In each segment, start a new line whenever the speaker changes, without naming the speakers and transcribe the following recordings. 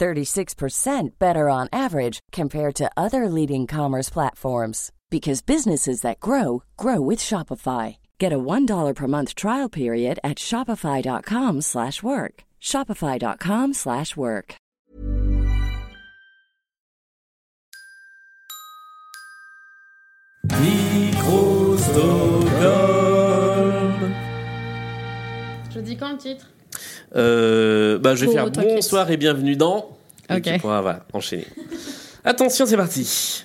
36% better on average compared to other leading commerce platforms because businesses that grow grow with Shopify. Get a $1 per month trial period at shopify.com/work. slash work. shopify.com/work. slash work.
Je dis quand le titre
Euh, bah, je vais
Oh,
faire
t'inquiète.
bonsoir et bienvenue dans. Et
Ok.
tu pourras, voilà, enchaîner. Attention, c'est parti.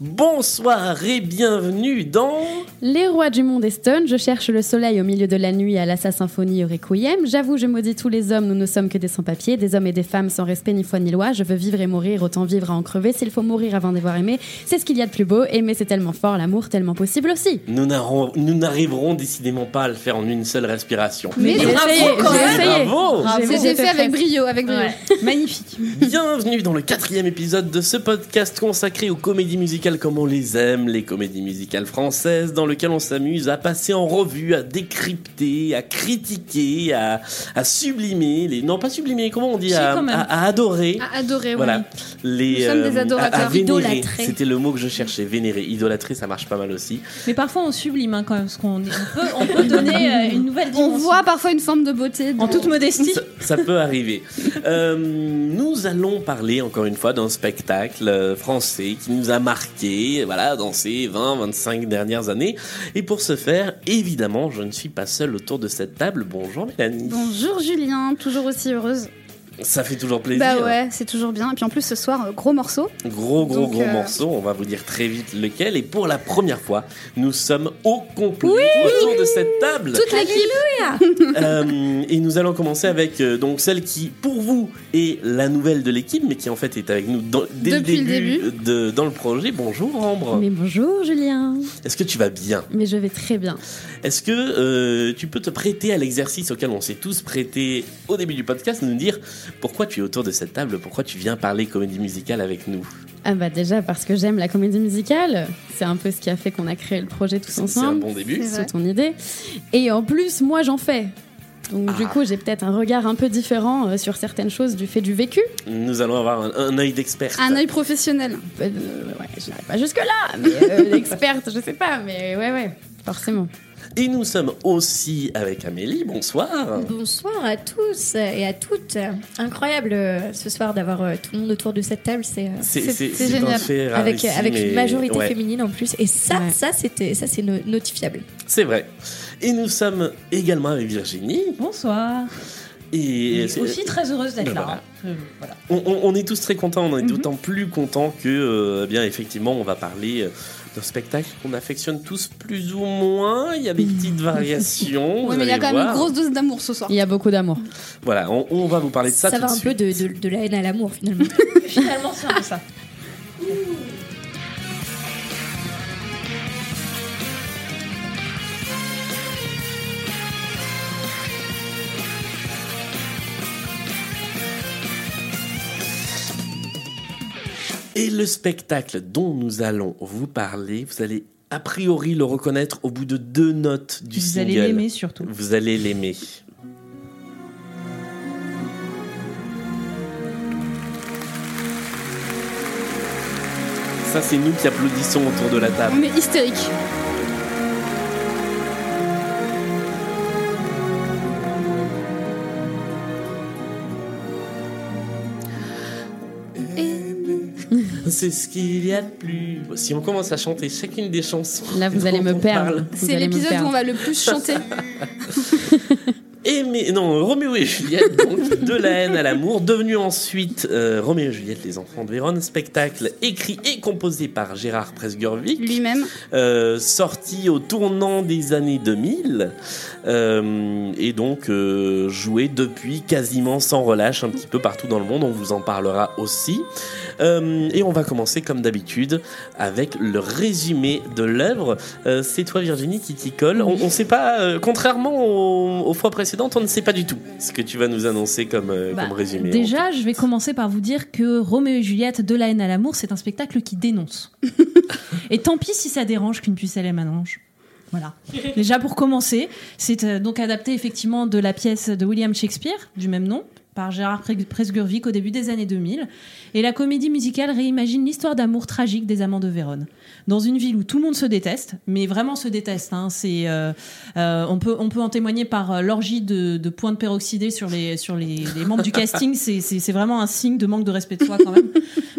Bonsoir et bienvenue dans.
Les rois du monde Stone, je cherche le soleil au milieu de la nuit à la sa symphonie au requiem. J'avoue, je maudis tous les hommes, nous ne sommes que des sans-papiers, des hommes et des femmes sans respect ni foi ni loi. Je veux vivre et mourir, autant vivre à en crever. S'il faut mourir avant d'avoir aimé, c'est ce qu'il y a de plus beau. Aimer, c'est tellement fort, l'amour, tellement possible aussi.
Nous n'arrons- nous n'arriverons décidément pas à le faire en une seule respiration.
Mais j'ai
bravo
essayé,
quand
j'ai
même.
essayé.
Bravo
J'ai-
C'est
j'ai
fait avec
presque.
brio, avec brio.
Ouais.
Magnifique.
Bienvenue dans le quatrième épisode de ce podcast consacré aux comédies musicales comme on les aime, les comédies musicales françaises, dans lequel on s'amuse à passer en revue, à décrypter, à critiquer, à, à sublimer, les... non pas sublimer, comment on dit,
Si,
à,
quand même.
à- à adorer.
Ah, adoré,
Voilà,
oui.
les euh,
Nous sommes des
à-
adorateurs,
à, vénérer.
idolâtrés.
C'était le mot que je cherchais, vénérer, idolâtrer, ça marche pas mal aussi.
Mais parfois on sublime hein, quand même, parce qu'on on peut, on peut donner euh, une nouvelle
On
dimension.
voit parfois une forme de beauté. de-
en toute modestie.
Ça, ça peut arriver. Euh, nous allons parler encore une fois d'un spectacle euh, français qui nous a marqué voilà, dans ces 20-25 dernières années. Et pour ce faire, évidemment, je ne suis pas seul autour de cette table. Bonjour Mélanie.
Bonjour Julien, toujours aussi heureuse.
Ça fait toujours plaisir.
Bah ouais, c'est toujours bien. Et puis en plus ce soir, euh, gros morceau.
Gros, gros,
Donc,
gros
euh,
morceau. On va vous dire très vite lequel. Et pour la première fois, nous sommes au complet autour de cette table.
Toute l'équipe.
Euh, et nous allons commencer avec euh, donc celle qui, pour vous, est la nouvelle de l'équipe, mais qui en fait est avec nous dans- dès
Depuis
le
le
début, euh, De, dans le projet. Bonjour Ambre.
Mais bonjour Julien,
Est-ce que tu vas bien
mais je vais très bien.
Est-ce que euh, tu peux te prêter à l'exercice auquel on s'est tous prêté au début du podcast, nous dire pourquoi tu es autour de cette table, pourquoi tu viens parler comédie musicale avec nous
Ah bah déjà parce que j'aime la comédie musicale, c'est un peu ce qui a fait qu'on a créé le projet tous
C'est un
ensemble.
bon début.
C'est vrai.
c'est ton idée. Et en plus, moi, j'en fais. Donc, du
Ah.
coup, j'ai peut-être un regard un peu différent euh, sur certaines choses du fait du vécu.
Nous allons avoir un, un œil d'expert.
Un œil professionnel.
Euh, ouais, je n'irai pas jusque-là, mais euh, l'experte, je sais pas, mais ouais, ouais, forcément.
Et nous sommes aussi avec Amélie. Bonsoir.
Bonsoir à tous et à toutes. Incroyable euh, ce soir d'avoir euh, tout le monde autour de cette table. C'est euh,
C'est
C'est-
c'est-
c'est
c'est un
génial.
fait rare
avec
Ah, ici,
avec
mais-
une majorité
ouais.
féminine en plus. Et ça,
Ouais.
ça c'était ça c'est no- notifiable.
C'est vrai. Et nous sommes également avec Virginie.
Bonsoir.
Et
Et
c'est-
aussi très heureuse d'être
Ben
là.
voilà.
hein. Euh, voilà.
on, on- on est tous très contents. On est
Mhm.
d'autant plus contents que, euh, eh bien, effectivement, on va parler euh, d'un spectacle qu'on affectionne tous plus ou moins. Il y a des petites variations.
Mhm. Ouais,
vous
mais il y a
allez
quand même
voir.
une grosse dose d'amour ce soir.
Il y a beaucoup d'amour.
Voilà, on, on va vous parler de ça, tout
va
de
un
suite.
peu de, de- de la haine à l'amour finalement.
Euh, Finalement, c'est un peu ça.
Et le spectacle dont nous allons vous parler, vous allez a priori le reconnaître au bout de deux notes du
Vous
single.
allez l'aimer surtout.
Vous allez l'aimer. Ça, c'est nous qui applaudissons autour de la table.
On est hystérique.
C'est ce qu'il y a de plus. Si on commence à chanter chacune des chansons.
Là, vous allez
dont
me
on
perdre.
parle.
Vous
C'est
allez me
l'épisode où on
perdre.
va le plus chanter.
Et Aimé, non, Roméo et Juliette, donc, de la haine à l'amour, devenu ensuite euh, Roméo et Juliette, les enfants de Vérone, spectacle écrit et composé par Gérard Presgurvic,
Lui-même,
euh, sorti au tournant des années 2000, euh, et donc euh, joué depuis quasiment sans relâche un petit peu partout dans le monde, on vous en parlera aussi. Euh, et on va commencer comme d'habitude avec le résumé de l'œuvre. Euh, C'est toi Virginie qui t'y colle. On ne sait pas, euh, contrairement aux, aux fois précédentes, on ne sait pas du tout ce que tu vas nous annoncer comme, euh,
Bah,
comme résumé.
Déjà, je vais commencer par vous dire que Roméo et Juliette, de la haine à l'amour, c'est un spectacle qui dénonce. et tant pis si ça dérange qu'une puce elle aime un ange. Voilà. Déjà pour commencer, c'est euh, donc adapté effectivement de la pièce de William Shakespeare, du même nom, par Gérard Pre- Presgurvic au début des années 2000. Et la comédie musicale réimagine l'histoire d'amour tragique des amants de Vérone. Dans une ville où tout le monde se déteste, mais vraiment se déteste. hein, c'est, euh, euh, on, peut, on peut en témoigner par euh, l'orgie de, de points de peroxydé sur les, sur les, les membres du casting. C'est- C'est c'est vraiment un signe de manque de respect de soi quand même.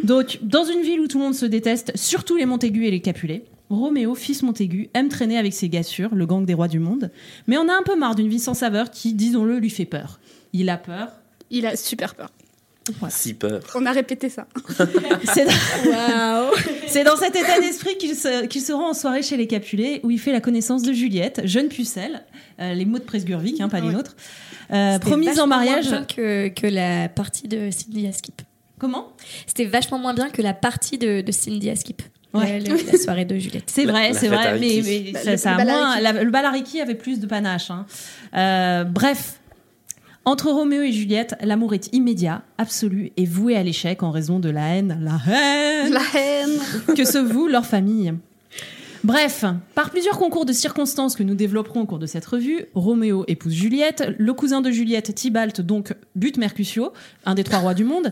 Donc, dans une ville où tout le monde se déteste, surtout les Montaigu et les Capulet, Roméo, fils Montaigu, aime traîner avec ses gars sûrs, le gang des rois du monde, mais en a un peu marre d'une vie sans saveur qui, disons-le, lui fait peur. Il a peur.
il a super peur.
Si peur.
On a répété ça.
C'est
Waouh
C'est dans cet état d'esprit qu'il se, qu'il se rend en soirée chez les Capulet, où il fait la connaissance de Juliette, jeune pucelle, euh, les mots de Presgurvic, hein, pas les
Ouais.
nôtres, euh,
C'était
promise en
vachement moins
mariage.
bien que, que la partie de Cindy Askip.
Comment
C'était vachement moins bien que la partie de, de Cindy Askip.
Ouais.
La, la- la soirée de Juliette.
C'est
La-
vrai,
la
c'est
fête
vrai,
à
mais,
Ricky.
mais
Bah,
ça-
le-
ça a
le
moins-
Balariki.
la- le Balariki avait plus de panache. hein. Euh, bref, entre Roméo et Juliette, l'amour est immédiat, absolu et voué à l'échec en raison de la haine, la haine
La haine.
que se vouent leur famille. Bref, par plusieurs concours de circonstances que nous développerons au cours de cette revue, Roméo épouse Juliette, le cousin de Juliette, Tybalt, donc bute Mercutio, un des trois rois du monde.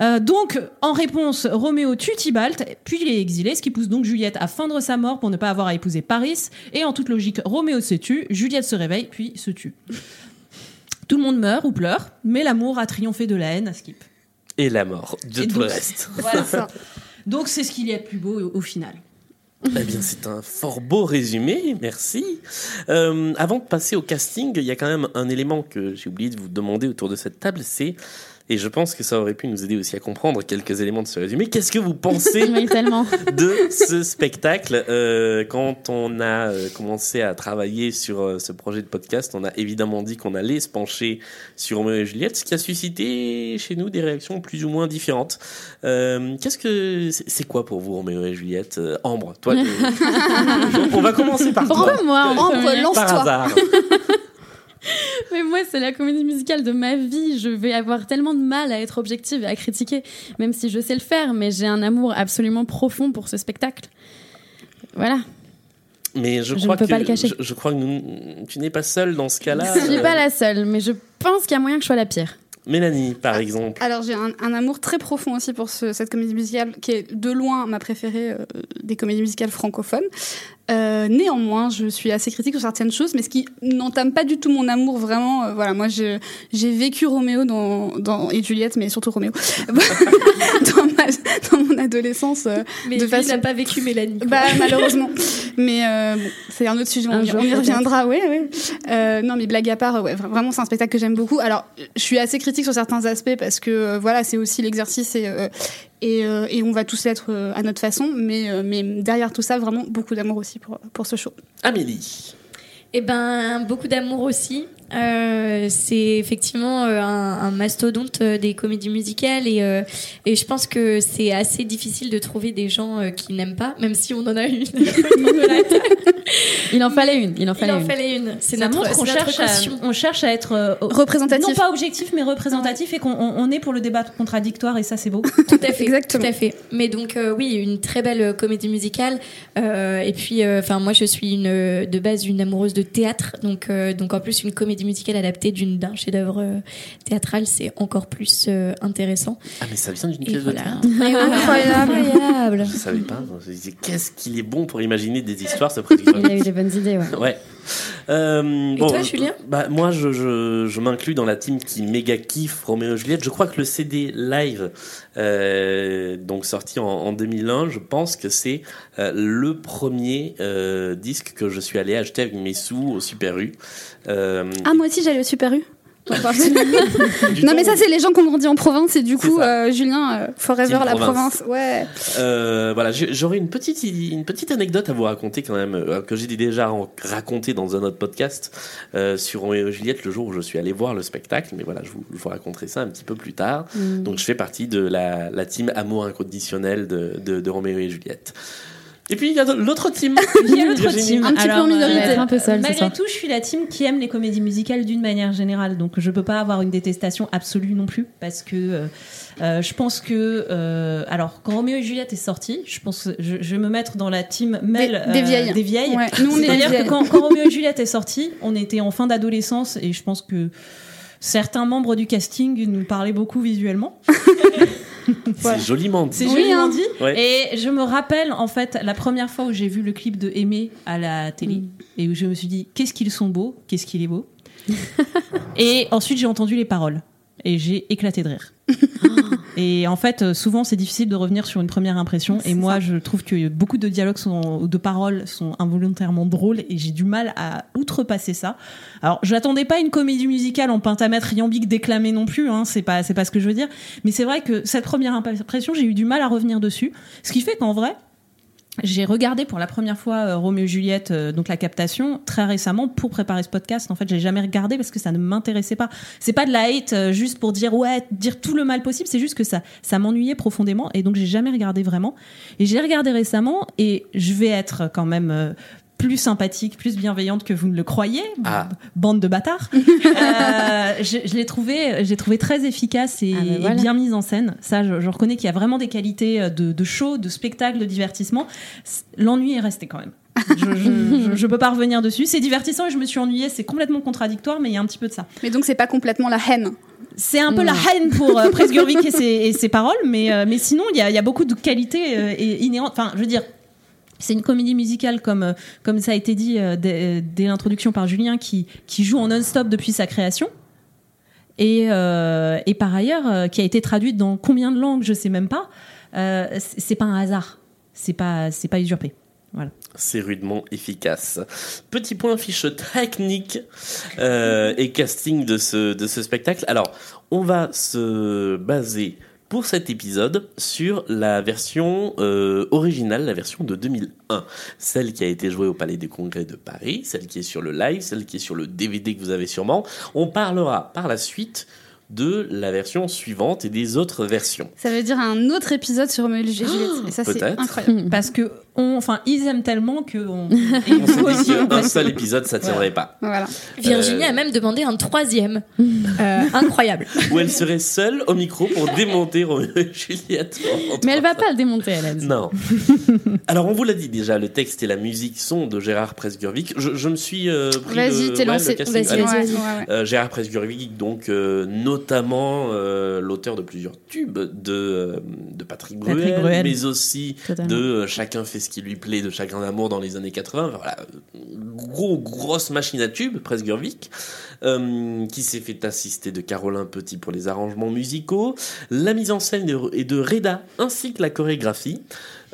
Euh, donc, en réponse, Roméo tue Tybalt, puis il est exilé, ce qui pousse donc Juliette à feindre sa mort pour ne pas avoir à épouser Paris. Et en toute logique, Roméo se tue, Juliette se réveille, puis se tue. Tout le monde meurt ou pleure, mais l'amour a triomphé de la haine à Skip.
Et la mort, de
Et
tout le
donc-
reste.
Voilà. ça.
Donc, c'est ce qu'il y a de plus beau au- au final.
Eh bien, c'est un fort beau résumé, merci. Euh, avant de passer au casting, il y a quand même un élément que j'ai oublié de vous demander autour de cette table, c'est, et je pense que ça aurait pu nous aider aussi à comprendre quelques éléments de ce résumé, qu'est-ce que vous pensez
tellement.
de ce spectacle Euh, Quand on a euh, commencé à travailler sur euh, ce projet de podcast, on a évidemment dit qu'on allait se pencher sur Roméo et Juliette, ce qui a suscité chez nous des réactions plus ou moins différentes. Euh, Qu'est-ce que c'est c'est quoi pour vous Roméo et Juliette Euh, Ambre, toi, que- on va commencer par toi.
Pourquoi moi en
Ambre,
premier
Par
lance-toi.
hasard.
Mais moi, c'est la comédie musicale de ma vie. Je vais avoir tellement de mal à être objective et à critiquer, même si je sais le faire. Mais j'ai un amour absolument profond pour ce spectacle. Voilà.
Mais je
Je
crois
ne peux
que
pas le cacher.
Je, je crois que nous- tu n'es pas seule dans ce cas-là.
Je suis
Euh,
pas la seule, mais je pense qu'il y a moyen que je sois la pire.
Mélanie, par exemple.
Alors j'ai un, un amour très profond aussi pour ce- cette comédie musicale qui est de loin ma préférée euh, des comédies musicales francophones. Euh, néanmoins, je suis assez critique sur certaines choses, mais ce qui n'entame pas du tout mon amour vraiment. euh, voilà, moi je- j'ai vécu Roméo dans, dans- et Juliette, mais surtout Roméo dans, ma- dans mon adolescence. euh,
Mais
De
lui,
façon-
il n'a pas vécu Mélanie. quoi.
bah malheureusement. Mais euh, bon, c'est un autre sujet. On,
Un
y-
jour,
on y
peut-être.
reviendra. Ouais, ouais. Euh, non, mais blague à part, ouais, vra- vraiment c'est un spectacle que j'aime beaucoup. Alors, je suis assez critique sur certains aspects parce que euh, voilà, c'est aussi l'exercice et euh, et, euh, et on va tous l'être euh, à notre façon. Mais euh, mais derrière tout ça, vraiment beaucoup d'amour aussi pour pour ce show.
Amélie.
Eh ben, beaucoup d'amour aussi. Euh, c'est effectivement euh, un, un mastodonte euh, des comédies musicales et, euh, et je pense que c'est assez difficile de trouver des gens euh, qui n'aiment pas, même si on en a une.
Il en fallait une. Il en
Il
fallait
en
une.
fallait une. C'est
Ça
notre,
montre qu'on
c'est notre
cherche, à,
caution.
on cherche à être euh, au-
Représentatif.
non pas objectif mais représentatif et qu'on on- on est pour le débat contradictoire et ça c'est beau.
Tout à fait.
Exactement.
Tout à fait. Mais donc euh, oui, une très belle euh, comédie musicale. Euh, et puis, enfin moi je suis une euh, de base une amoureuse de théâtre, donc euh, donc en plus une comédie musicale adaptée d'une d'un chef-d'œuvre euh, théâtral, c'est encore plus euh, intéressant.
Ah mais ça vient d'une
Et
pièce de théâtre.
voilà. Incroyable. adorable.
Je savais pas. Je disais, qu'est-ce qu'il est bon pour imaginer des histoires, ce producteur.
Il a eu des bonnes idées, ouais.
Ouais. Euh,
Et toi, Julien
bah, Moi, je, je, je m'inclus dans la team qui méga kiffe Roméo et Juliette. Je crois que le CD live, euh, donc sorti en, en 2001, je pense que c'est euh, le premier euh, disque que je suis allé acheter avec mes sous au Super U. Euh,
Ah, moi aussi, j'allais au Super U.
du
non,
temps
mais ça,
où-
c'est les gens qui ont grandi en province, et du
C'est
coup,
ça.
euh, Julien, euh, Forever,
Team
la
province.
province. Ouais.
Euh, voilà, j'ai- j'aurais une petite, une petite anecdote à vous raconter quand même, euh, que j'ai déjà en- racontée dans un autre podcast euh, sur Roméo et Juliette le jour où je suis allé voir le spectacle, mais voilà, je vous, je vous raconterai ça un petit peu plus tard.
Mm.
Donc je fais partie de la, la team amour inconditionnel de, de, de Roméo et Juliette. Et puis il y a l'autre team.
Il y a l'autre
Virginie.
team.
Un petit peu
Alors,
en
Je vais
minorité.
euh,
être un peu seule ce
Malgré
soir.
tout, je suis la team qui aime les comédies musicales d'une manière générale, donc je peux pas avoir une détestation absolue non plus, parce que euh, euh, je pense que, euh, alors quand Roméo et Juliette est sorti, je pense, que je, je vais me mettre dans la team Mel
Des- des vieilles.
des vieilles.
Ouais, nous, on est
C'est-à-dire
des
que
vieilles.
quand, quand Roméo et Juliette est sorti, on était en fin d'adolescence et je pense que certains membres du casting nous parlaient beaucoup visuellement.
C'est joliment
C'est
dit.
Oui,
joliment
hein.
dit. Et je me rappelle, en fait, la première fois où j'ai vu le clip de Aimé à la télé
Mm.
et où je me suis dit, qu'est-ce qu'ils sont beaux, qu'est-ce qu'il est beau. et ensuite, j'ai entendu les paroles et j'ai éclaté de rire.
Ah.
et en fait, euh, souvent, c'est difficile de revenir sur une première impression. Et moi, je trouve que beaucoup de dialogues sont, ou de paroles sont involontairement drôles et j'ai du mal à outrepasser ça. Alors, je n'attendais pas une comédie musicale en pentamètre iambique déclamée non plus, hein, c'est pas, c'est pas ce que je veux dire. Mais c'est vrai que cette première impression, j'ai eu du mal à revenir dessus. Ce qui fait qu'en vrai, j'ai regardé pour la première fois euh, Roméo et Juliette, euh, donc la captation, très récemment pour préparer ce podcast. En fait, j'ai jamais regardé parce que ça ne m'intéressait pas. C'est pas de la hate euh, juste pour dire ouais, dire tout le mal possible. C'est juste que ça, ça m'ennuyait profondément et donc j'ai jamais regardé vraiment. Et j'ai regardé récemment et je vais être quand même. euh, plus sympathique, plus bienveillante que vous ne le croyez,
Ah.
bande de bâtards. Euh, je je l'ai trouvé, j'ai trouvé très efficace et,
Ah ben
et
voilà.
bien mise en scène. Ça, je, je reconnais qu'il y a vraiment des qualités euh, de, de show, de spectacle, de divertissement. S- L'ennui est resté quand même. Je, je, je- je peux pas revenir dessus. C'est divertissant et je me suis ennuyée. C'est complètement contradictoire, mais il y a un petit peu de ça.
Mais donc, c'est pas complètement la haine.
C'est un peu
Mm.
la haine pour euh, Presgurvic et ses, et ses paroles, mais, euh, mais sinon, il y a, il y a beaucoup de qualités euh, et inhérentes. Enfin, je veux dire. C'est une comédie musicale, comme, euh, comme ça a été dit euh, dès, euh, dès l'introduction par Julien, qui, qui joue en non-stop depuis sa création. Et, euh, et par ailleurs, euh, qui a été traduite dans combien de langues, je sais même pas. Euh, c'est c'est pas un hasard. C'est pas, c'est pas usurpé.
C'est rudement efficace. Petit point fiche technique euh, et casting de ce, de ce spectacle. Alors, on va se baser pour cet épisode sur la version euh, originale, la version de 2001. Celle qui a été jouée au Palais des Congrès de Paris, celle qui est sur le live, celle qui est sur le DVD que vous avez sûrement. On parlera par la suite de la version suivante et des autres versions.
Ça veut dire un autre épisode sur Roméo et Juliette. Et ça, c'est
Ah, peut-être.
incroyable.
Mm.
Parce que, on, enfin, ils aiment tellement que on. et
On s'est
nous
dit
aussi,
qu'un
on passe-
seul épisode, ça tiendrait pas.
Voilà.
Virginie
Euh,
a même demandé un troisième. Euh, incroyable.
où elle serait seule au micro pour démonter Roméo et Juliette.
Mais elle va pas le démonter, elle. elle.
Non. Alors, on vous l'a dit déjà, le texte et la musique sont de Gérard Presgurvic. Je, je me suis euh, pris
Vas-y,
le-
t'es
ouais,
lancé.
le casting.
Vas-y,
Allez.
Ouais,
vas-y, vas-y.
ouais, ouais.
Euh, Gérard Presgurvic, donc euh, notamment euh, l'auteur de plusieurs tubes de, euh, de Patrick,
Patrick
Bruel,
Bruel.
mais aussi
Totalement.
de euh, Chacun fait ce qui lui plaît, de Chacun d'amour dans les années 80. Enfin, Voilà, gros, grosse machine à tubes, Presgurvic, euh, qui s'est fait assister de Carolin Petit pour les arrangements musicaux, la mise en scène de- est de Reda, ainsi que la chorégraphie.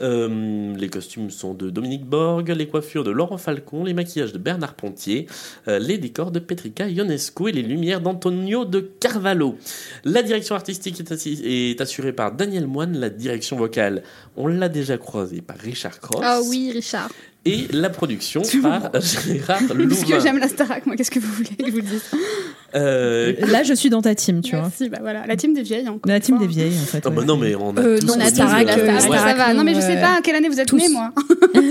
Euh, les costumes sont de Dominique Borg, les coiffures de Laurent Falcon, les maquillages de Bernard Pontier, euh, les décors de Petrika Ionescu et les lumières d'Antonio de Carvalho. La direction artistique est, assi- est assurée par Daniel Moine, la direction vocale, on l'a déjà croisée par Richard Cross,
Ah oui, Richard.
et la production par Gérard
Parce que
Louvain.
j'aime la Starac, moi, qu'est-ce que vous voulez que je vous dise
Euh,
Là, je suis dans ta team, tu vois.
Merci, bah voilà. La team des vieilles, encore.
La team
une
des
fois.
vieilles, en fait.
non,
ouais.
bah non, mais on a
Euh,
tous
non, la
connu,
Starac,
euh,
euh, la
ouais.
ça
Starac,
va. Non, mais je
nous,
sais
euh,
pas à quelle année vous êtes
tous.
nés, moi.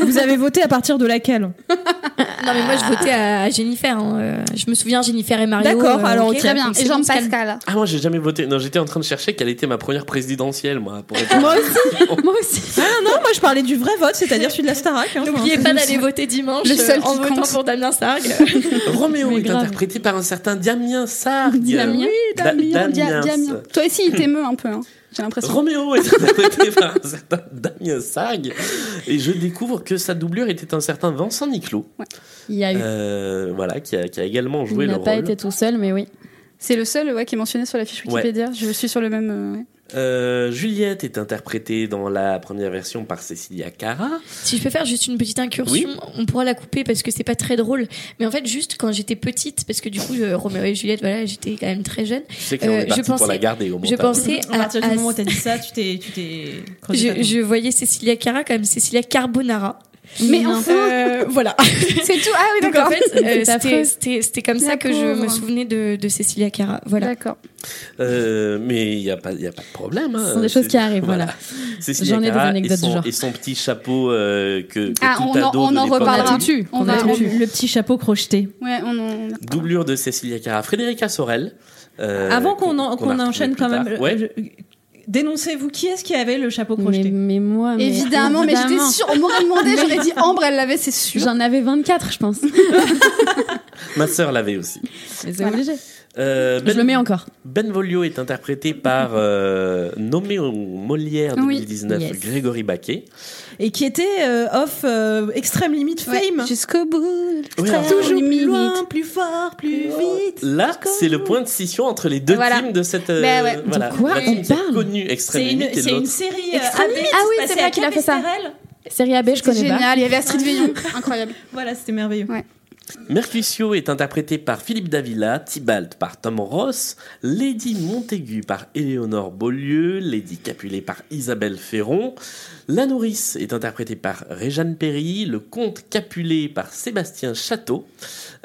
Vous avez voté à partir de laquelle
Non, mais moi, je votais à, à Jennifer. hein. Euh, Je me souviens, Jennifer et Mario.
D'accord,
euh,
alors, ok.
Très bien.
Donc,
Et
c'est bon, c'est calme.
Jean-Pascal.
Ah, moi j'ai jamais voté. Non, j'étais en train de chercher quelle était ma première présidentielle, moi. Pour être-
Moi aussi Moi aussi Ah non, moi je parlais du vrai vote, c'est-à-dire celui de la Starac. hein.
N'oubliez pas d'aller voter dimanche
Le seul
euh, en
qui
votant
compte.
pour Damien Sargue.
Roméo
Mais
est
grave.
interprété par un certain Damien Sargue.
Damien.
Da- Damien.
Dia- Damien. Toi aussi, il t'émeut un peu. hein. j'ai l'impression.
Roméo est interprété par un certain Damien Sargue et je découvre que sa doublure était un certain Vincent Niclot,
Il y a eu.
euh, voilà, qui a, qui a également joué
Il
le
n'a
rôle.
pas été tout seul, mais oui.
C'est le seul ouais, qui est mentionné sur la fiche
Ouais.
Wikipédia. Je suis sur le même. euh, ouais.
Euh, Juliette est interprétée dans la première version par Cecilia Cara.
Si je peux faire juste une petite incursion,
Oui.
on pourra la couper parce que c'est pas très drôle. Mais en fait, juste quand j'étais petite, parce que du coup, euh, Roméo et Juliette, voilà, j'étais quand même très jeune.
Je sais qu'on
Euh,
est parti
je
pour la
pensais-
garder au montage.
Je pensais
bah, à
à,
partir du
à-
moment où t'as dit ça, tu t'es, tu t'es. creusé
je,
ta
je voyais Cécilia Cara comme Cécilia Carbonara.
Mais
Non.
enfin
Euh, voilà.
C'est tout. Ah oui,
Donc
d'accord.
en fait, euh,
C'est affreux.
c'était- c'était c'était comme
La
ça que je me
pauvre.
souvenais de, de Cécilia Cara. Voilà.
D'accord.
Euh, mais il n'y a, pas- il y a pas de problème. hein.
Ce sont des choses qui arrivent, voilà.
Cecilia
J'en ai des
Cara
anecdotes
et
du
son,
genre.
Et son petit chapeau euh, que, que
Ah,
tout
on en-
ado
on
de
en
l'époque
reparlera.
avait.
Qu'on a tué.
On
Qu'on
va-
a tué.
Le, le petit chapeau crocheté.
Ouais, on en.
Doublure de Cecilia Cara, Frédérica Sorel. euh,
Avant qu'on, en- qu'on
a retrouvée
enchaîne
plus
quand même.
tard.
le-
Ouais.
je- Dénoncez-vous, qui est-ce qui avait le chapeau
Mais,
crocheté
mais moi. mais-
Évidemment, mais j'étais
évidemment.
sûre. On m'aurait demandé, j'aurais dit Ambre, elle l'avait, c'est sûr.
J'en avais 24, je pense.
Ma sœur l'avait aussi.
Mais c'est
Voilà.
obligé.
Euh,
Je le mets encore.
Benvolio est interprété par, euh, nommé au Molière
Oui.
2019,
Yes.
Grégory Baquet.
Et qui était euh, off euh, Extreme Limite Fame.
Ouais, Jusqu'au bout.
Oui,
Très
alors-
toujours
plus
limite.
loin, plus fort, plus
Oh.
vite.
Là,
Jusqu'au
c'est le
bout.
point de scission entre les deux
Voilà.
teams de cette. euh,
Ben ouais. De
voilà,
quoi
la
on
team qui a
parle
connu Extrême
C'est une,
Limite et
c'est une
l'autre.
série. euh,
Extrême
AB,
Limite.
qui
Ah oui,
se
c'est
passait
vrai
à
qu'il a fait ça.
Capesterrel.
Série AB, je
C'est
connais pas. Ah.
génial. Il y avait Astrid Veillon. Incroyable.
Voilà, c'était merveilleux.
Mercutio est interprété par Philippe Davila, Tybalt par Tom Ross, Lady Montaigu par Éléonore Beaulieu, Lady Capulet par Isabelle Ferron, La Nourrice est interprétée par Réjeanne Perry, le comte Capulet par Sébastien Château,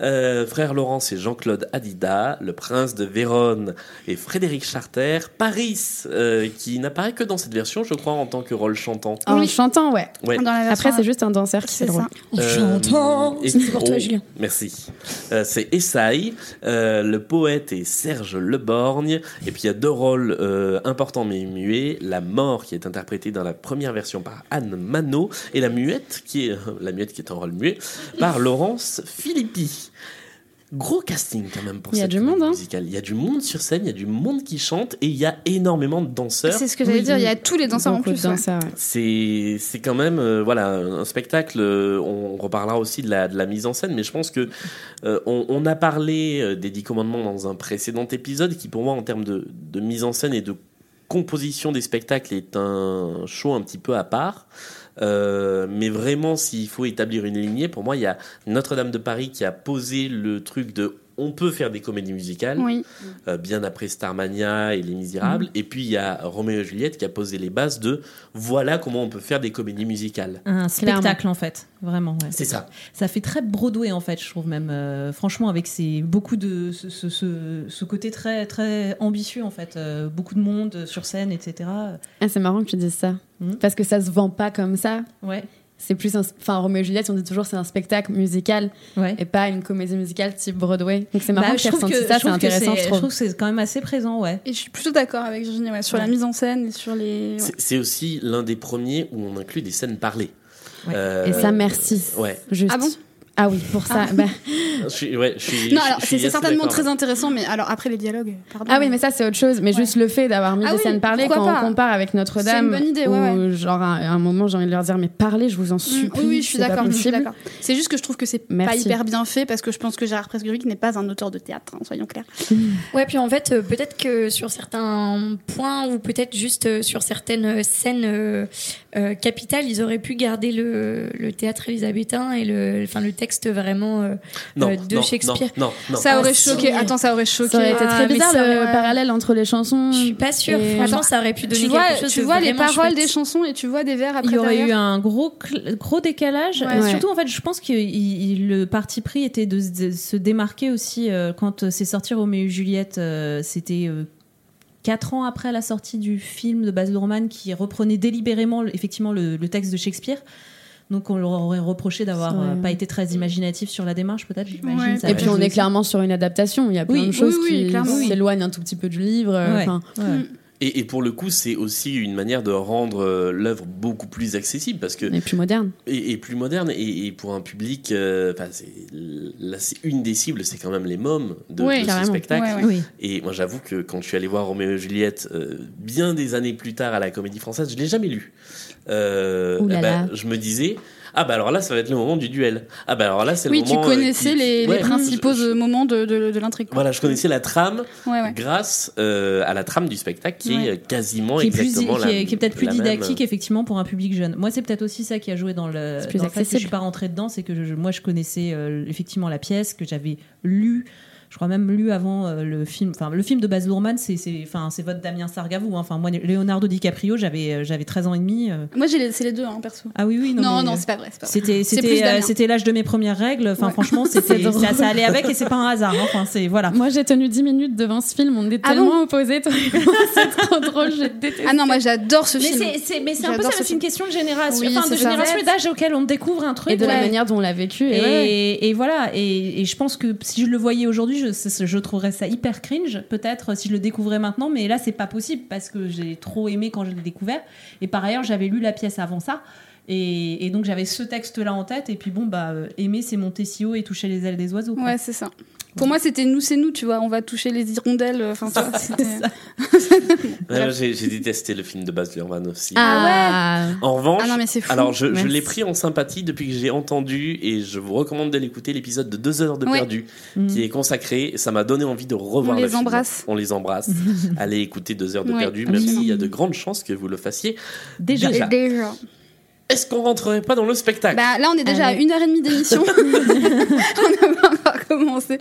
euh, Frère Laurence et Jean-Claude Adida, le prince de Vérone et Frédéric Charter, Paris, euh, qui n'apparaît que dans cette version, je crois, en tant que rôle chantant.
En
Oui.
chantant, ouais.
Ouais.
Dans la version-
Après, c'est juste un danseur qui fait
C'est
le rôle.
ça.
Euh, et-
C'était pour toi,
oh,
Julien.
Merci. Euh, c'est Essai, euh, le poète est Serge Leborgne, et puis il y a deux rôles euh, importants mais muets, la mort qui est interprétée dans la première version par Anne Manot, et la muette qui est, la muette qui est un rôle muet, par Laurence Philippi. Gros casting quand même pour
Il y a
cette
du monde,
comédie
hein.
musicale. Il y a du monde sur scène, il y a du monde qui chante, et il y a énormément de danseurs.
C'est ce que j'allais
Oui,
dire. Il y
oui.
a tous les danseurs en
Beaucoup de
plus. ouais.
danseurs, ouais.
c'est c'est quand même euh, voilà un spectacle euh, on reparlera aussi de la, de la mise en scène mais je pense que euh, on, on a parlé euh, des dix commandements dans un précédent épisode qui pour moi en termes de, de mise en scène et de composition des spectacles est un show un petit peu à part Euh, mais vraiment s'il faut établir une lignée pour moi il y a Notre-Dame de Paris qui a posé le truc de on peut faire des comédies musicales
Oui.
euh, bien après Starmania et Les Misérables.
Mm.
Et puis il y a Roméo et Juliette qui a posé les bases de voilà comment on peut faire des comédies musicales.
Un
Clairement.
spectacle en fait, vraiment. ouais.
C'est ça.
Ça fait très Broadway en fait, je trouve même. euh, franchement, avec ces, beaucoup de ce, ce- ce- ce côté très très ambitieux en fait, euh, beaucoup de monde euh, sur scène, etc.
Ah, c'est marrant que tu dises ça.
Hmm.
Mhm.
Parce que ça se vend pas comme ça.
Ouais,
C'est plus un... Enfin, Roméo et Juliette, on dit toujours c'est un spectacle musical
ouais.
et pas une comédie musicale type Broadway. Donc c'est marrant
Bah,
que tu ressenti ça, c'est
trouve que
intéressant,
c'est-
je
je
trouve.
trouve que c'est quand même assez présent, ouais.
Et je suis plutôt d'accord avec Virginie ouais, sur la
Ouais.
mise en scène et sur les. ouais.
C'est- C'est aussi l'un des premiers où on inclut des scènes parlées.
Ouais.
Euh,
Et ça, merci.
Ouais,
Juste.
Ah bon
Ah oui, pour ça. bah-
je suis, ouais, je suis-
Non,
je-
alors
je
c'est
suis
c'est
assez
certainement
d'accord.
très intéressant, mais alors après les dialogues, pardon.
Ah oui, mais ça, c'est autre chose. Mais juste le fait d'avoir mis
Ah
des
oui,
scènes parlées quand
pourquoi
on
pas
compare avec Notre-Dame.
C'est une bonne idée, ouais,
où, genre, à à un moment, j'ai envie de leur dire, mais parlez, je vous en
Mm,
supplie.
oui, oui, je suis
c'est pas
d'accord. Je suis
possible.
d'accord. C'est juste que je trouve que c'est pas
Merci.
hyper bien fait parce que je pense que Gérard Presgovic n'est pas un auteur de théâtre, hein, soyons clairs.
Ouais, puis en fait, euh, peut-être que sur certains points ou peut-être juste euh, sur certaines euh, scènes euh, euh, capitales, ils auraient pu garder le, le théâtre élisabétain et le, enfin, le texte vraiment. euh,
Non,
euh, de
non,
Shakespeare.
Non, non, non.
ça aurait
Ah, si.
choqué. Attends, ça aurait choqué.
Ça aurait été très
Ah, mais
bizarre
ça,
le
ouais.
parallèle entre les chansons.
je suis pas sûre.
Et-
Franchement, ça aurait pu donner
tu vois,
quelque chose
tu
de
vois les
vraiment
paroles
chouette.
des chansons et tu vois des vers après.
Il y aurait
derrière.
eu un gros, cl- gros décalage.
Ouais.
Euh, Surtout, en fait, je pense que il- il- le parti pris était de, se- de se démarquer aussi euh, quand euh, c'est sorti Roméo et Juliette. euh, C'était euh, quatre ans après la sortie du film de Baz Luhrmann qui reprenait délibérément le- effectivement le, le texte de Shakespeare. Donc, on leur aurait reproché d'avoir
Ouais.
euh, pas été très imaginatif sur la démarche, peut-être. j'imagine,
Ouais.
ça
Et
a
puis
joué
on est
aussi.
clairement sur une adaptation. Il y a plein
Oui,
de choses
oui, oui, clairement,
qui
oui.
s'éloignent un tout petit peu du livre. euh,
Ouais.
enfin,
Ouais.
Et, et pour le coup, c'est aussi une manière de rendre euh, l'œuvre beaucoup plus accessible parce que
Et plus moderne.
et, et plus moderne et, et pour un public, euh, enfin, c'est là, c'est une des cibles, c'est quand même les mômes de,
Ouais,
de ce
carrément.
spectacle.
Ouais, ouais.
Oui.
Et moi, j'avoue que quand je suis allé voir Roméo et Juliette, euh, bien des années plus tard à la Comédie Française, je l'ai jamais lu. Euh,
Ouh là
eh ben,
là.
je me disais. Ah bah alors là ça va être le moment du duel. Ah bah alors là c'est
Oui,
le
tu
moment. euh,
connaissais
qui-
les, les
Ouais,
principaux
je- je-
euh, moments de, de- de l'intrigue. quoi.
Voilà, je connaissais la trame
Ouais, ouais.
grâce euh, à la trame du spectacle qui
Ouais.
est euh, quasiment
Qui est, plus-
exactement
qui
la
est- qui est peut-être plus
la même.
didactique effectivement pour un public jeune. Moi c'est peut-être aussi ça qui a joué dans le,
C'est plus
dans le fait que je
accessible.
suis pas rentrée dedans, c'est que je- moi je connaissais euh, effectivement la pièce que j'avais lu. Je crois même lu avant euh, le film. Enfin, le film de Baz Luhrmann, c'est c'est- enfin c'est votre Damien Sargavou. hein. Enfin moi Leonardo DiCaprio, j'avais euh, j'avais 13 ans et demi. euh.
Moi, j'ai les- c'est les deux, hein, perso.
Ah oui oui non.
Non, non,
mais, euh,
c'est pas vrai. c'est pas vrai.
c'était
C'est plus
c'était euh,
Damien.
c'était l'âge de mes premières règles. Enfin
Ouais.
franchement c'était
drôle.
ça, ça allait avec et c'est pas un hasard. hein. Enfin c'est voilà.
Ah, Moi, j'ai tenu 10 minutes devant ce film, on est
Ah
tellement opposés. toi et moi, c'est trop drôle, j'ai détesté.
Ah non, moi, j'adore ce
Mais
film.
c'est- c'est mais c'est un peu
J'adore
ça,
ce
c'est une
film.
question de génération,
Oui,
enfin de
c'est ça.
génération et d'âge auquel on découvre un truc.
et de la
Ouais.
manière dont on l'a vécu.
Et,
Et, ouais.
et voilà, et, et je pense que si je le voyais aujourd'hui, je, c'est- je trouverais ça hyper cringe, peut-être si je le découvrais maintenant, mais là c'est pas possible parce que j'ai trop aimé quand je l'ai découvert. Et par ailleurs, j'avais lu la pièce avant ça, et, et donc j'avais ce texte-là en tête. Et puis bon, bah euh, aimer, c'est monter si haut et toucher les ailes des oiseaux. quoi.
Ouais, c'est ça. Pour moi, c'était nous, c'est nous, tu vois. On va toucher les hirondelles. euh, Enfin, tu vois, c'était-
Ouais, moi, j'ai j'ai détesté le film de Baz Luhrmann aussi.
Ah,
En revanche,
Ah non, mais c'est fou.
alors je, je
Merci.
l'ai pris en sympathie depuis que j'ai entendu et je vous recommande d'aller écouter l'épisode de 2 heures de
Ouais.
perdu
Mm.
qui est consacré. Ça m'a donné envie de revoir
On
le
les
film.
embrasse.
On les embrasse. Allez écouter 2 heures de
Ouais,
perdu, même
absolument.
s'il y a de grandes chances que vous le fassiez.
Déjà.
Déjà.
Déjà.
Est-ce qu'on rentrerait pas dans le spectacle
Bah, là, on est déjà à
Allez.
une heure et demie d'émission. on n'a pas encore commencé.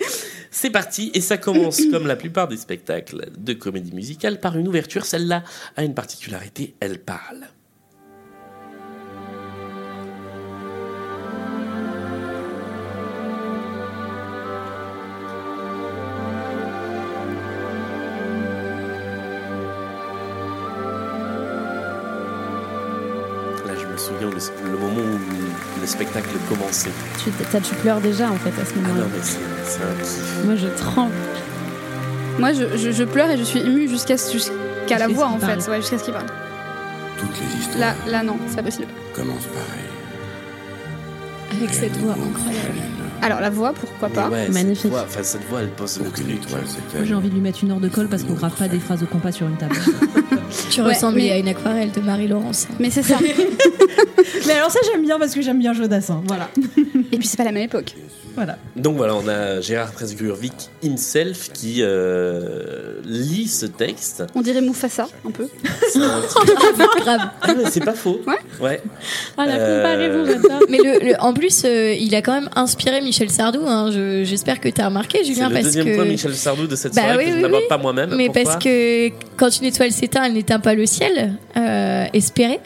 C'est parti et ça commence comme la plupart des spectacles de comédie musicale par une ouverture. Celle-là a une particularité, elle parle. Là, je me souviens le, le moment où le spectacle commençait.
tu, t'as- tu pleures déjà en fait à ce
Ah
moment-là.
non, mais c'est c'est un kiff.
moi, je tremble.
Moi, je, je- je pleure et je suis émue jusqu'à jusqu'à la
Jusqu'à ce
voix,
qu'il
en fait.
parle.
Ouais, jusqu'à ce qu'il parle.
Toutes les
Là,
histoires
là, non, c'est pas possible.
commencent pareil.
Avec cette voix
hein.
incroyable.
Alors, la voix, pourquoi pas
Mais ouais,
Magnifique.
Cette voix, enfin, cette voix, elle pose le
Aucune
truc.
étoile s'étale.
Moi, J'ai envie de lui mettre une heure de colle parce qu'on grave pas des phrases au compas sur une table.
Tu
Ouais,
ressemblais
mais-
à une aquarelle de Marie-Laurence.
Mais c'est ça.
mais alors ça j'aime bien parce que j'aime bien Jodassin. Voilà.
et puis, c'est pas la même époque.
voilà.
Donc voilà, on a Gérard Presgurvic himself qui euh, lit ce texte.
On dirait Mufasa, un peu.
C'est un petit-
Grave.
Ah, mais c'est pas faux. Ouais.
Ah, la
Euh,
comparaison, j'adore.
Mais le, le- en plus, euh, il a quand même inspiré Michel Sardou. hein. Je- J'espère que tu as remarqué,
C'est
Julien,
le
parce
deuxième
que.
point Michel Sardou de cette
Bah
soirée
oui,
que je
oui,
n'aborde
oui.
pas moi-même.
Mais
Pourquoi
parce que quand une étoile s'éteint, elle n'éteint pas le ciel. Euh, espéré.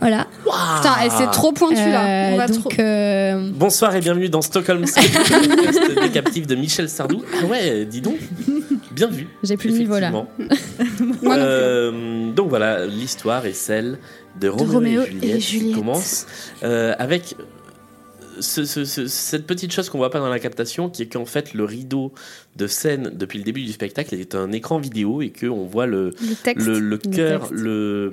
Voilà.
Waouh
Putain, et c'est trop pointu, là.
Euh,
On va
donc,
trop...
euh,
Bonsoir et bienvenue dans Stockholm City, le podcast des captifs de Michel Sardou. Ah ouais, dis donc, bien vu.
J'ai plus le niveau là.
effectivement.
Moi non plus.
Euh, donc voilà, l'histoire est celle de euh, Roméo,
Roméo
et Juliette,
et
qui
Juliette.
commence euh, avec ce- ce- ce- cette petite chose qu'on voit pas dans la captation, qui est qu'en fait le rideau de scène depuis le début du spectacle est un écran vidéo et que on voit le
Le texte.
le, le cœur,
texte.
le,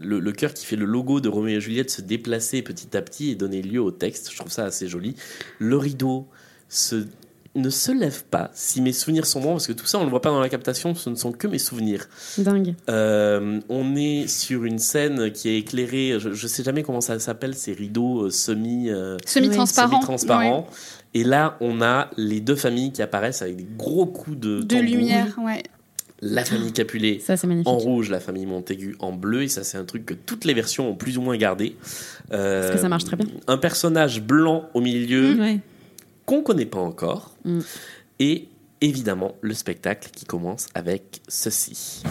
le, le cœur qui fait le logo de Roméo et Juliette se déplacer petit à petit et donner lieu au texte. Je trouve ça assez joli. Le rideau se, ne se lève pas, si mes souvenirs sont bons, parce que tout ça, on le voit pas dans la captation, ce ne sont que mes souvenirs.
Dingue.
Euh, on est sur une scène qui est éclairée, je, je sais jamais comment ça s'appelle, ces rideaux euh, semi, euh,
Semi-transparent.
semi-transparents. Et là, on a les deux familles qui apparaissent avec des gros coups de,
Ouais. De
tambour.
lumière, ouais.
La famille Capulet
Ça, c'est
en
magnifique.
rouge, la famille Montaigu en bleu, et ça c'est un truc que toutes les versions ont plus ou moins gardé. Euh,
Parce que ça marche très bien. Mhm.
Un personnage blanc au milieu
Ouais.
qu'on connaît pas encore,
Mm.
et évidemment le spectacle qui commence avec ceci.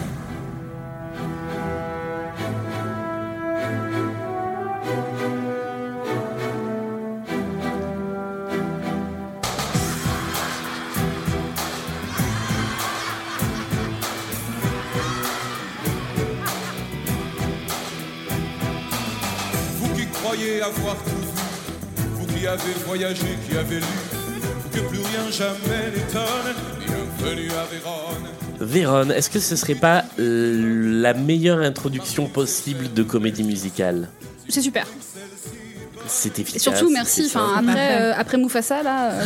Vous qui croyez avoir tout vu, vous qui avez voyagé, qui avez lu, vous que plus rien jamais n'étonne, ni l'inconnu à Vérone,
Véron, est-ce que ce serait pas euh, la meilleure introduction possible de comédie musicale
C'est super.
C'est
Et
efficace.
surtout,
c'est
merci. Enfin,
simple.
après, euh, après Mufasa, là, euh,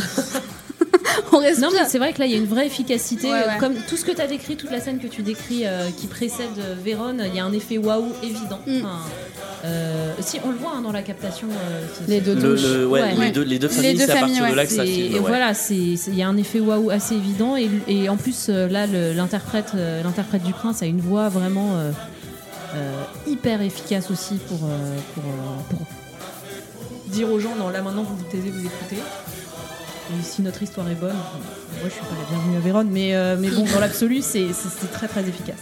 on reste
Non,
bien.
mais c'est vrai que là, il y a une vraie efficacité.
Ouais, ouais.
Comme tout ce que tu as décrit, toute la scène que tu décris euh, qui précède euh, Véron, il y a un effet waouh évident.
Mm.
Enfin, euh, si, on le voit hein, dans la captation. euh, ce-
Les
ce-
deux
Le-
douches.
le- ouais,
Ouais.
Les, deux, les deux
Les
familles,
deux
c'est à
familles,
partir de
ouais,
là que ça
C'est-
filme. ouais.
Voilà, c'est- c'est- il y a un effet waouh assez évident. Et, et en plus, euh, là, le- l'interprète euh, l'interprète du prince a une voix vraiment euh, euh, hyper efficace aussi pour, euh, pour, euh, pour dire aux gens non, là maintenant vous vous taisez, vous écoutez. Et si notre histoire est bonne, moi je suis pas la bienvenue à Vérone, mais, euh, mais bon, dans l'absolu, c'est c'est- c'est très très efficace.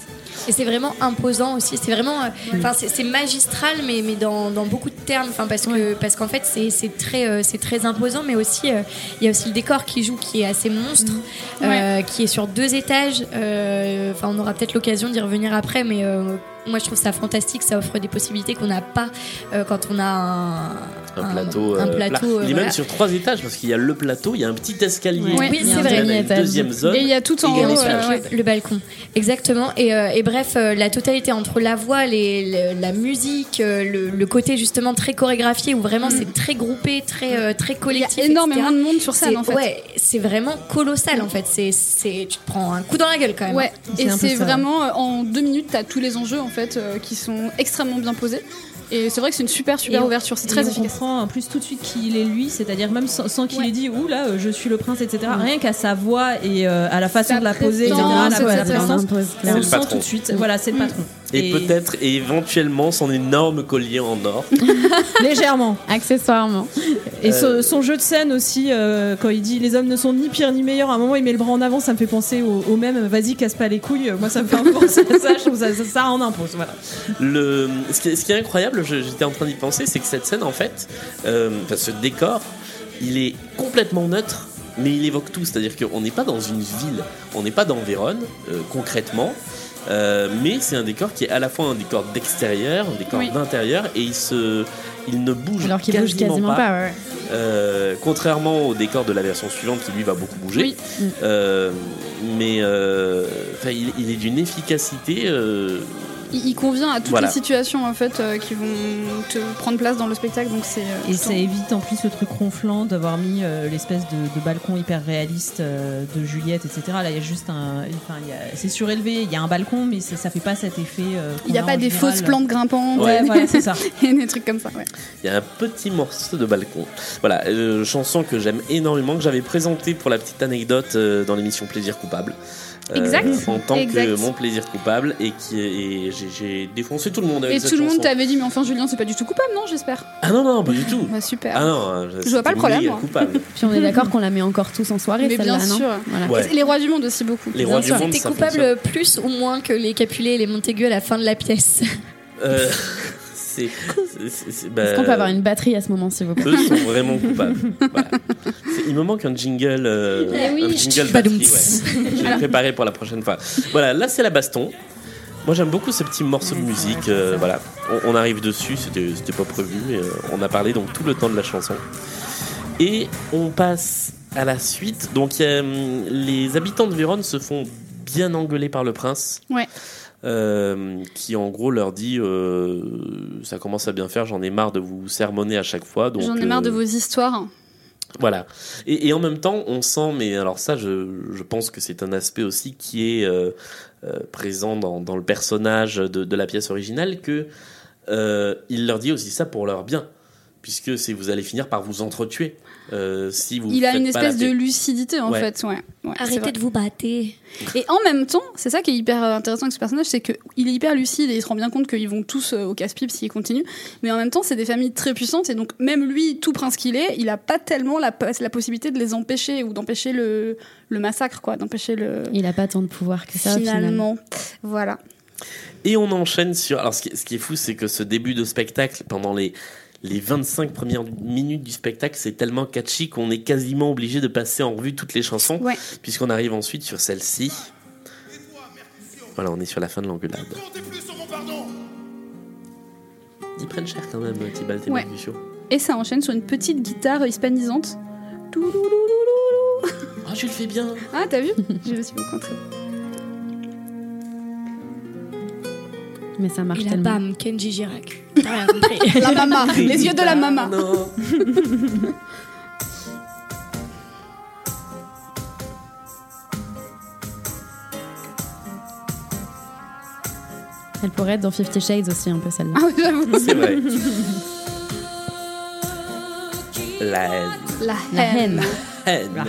Et c'est vraiment imposant aussi. C'est vraiment, euh, enfin, c'est- c'est magistral, mais mais dans, dans beaucoup de termes. Enfin, parce que parce qu'en fait, c'est c'est très euh, c'est très imposant, mais aussi euh, il y a aussi le décor qui joue, qui est assez monstre, euh, qui est sur deux étages. Euh, Enfin, on aura peut-être l'occasion d'y revenir après, mais euh, moi je trouve ça fantastique. Ça offre des possibilités qu'on n'a pas euh, quand on a un,
Un plateau.
un
euh, plat.
plateau, euh,
Il est
voilà.
même sur trois étages parce qu'il y a le plateau, il y a un petit escalier.
Ouais. Oui,
Il y a
c'est
un
vrai.
deuxième
Dernier
Deuxième zone.
Et il y a tout en
Ah
Et il y a
haut.
les
euh,
flashs.
ouais.
Le balcon, exactement. Et, euh, et bref, euh, la totalité entre la voix, les, le- la musique, euh, le, le côté justement très chorégraphié où vraiment c'est très groupé, très euh, très
Mm. Il y
collectif.
a énormément
etc.
de monde sur
C'est-
scène, en fait.
Ouais, c'est vraiment colossal en fait. C'est, c'est, tu te prends un coup dans la gueule quand même.
Ouais,
C'est
et
un peu
c'est
ça,
vraiment euh, en deux minutes, t'as tous les enjeux en fait euh, qui sont extrêmement bien posés. Et c'est vrai que c'est une super super
Et on-
ouverture, c'est
Et
très
on
efficace.
comprend en plus tout de suite qui il est lui, c'est-à-dire même sans, sans qu'il
Ouais. Mm.
ait dit ouh là euh, je suis le prince, etc. Rien qu'à sa voix et euh, à la façon
Sa
de la poser, etc.
présence,
la- la
etc.
présence, on
le
le sent
patron.
tout de suite. Voilà, c'est le patron.
Et, peut-être, et éventuellement, son énorme collier en or.
légèrement.
Accessoirement.
Et
Euh,
ce- son jeu de scène aussi, euh, quand il dit les hommes ne sont ni pires ni meilleurs, à un moment il met le bras en avant, ça me fait penser au, au même vas-y casse pas les couilles. Moi ça me fait un peu penser à ça, je trouve ça, ça, ça en impose. Voilà.
Le, ce, qui est, ce qui est incroyable, je- j'étais en train d'y penser, c'est que cette scène, en fait, euh, enfin, ce décor, il est complètement neutre, mais il évoque tout. C'est-à-dire qu'on n'est pas dans une ville, on n'est pas dans Vérone, euh, concrètement, euh, mais c'est un décor qui est à la fois un décor d'extérieur, un décor
Oui.
d'intérieur, et il, se, il ne bouge,
Alors qu'il bouge quasiment pas, ouais.
euh, contrairement au décor de la version suivante qui lui va beaucoup bouger.
Oui.
Euh, mais euh, enfin, il, il est d'une efficacité. euh,
Il, il convient à toutes
Voilà.
les situations en fait euh, qui vont te prendre place dans le spectacle, donc c'est. euh,
Et
tout
ça
le temps-
évite en plus le truc ronflant d'avoir mis euh, l'espèce de, de balcon hyper réaliste euh, de Juliette, etc. Là, il y a juste un. Enfin, il y a- c'est surélevé, il y a un balcon, mais ça, ça fait pas cet effet. euh, qu'on
Il n'y a pas
en
des
général.
fausses plantes grimpantes
Ouais,
et-
voilà, c'est ça.
et des trucs comme ça. Ouais.
Il y a un petit morceau de balcon. Voilà, euh, chanson que j'aime énormément, que j'avais présentée pour la petite anecdote euh, dans l'émission Plaisir coupable. Euh,
Exact.
En tant que
Exact.
mon plaisir coupable et qui et j'ai- j'ai défoncé tout le monde avec
Et
cette
tout le monde
chanson.
t'avait dit, mais enfin Julien, c'est pas du tout coupable, non J'espère.
Ah non non, pas du tout.
Bah super.
Ah non,
Je vois pas le problème, moi.
coupable.
Puis on est d'accord qu'on la met encore tous en soirée,
mais
celle-là,
bien
non
sûr.
Voilà.
Ouais.
Et Les rois du monde aussi beaucoup.
Les rois du monde,
C'était
ça
coupable
fonctionne.
plus ou moins que les Capulet et les Montaigu à la fin de la pièce.
Euh, c'est c'est- c'est- c'est- bah,
Est-ce qu'on peut avoir une batterie à ce moment, s'il vous plaît
Eux sont vraiment coupables. Voilà. C'est- Il me manque un jingle. euh,
Eh oui,
un jingle
Badoum.
batterie, ouais. Je vais le préparer pour la prochaine fois. Voilà, là c'est la baston. Moi j'aime beaucoup ce petit morceau de musique. euh, voilà, on, on arrive dessus, c'était c'était pas prévu. mais, euh, on a parlé donc tout le temps de la chanson. Et on passe à la suite. Donc il y a, hum, les habitants de Vérone se font bien engueuler par le prince.
Ouais.
Euh, qui en gros leur dit euh, ça commence à bien faire, j'en ai marre de vous sermonner à chaque fois. donc,
J'en ai marre de
euh,
vos histoires.
voilà. Et, et en même temps, on sent, mais alors ça, je, je pense que c'est un aspect aussi qui est euh, euh, présent dans, dans le personnage de, de la pièce originale, que euh, il leur dit aussi ça pour leur bien, puisque c'est vous allez finir par vous entretuer euh, si vous.
Il a
faites
une
pas la
espèce de
paix.
lucidité en
Ouais.
fait. Ouais. Ouais, c'est vrai.
Arrêtez de vous battre.
Et en même temps, c'est ça qui est hyper euh, intéressant avec ce personnage, c'est qu'il est hyper lucide et il se rend bien compte qu'ils vont tous euh, au casse-pipe s'il continue. Mais en même temps, c'est des familles très puissantes et donc même lui, tout prince qu'il est, il a pas tellement la, po- la possibilité de les empêcher ou d'empêcher le, le massacre, quoi, d'empêcher le.
Il a pas tant de pouvoir que ça, finalement.
Finalement. Voilà.
Et on enchaîne sur. Alors, ce qui, ce qui est fou, c'est que ce début de spectacle, pendant les, les 25 premières minutes du spectacle, c'est tellement catchy qu'on est quasiment obligé de passer en revue toutes les chansons,
Ouais.
puisqu'on arrive ensuite sur celle-ci. Voilà, on est sur la fin de l'engueulade.
Comptez plus sur mon pardon
Ils prennent cher quand même, Tibalt et
Ouais.
Mercutio.
Et ça enchaîne sur une petite guitare hispanisante. Touloulouloulou.
Ah, je le fais bien
Ah, t'as vu Je me suis beaucoup entraînée.
mais ça marche
Et là,
tellement.
bam, Kenji Girac. T'as rien compris.
La maman, les yeux de la maman.
Non.
Elle pourrait être dans Fifty Shades aussi, un peu celle-là.
Ah oui, j'avoue.
C'est vrai. La haine.
La
La
haine.
haine.
Haine.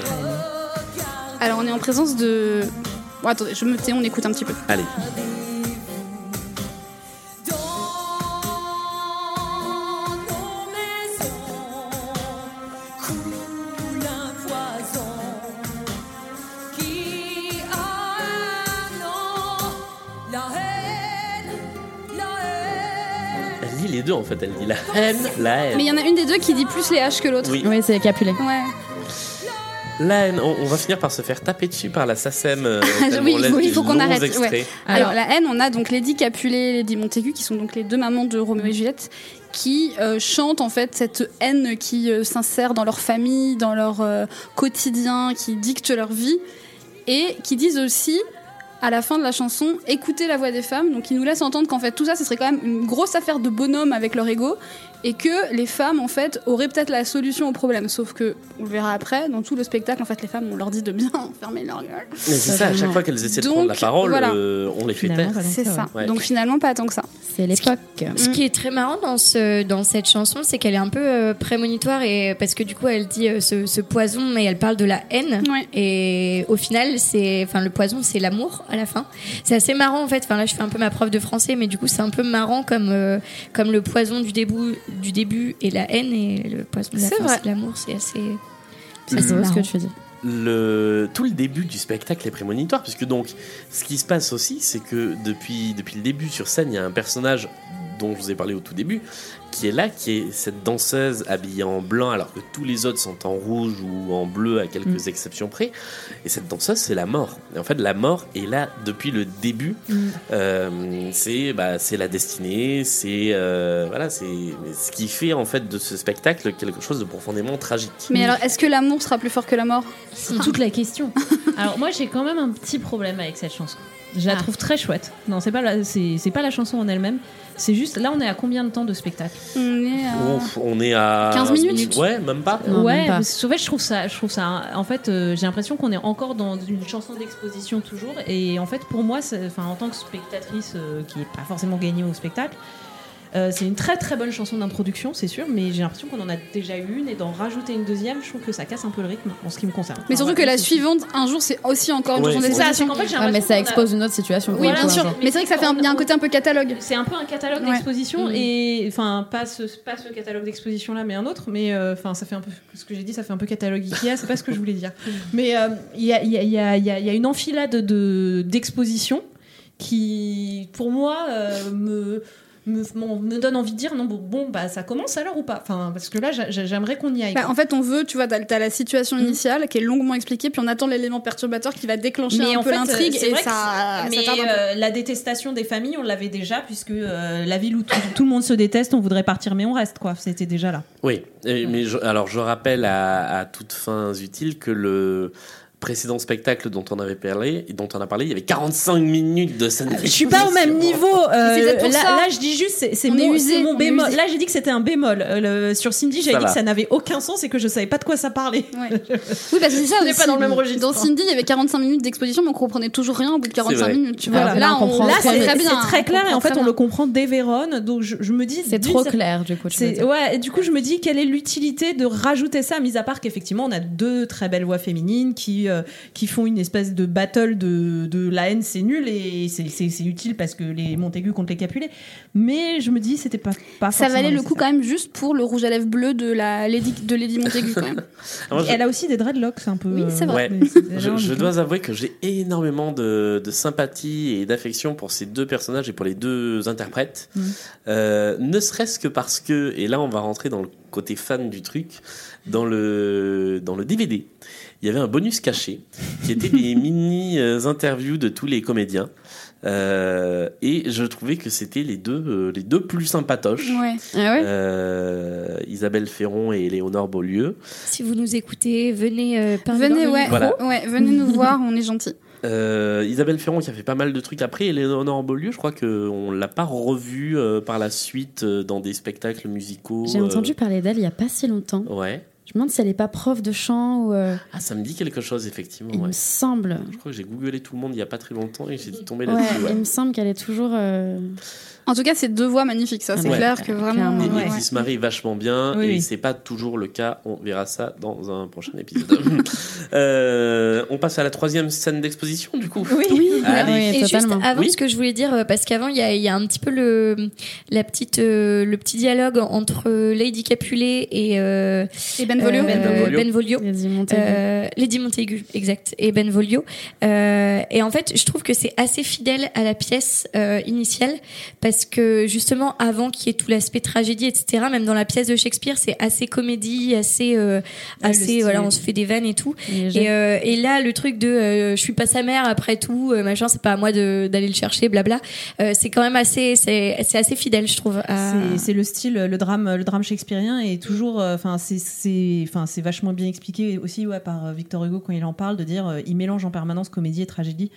Alors on est en présence de. Bon, attendez, je me tais, on écoute un petit peu.
Allez. Elle dit les deux en fait. Elle dit la haine, la haine.
Mais il y en a une des deux qui dit plus les H que l'autre.
Oui.
Oui, c'est Capulet.
Ouais.
La haine. On, on va finir par se faire taper dessus par la SACEM. euh, tellement
Oui,
on
il
laisse
faut- il
des
faut qu'on
longs
arrête, ouais.
extraits.
Alors, la haine, on a donc Lady Capulet et Lady Montaigu, qui sont donc les deux mamans de Roméo et Juliette, qui euh, chantent en fait cette haine qui euh, s'insère dans leur famille, dans leur euh, quotidien, qui dicte leur vie, et qui disent aussi, à la fin de la chanson, écoutez la voix des femmes. Donc, ils nous laissent entendre qu'en fait, tout ça, ce serait quand même une grosse affaire de bonhomme avec leur ego, et que les femmes, en fait, auraient peut-être la solution au problème. Sauf que, on le verra après, dans tout le spectacle, en fait, les femmes, on leur dit de bien fermer leur gueule.
Mais c'est ça, à chaque
Totalement.
fois qu'elles essaient de
Donc,
prendre la parole,
voilà.
euh, on les fait
Finalement,
taire.
voilà.
C'est
c'est
ça.
vrai. Ouais.
Donc finalement, pas tant que ça.
C'est l'époque.
Ce qui est très marrant dans, ce, dans cette chanson, c'est qu'elle est un peu euh, prémonitoire et parce que du coup elle dit euh, ce, ce poison, mais elle parle de la haine.
Ouais.
Et au final, c'est, enfin le poison, c'est l'amour à la fin. C'est assez marrant en fait. Enfin là, je fais un peu ma preuve de français, mais du coup c'est un peu marrant comme euh, comme le poison du début du début et la haine et le poison de la
C'est
fin,
vrai.
c'est l'amour. C'est assez. c'est
C'est
assez
beau ce que
marrant.
tu dis.
le, tout le début du spectacle est prémonitoire, puisque donc ce qui se passe aussi, c'est que depuis, depuis le début sur scène, il y a un personnage dont je vous ai parlé au tout début, qui est là, qui est cette danseuse habillée en blanc, alors que tous les autres sont en rouge ou en bleu à quelques exceptions près. Et cette danseuse, c'est la mort. Et en fait, la mort est là depuis le début. Euh, c'est bah, c'est la destinée, c'est euh, voilà, c'est ce qui fait en fait de ce spectacle quelque chose de profondément tragique.
Mais alors, est-ce que l'amour sera plus fort que la mort
toute la question. Alors moi j'ai quand même un petit problème avec cette chanson. Je la
Ah.
trouve très chouette. Non, c'est pas la, c'est, c'est pas la chanson en elle-même. C'est juste là on est à combien de temps de spectacle
On est. à-
Oh.
Ouf, on est à
15 minutes.
Ouais, même pas.
Non,
Ouais,
même pas.
parce que, en fait je trouve ça, je trouve ça. En fait euh, j'ai l'impression qu'on est encore dans une chanson d'exposition toujours. Et en fait pour moi, c'est- enfin en tant que spectatrice euh, qui est pas forcément gagnée au spectacle. euh, c'est une très très bonne chanson d'introduction, c'est sûr, mais j'ai l'impression qu'on en a déjà eu une et d'en rajouter une deuxième, je trouve que ça casse un peu le rythme en ce qui me concerne. Enfin,
Mais surtout que
voilà,
la
c'est-
suivante, un jour, c'est aussi encore une
Ouais,
chanson
c'est
C'est ça, c'est
d'exposition.
qu'en fait j'ai
Ouais, Ah, mais
l'impression
ça
qu'on a-
expose une autre situation. pour
Oui,
le
bien
coup,
sûr.
hein.
Mais c'est vrai que ça fait un, il y a un côté un peu catalogue.
C'est un peu un catalogue
Ouais.
d'exposition
Mm.
et enfin pas ce pas ce catalogue d'exposition là mais un autre mais euh, enfin ça fait un peu ce que j'ai dit ça fait un peu catalogue Ikea c'est pas ce que je voulais dire
Mm.
mais euh, il y a il y a- il y a il y a- il y a une enfilade de d'expositions qui pour moi euh, me me, m'en- me donne envie de dire non bon, bon, bah ça commence alors ou pas enfin parce que là j'a- j'a- j'aimerais qu'on y aille
Bah, en fait, on veut, tu vois, t'as t'as la situation
Mm.
initiale qui est longuement expliquée, puis on attend l'élément perturbateur qui va déclencher
Mais
un
en
peu
fait, euh,
l'intrigue
c'est
et
vrai que
ah, ça.
Mais
ça tarde un peu.
euh, la détestation des familles, on l'avait déjà, puisque euh, la ville où tout, tout le monde se déteste, on voudrait partir, mais on reste, quoi. C'était déjà là.
Oui, et- mais je- alors je rappelle à, à toutes fins utiles que le précédent spectacle dont on avait parlé, dont on a parlé, il y avait 45 minutes de scène.
Ah, Je suis pas au même niveau. euh,
C'est peut-être
là,
pour ça.
là, je dis juste, c'est c'est
On est
mon,
usé,
c'est mon
on est
bémol.
usé.
Là, j'ai dit que c'était un bémol. Euh, le- sur Cindy, j'ai
Ça
dit que
va.
ça n'avait aucun sens et que je savais pas de quoi ça parlait.
Ouais. Oui, parce que c'est ça
On n'est
aussi.
pas dans le même registre,
Dans
hein.
Cindy, il y avait 45 minutes d'exposition, mais on comprenait toujours rien au bout de 45
vrai.
minutes, tu vois.
Voilà.
Là, on comprend
Là,
comprend
c'est
très
c'est
bien.
très
on
clair et en
comprend
fait,
très
on
bien.
le comprend dès Véronne. Donc, je, je me dis,
C'est
d'une
trop
certaine-
clair, du coup. tu veux
C'est-
dire.
ouais, et du coup, je me dis, quelle est l'utilité de rajouter ça, mis à part qu'effectivement, on a deux très belles voix féminines qui, euh, qui font une espèce de battle de, de la haine, c'est nul et c'est- c'est c'est utile parce que les Montaigu contre les Capulet. Mais je me dis, c'était pas, pas
Ça valait le
forcément
coup quand même juste pour le rouge à lèvres bleu de la Lady, de Lady Montaigu quand même.
Alors, Ah, je-
Elle a aussi des dreadlocks, un peu.
Oui, c'est
euh,
vrai.
Ouais.
mais c'est déjà
Je,
un
je
peu-
dois avouer que j'ai énormément de, de sympathie et d'affection pour ces deux personnages et pour les deux interprètes.
Mhm.
Euh, ne serait-ce que parce que, et là on va rentrer dans le côté fan du truc, dans le, dans le DVD, il y avait un bonus caché qui était des mini-interviews de tous les comédiens. Euh, et je trouvais que c'était les deux, euh, les deux plus sympatoches.
Ouais.
Ah ouais
Euh, Isabelle Ferron et Léonore Beaulieu.
Si vous nous écoutez, venez. euh, parmi
Venez,
leur-
ouais,
Voilà.
ouais, venez nous voir, on est gentils.
Euh, Isabelle Ferron qui a fait pas mal de trucs après, et Léonore Beaulieu, je crois qu'on l'a pas revue euh, par la suite euh, dans des spectacles musicaux.
J'ai
euh,
entendu parler d'elle il y a pas si longtemps.
Ouais.
Je me demande si elle est pas prof de chant ou. euh,
Ah, ça me dit quelque chose, effectivement.
Il
ouais.
me semble.
Je crois que j'ai googlé tout le monde il y a pas très longtemps et j'ai tombé
Ouais,
là-dessus. ouais.
il me semble qu'elle est toujours. euh,
En tout cas, c'est deux voix magnifiques, ça, c'est
Ah Ouais.
clair que vraiment. euh,
Clairement.
Et,
ouais.
et qui se marie vachement bien,
Oui,
et
oui.
c'est pas toujours le cas. On verra ça dans un prochain épisode. Euh, on passe à la troisième scène d'exposition, du coup.
Oui,
Allez.
Et juste
totalement.
avant
Oui.
ce que je voulais dire, euh, parce qu'avant il y a, il y a un petit peu le la petite euh, le petit dialogue entre euh, Lady Capulet et euh,
Et Ben Benvolio.
euh,
Benvolio.
Benvolio.
Vas-y, montez.
Euh, Lady Montaigu, exact, et Benvolio. Euh, et en fait, je trouve que c'est assez fidèle à la pièce euh, initiale parce que justement, avant qu'il y ait tout l'aspect tragédie, etc., même dans la pièce de Shakespeare, c'est assez comédie, assez, euh,
Ah, le
assez,
style.
voilà, on se fait des vannes et tout.
Les jets.
Et, euh, et là, le truc de euh, je suis pas sa mère après tout, euh, machin, c'est pas à moi de- d'aller le chercher, blabla. Euh, c'est quand même assez, c'est c'est assez fidèle, je trouve. à-
C'est- C'est le style, le drame, le drame shakespearien est toujours, euh, enfin c'est- c'est, enfin c'est vachement bien expliqué aussi ouais, par euh, Victor Hugo quand il en parle de dire, euh, il mélange en permanence comédie et tragédie.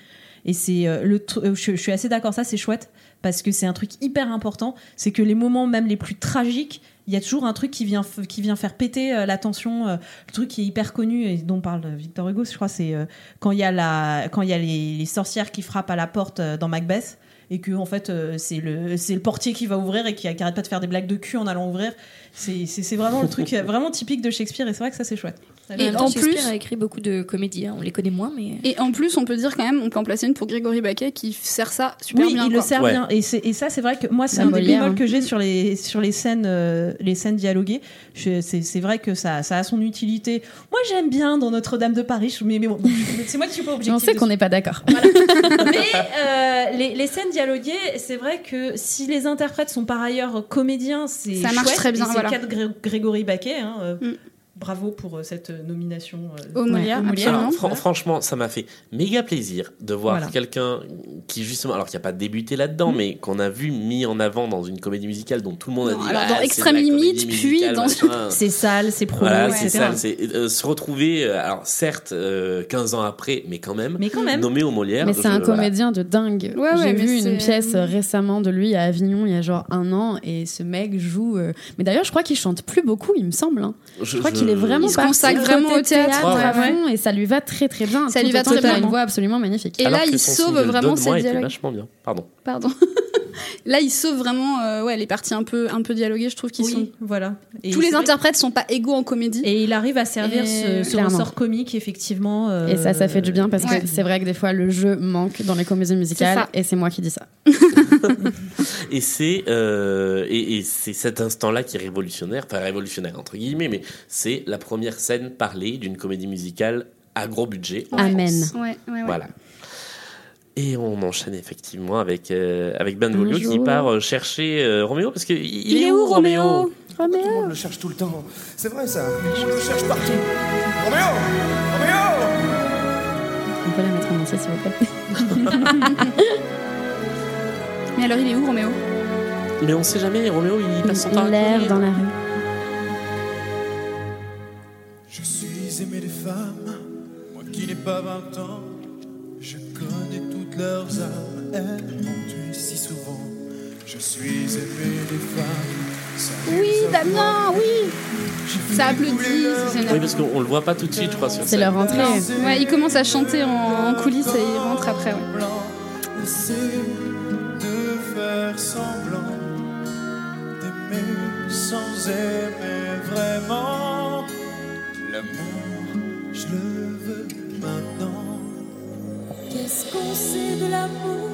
Et c'est euh, le, tr- euh, je, je suis assez d'accord, ça c'est chouette parce que c'est un truc hyper important, c'est que les moments même les plus tragiques, il y a toujours un truc qui vient, f- qui vient faire péter euh, la tension, euh, le truc qui est hyper connu et dont parle euh, Victor Hugo, je crois, c'est euh, quand il y a la, quand il y a les, les sorcières qui frappent à la porte euh, dans Macbeth et que en fait euh, c'est le c'est le portier qui va ouvrir et qui, qui arrête pas de faire des blagues de cul en allant ouvrir. C'est c'est- c'est vraiment le truc euh, vraiment typique de Shakespeare et c'est vrai que ça c'est chouette. Ça,
Et
j'aime bien.
en même temps,
plus-
Shakespeare a écrit beaucoup de comédies, hein, on les connaît moins, mais.
Et en plus, on peut dire quand même, on peut en placer une pour Grégory Baquet qui sert ça super
oui,
bien.
il le
quoi.
sert
Ouais.
bien et c'est et ça c'est vrai que moi c'est
La
un des
Molière,
bémols
hein.
que j'ai sur les sur les scènes euh, les scènes dialoguées. Je- C'est c'est vrai que ça ça a son utilité. Moi j'aime bien dans Notre-Dame de Paris mais, mais bon c'est moi qui suis pas objective.
on sait qu'on
dessus.
n'est pas d'accord.
Mais euh, les, les scènes dialoguées, c'est vrai que si les interprètes sont par ailleurs comédiens, c'est
Ça marche
chouette,
très bien,
et C'est
voilà.
le cas de Gré- Grégory Baquet. hein, euh,
Mm.
Bravo pour euh, cette nomination. euh,
Au Molière,
Ouais, au Molière.
absolument.
Alors, fran- franchement, ça m'a fait méga plaisir de voir
Voilà.
quelqu'un qui, justement, alors qu'il n'a pas débuté là-dedans, mais qu'on a vu mis en avant dans une comédie musicale dont tout le monde a
Non,
dit.
alors,
Ah,
dans
c'est de
Extrême
la
Limite,
comédie
puis
musicale,
dans-
machin.
C'est sale, c'est pro,
Voilà,
etc.
c'est ça. c'est- euh, se retrouver, euh, alors certes, euh, 15 ans après, mais quand même,
Mais quand même.
nommé au Molière.
Mais
je-
c'est un
euh, voilà.
comédien de dingue.
Ouais,
J'ai
ouais, mais
vu
c'est-
une pièce euh, récemment de lui à Avignon il y a genre un an et ce mec joue. euh, Mais d'ailleurs, je crois qu'il chante plus beaucoup, il me semble. hein. Je crois qu'il est vraiment
Il se
parti
consacre
côté
vraiment au théâtre,
à
ouais, ouais.
fond, et ça lui va très très bien.
Ça
Tout
lui va
autant
très
qu'il a
bien.
une voix absolument magnifique.
Et
Alors
là,
que
il
son
sauve
single
vraiment
Donne-moi
ses
était
dialogues.
vachement bien. Pardon.
Pardon. Là, il sauve vraiment euh, ouais, les parties un peu, un peu dialoguées, je trouve qu'ils sont.
Oui, voilà. Et
Tous les
c'est vrai-
interprètes sont pas égaux en comédie.
Et il arrive à servir
Et
ce, ce
clairement.
ressort comique, effectivement. euh,
Et ça, ça fait du bien parce
Ouais.
que c'est vrai que des fois le jeu manque dans les comédies musicales
ça.
et c'est moi qui dis ça.
Et c'est euh, et, et c'est cet instant-là qui est révolutionnaire, enfin révolutionnaire entre guillemets, mais c'est la première scène parlée d'une comédie musicale à gros budget. en
Amen.
France.
Ouais, ouais, ouais.
Voilà. Et on enchaîne effectivement avec, euh, avec Benvolio qui
Bonjour.
part euh, chercher euh, Roméo parce que il, il
est où, Roméo
Tout le monde le cherche tout le temps. C'est vrai ça. On le cherche partout. Roméo Roméo
On peut la mettre en entier s'il vous plaît.
Mais alors, il est où, Roméo
Mais on sait jamais, Roméo il passe son temps à
L'air
courir.
dans la rue.
Je suis aimé des femmes, moi qui n'ai pas 20 ans. Je connais toutes leurs âmes, elles m'ont tué si souvent. Je suis aimé des femmes. ça
Oui,
les a
Damien, oui Ça applaudit, c'est
Oui,
génial.
parce qu'on le voit pas tout de suite, je crois, sur
C'est leur entrée.
Ouais, il commence à chanter en, en coulisses et il rentre après, ouais.
blanc, laissez de faire semblant d'aimer sans aimer vraiment. L'amour, je le veux maintenant.
Qu'est-ce qu'on sait de l'amour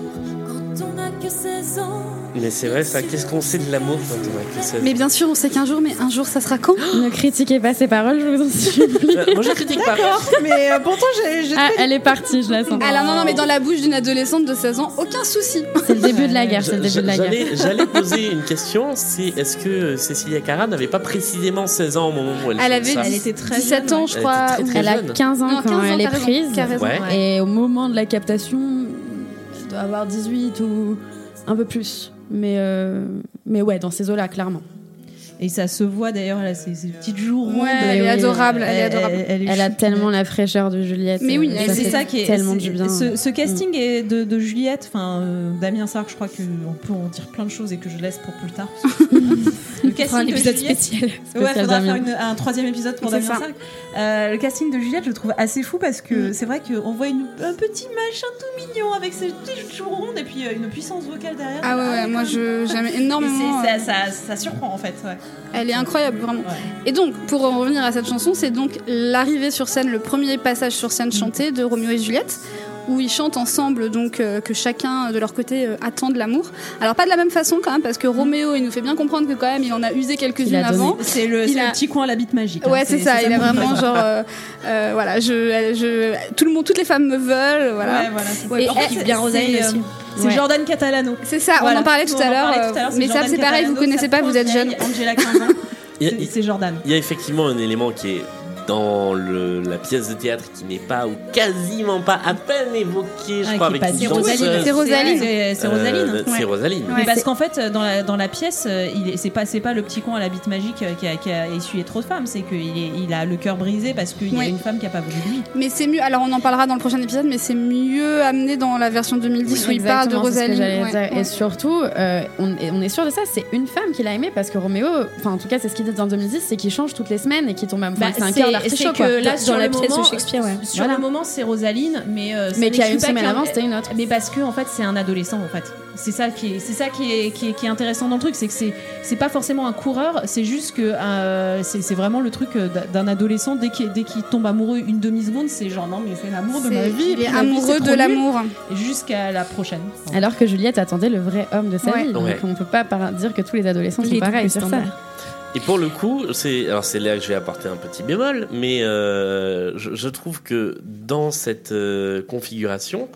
quand on n'a que 16 ans
Mais c'est vrai, ça, qu'est-ce qu'on sait de l'amour quand on a que 16
Mais bien sûr, on sait qu'un jour, mais un jour, ça sera quand
Ne critiquez pas ces paroles, je vous en supplie.
Euh, Moi je critique pas.
Mais euh, pourtant, j'ai. j'ai-
Ah, elle est partie, je la sens.
Alors non, non, mais dans la bouche d'une adolescente de 16 ans, aucun souci.
C'est le début de la guerre, Ah, c'est le début de la guerre.
J'allais j'allais poser une question, c'est est-ce que Cécilia Cara n'avait pas précisément 16 ans au moment où elle
Elle
chante
avait
ça
Elle était très.
17 ans, je
Elle
crois.
était très, très
Elle a
jeune.
15 ans
Non,
quand
15 ans,
elle est
t'as raison,
prise.
t'as raison.
Ouais.
Et au moment de la captation, je dois avoir 18 ou un peu plus. Mais, euh, mais ouais, dans ces eaux-là, clairement.
Et ça se voit d'ailleurs, là, ces, ces petites joues rondes.
Ouais, elle
Et
est
oui,
adorable, elle est adorable.
est
Elle a
chou-
tellement la fraîcheur de Juliette.
Mais oui,
euh,
Et
ça
c'est
fait
ça qui est
tellement
c'est-
du bien.
Ce,
Mm.
ce casting est de, de Juliette, enfin euh, Damien Sark, je crois qu'on peut en dire plein de choses et que je laisse pour plus tard. parce que- le
Enfin,
casting
un
de
épisode
Juliette,
spécial.
Ouais,
Spécial
faudra faire
Damien.
une- un troisième épisode pour
C'est
Damien
ça. Mm.
Sark. Euh, le casting de Juliette, je le trouve assez fou parce que c'est vrai qu'on voit une- un petit machin tout mignon avec ses petites joues rondes et puis euh, une puissance vocale derrière.
Ah ouais, ouais, moi
quand même.
je j'aime
Et
énormément.
c'est-
euh,
ça, ça- ça surprend en fait. ouais.
Elle est incroyable, vraiment.
Ouais.
Et donc, pour en revenir à cette chanson, c'est donc l'arrivée sur scène, le premier passage sur scène chanté de Roméo et Juliette, où ils chantent ensemble, donc euh, que chacun de leur côté euh, attend de l'amour. Alors pas de la même façon quand même, parce que Roméo, il nous fait bien comprendre que quand même, il en a usé
Il
quelques-unes
a donné.
avant.
C'est le,
Il
c'est
a-
le petit coin à la bite magique. hein.
Ouais, c'est ça. Il
mon
a vraiment
préféré.
genre, euh, euh, voilà, je, je, tout le monde, toutes les femmes me veulent, voilà.
Ouais, voilà, c'est ça.
Et
En fait,
elle-
c'est-
bien Rosaline
c'est, euh,
aussi.
C'est
Ouais.
Jordan Catalano.
C'est ça,
Voilà.
on en parlait tout
On
à l'heure.
parlait tout
euh,
l'heure,
Mais ça,
Jordan
c'est pareil, vous
Catalano,
connaissez
ça
pas, vous êtes jeune.
conseille, Angela 15 ans.
Il y a-
C'est-
il-
C'est Jordan.
Il y a effectivement un élément qui est dans le- la pièce de théâtre qui n'est pas ou quasiment pas à peine évoqué, je
Ah,
crois,
qui est
avec
pas-
une
c'est
danseuse.
Rosaline. C'est Rosaline.
C'est c'est Rosaline.
Euh, C'est
Ouais.
Rosaline.
Mais
Ouais,
parce
c'est-
qu'en fait, euh, dans la, dans la pièce, euh, il est- c'est pas, c'est pas le petit con à la bite magique euh, qui a, qui a essuyé trop de femmes, c'est qu'il est- il a le cœur brisé parce qu'il y a
Oui.
une femme qui a pas voulu de lui.
Mais c'est mieux, alors on en parlera dans le prochain épisode, mais c'est mieux amené dans la version 2010 où il parle
Exactement, c'est ce
de
que
Rosaline.
j'allais
ouais,
dire.
ouais.
Et surtout, euh, on, est- on est sûr de ça, c'est une femme qui l'a aimé parce que Roméo, enfin en tout cas c'est ce qu'il dit dans 2010, c'est qu'il change toutes les semaines et qu'il tombe amoureux.
Bah,
c'est un
c'est-
cœur
c'est
d'artichaut
que
quoi.
là,
Dans
sur
la
le
pièce
moment,
de Shakespeare, ouais.
Sur
Voilà.
le moment, c'est Rosaline, mais euh, ça
Mais qu'il y a
n'exclut
une
pas
semaine
qu'un-
avant, c'était une autre.
Mais parce que en fait, c'est un adolescent en fait. C'est ça qui est, c'est ça qui est, qui est, qui est intéressant dans le truc, c'est que c'est, c'est pas forcément un coureur, c'est juste que euh, c'est, c'est vraiment le truc euh, d'un adolescent dès qu'il, dès qu'il tombe amoureux une demi seconde, c'est genre non mais c'est l'amour de ma
C'est-
vie,
il
ma vie,
est
c'est
amoureux
trop
de
nul.
l'amour.
jusqu'à la prochaine.
Alors que Juliette attendait le vrai homme de sa
Ouais.
vie. Donc
Ouais.
on peut pas par- dire que tous les adolescents sont
Les
pareils
doubles
sur ça.
standards.
Et pour le coup, c'est alors c'est là que je vais apporter un petit bémol, mais euh, je, je trouve que dans cette euh, configuration,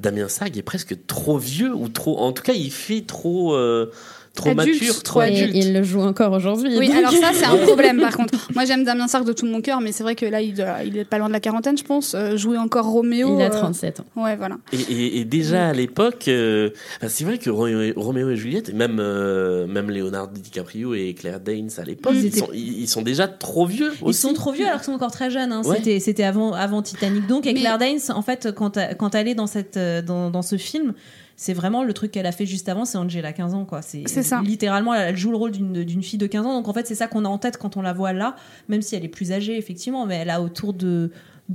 Damien Sarg est presque trop vieux ou trop. En tout cas, il fait trop euh, trop
Adulte,
mature, trop
trop
Et
adulte.
il le joue encore aujourd'hui.
Oui,
donc-
alors ça, c'est un problème par contre. Moi, j'aime Damien Sark de tout mon cœur, mais c'est vrai que là, il, doit- il est pas loin de la quarantaine, je pense. Euh, jouer encore Roméo.
Il a
euh,
37 ans.
Ouais, voilà.
Et, et- et déjà à l'époque, euh, enfin, c'est vrai que Roméo et- Roméo et Juliette, et même euh, même Leonardo DiCaprio et Claire Danes à l'époque,
Ils
ils,
étaient-
sont ils ils sont déjà trop vieux.
Ils
aussi.
sont trop vieux alors qu'ils sont encore très jeunes. hein.
Ouais.
C'était, c'était avant, avant Titanic. Donc, et
Mais-
Claire Danes, en fait, quand, quand elle est dans, cette, euh, dans, dans ce film, c'est vraiment le truc qu'elle a fait juste avant, c'est Angela 15 ans. Quoi. C'est,
C'est ça.
Littéralement, elle joue le rôle d'une, d'une fille de 15 ans. Donc, en fait, c'est ça qu'on a en tête quand on la voit là, même si elle est plus âgée, effectivement. Mais elle a autour de.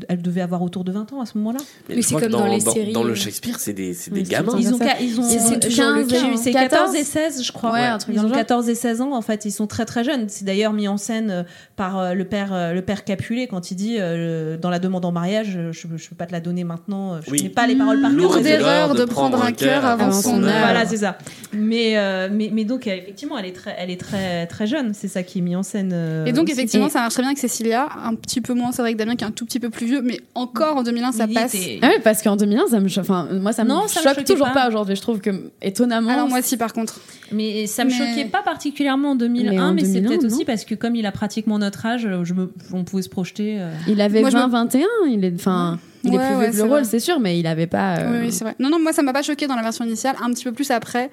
Elle devait avoir autour de 20 ans à ce moment-là.
Mais
Mais
je
c'est
crois que
comme dans les séries,
Dans le
euh.
Shakespeare, c'est des c'est des
Oui, c'est
gamins.
ça.
Ils ont,
ça.
qu'à- ils ont,
C'est- c'est
euh,
toujours
j'ai
le
eu-
cas, hein.
c'est 14 et
14.
16, je crois.
Ouais, un truc
ils
dans
ont
le genre.
14 et 16 ans, en fait. Ils sont très très jeunes. C'est d'ailleurs mis en scène euh, par euh, le père, euh, le père Capulet quand il dit euh, dans la demande en mariage, euh, je ne peux pas te la donner maintenant, euh, je ne
Oui.
connais pas les paroles par
Lourde
cœur.
Lourde erreur de prendre un cœur avant son
heure.
Voilà, c'est ça. Mais, euh, mais, mais donc, euh, effectivement, elle est très, elle est très, très jeune. C'est ça qui est mis en scène. euh,
Et donc,
aussi.
effectivement, ça marche très bien avec Cécilia. Un petit peu moins, c'est vrai que Damien qui est un tout petit peu plus vieux, mais encore en 2001, ça
Il
passe.
était-
Ah oui, parce qu'en 2001, ça me choque. Enfin, moi, ça me
Non, ça me
choque
choquait
toujours
pas.
pas, aujourd'hui. Je trouve que, étonnamment.
Alors, moi, si, par contre.
Mais ça me
Mais-
choquait pas particulièrement en 2001,
Mais
mais,
en
c'est
2001,
peut-être
non
aussi parce que comme il a pratiquement notre âge, euh, je me- on pouvait se projeter. euh.
il avait
Moi, je me-
20-21. Il est, enfin, il est
Ouais,
plus
ouais,
vieux que
c'est
le
vrai.
rôle, c'est sûr, mais il avait pas. euh,
Oui, oui, c'est vrai. Non, non, moi, ça m'a pas choqué dans la version initiale. Un petit peu plus après.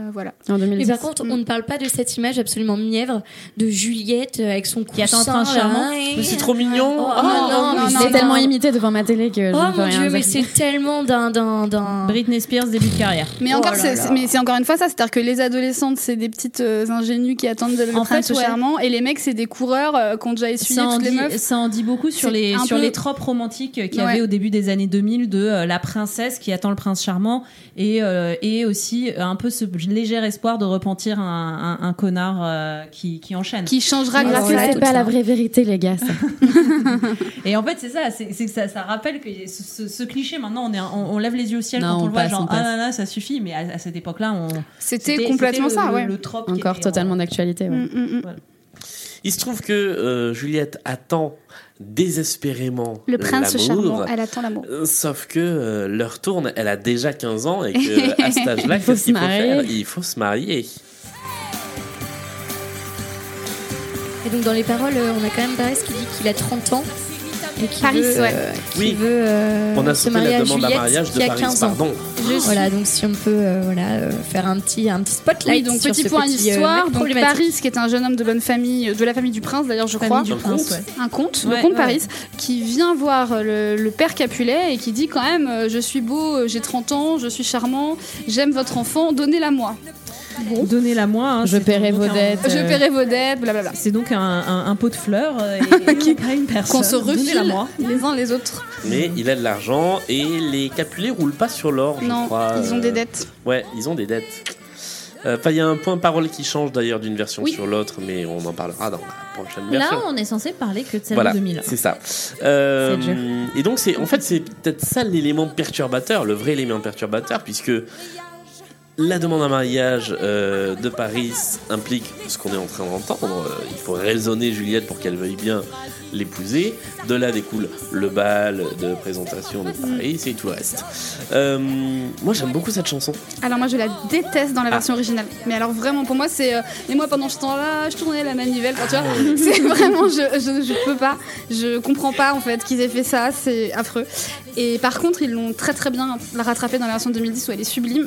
Euh, voilà.
en
Mais
2010.
par contre, on ne parle pas de cette image absolument mièvre de Juliette euh, avec son coussin.
attend un prince charmant.
là, et-
Mais c'est trop mignon.
Oh,
Ah,
non, non,
non,
mais
non,
c'est
c'est
tellement
un-
imité devant ma télé que je
Oh
ne peux
mon
rien
dieu, mais
dire.
c'est tellement d'un d'un d'un.
Britney Spears, début de carrière.
Mais
Oh
encore,
là
c'est-
là.
c'est- mais c'est encore une fois ça, c'est-à-dire que les adolescentes, c'est des petites euh, ingénues qui attendent de le
En
prince
fait, ouais.
charmant, et les mecs, c'est des coureurs euh, qui ont déjà essuyé
Ça en,
toutes les
dit,
meufs.
ça en dit beaucoup sur
C'est
les,
un
sur
peu-
les tropes romantiques qu'il y
Ouais.
avait au début des années 2000 de euh, la princesse qui attend le prince charmant et, euh, et aussi euh, un peu ce léger espoir de repentir un, un- un connard euh, qui, qui enchaîne.
Qui changera
Mais
grâce
c'est
à
vrai.
elle.
C'est pas la vraie vérité, les gars. ça.
Et en fait, c'est ça, c'est c'est que ça, ça rappelle que ce, ce- ce cliché, maintenant, on, est, on, on lève les yeux au ciel
Non,
quand on,
on
le voit,
passe, on
genre, ah
passe.
là là, ça suffit, mais à, à cette époque-là, on.
C'était complètement
c'était le-
ça, ouais.
Le, le trope qui
Encore
était euh, en-
totalement d'actualité. ouais.
Mm, mm, mm.
Il se trouve que euh, Juliette attend désespérément
Le prince
l'amour.
charmant, elle attend l'amour.
Euh, Sauf que euh, l'heure tourne, elle a déjà 15 ans et que à cet âge-là,
Il faut
qu'est-ce qu'il
se
faut faire
marier.
Il faut se marier.
Et donc dans les paroles, euh, on a quand même Paris qui dit qu'il a 30 ans. et qui
Paris,
veut,
ouais.
qui
Oui.
veut, euh,
On a
se
sauté la
marier à
demande à
Juliette
mariage de
qui a
Paris,
15 ans.
pardon.
Voilà, donc si on peut euh, voilà, euh, faire un petit, un petit spotlight
Oui, donc
sur
petit
ce
point
petit, euh,
histoire.
mec
donc
problématique.
Paris, qui est un jeune homme de bonne famille, euh, de la famille du prince d'ailleurs, je crois.
Famille du
Un
prince,
conte.
ouais.
Un comte,
Ouais,
le comte
ouais.
Paris, qui vient voir euh, le, le père Capulet et qui dit quand même euh, Je suis beau, euh, j'ai 30 ans, je suis charmant, j'aime votre enfant, donnez-la moi.
Donnez-la moi. hein,
Je
c'est
paierai
donc
vos
un-
dettes.
Je
Euh.
paierai vos dettes, blablabla.
C'est donc un, un- un pot de fleurs euh, et qui à une personne.
Qu'on se refile
Donnez-la moi.
les uns les autres.
Mais il a de l'argent et les Capulets roulent pas sur l'or, je
non,
crois.
ils ont
Euh,
des dettes.
Ouais, ils ont des dettes. Euh, Enfin, il y a un point parole qui change d'ailleurs d'une version
Oui.
sur l'autre, mais on en parlera dans la prochaine version.
Là, on est censé parler que de celle
Voilà,
de 2000.
c'est ça. Euh,
C'est
et donc, c'est en fait, c'est peut-être ça l'élément perturbateur, le vrai élément perturbateur, puisque la demande en mariage euh, de Paris implique ce qu'on est en train d'entendre. Euh, il faut raisonner Juliette pour qu'elle veuille bien l'épouser. De là découle le bal de présentation de Paris et tout le reste. Euh, moi, j'aime beaucoup cette chanson.
Alors moi je la
Oh.
déteste
Ah.
dans la version originale. Mais alors vraiment pour moi c'est... euh, Et moi pendant ce temps-là, je tournais la manivelle. Enfin, tu
Ah
vois, c'est vraiment... Je, je, je peux pas. Je comprends pas en fait qu'ils aient fait ça. C'est affreux. Et par contre ils l'ont très très bien rattrapée dans la version 2010 où elle est sublime.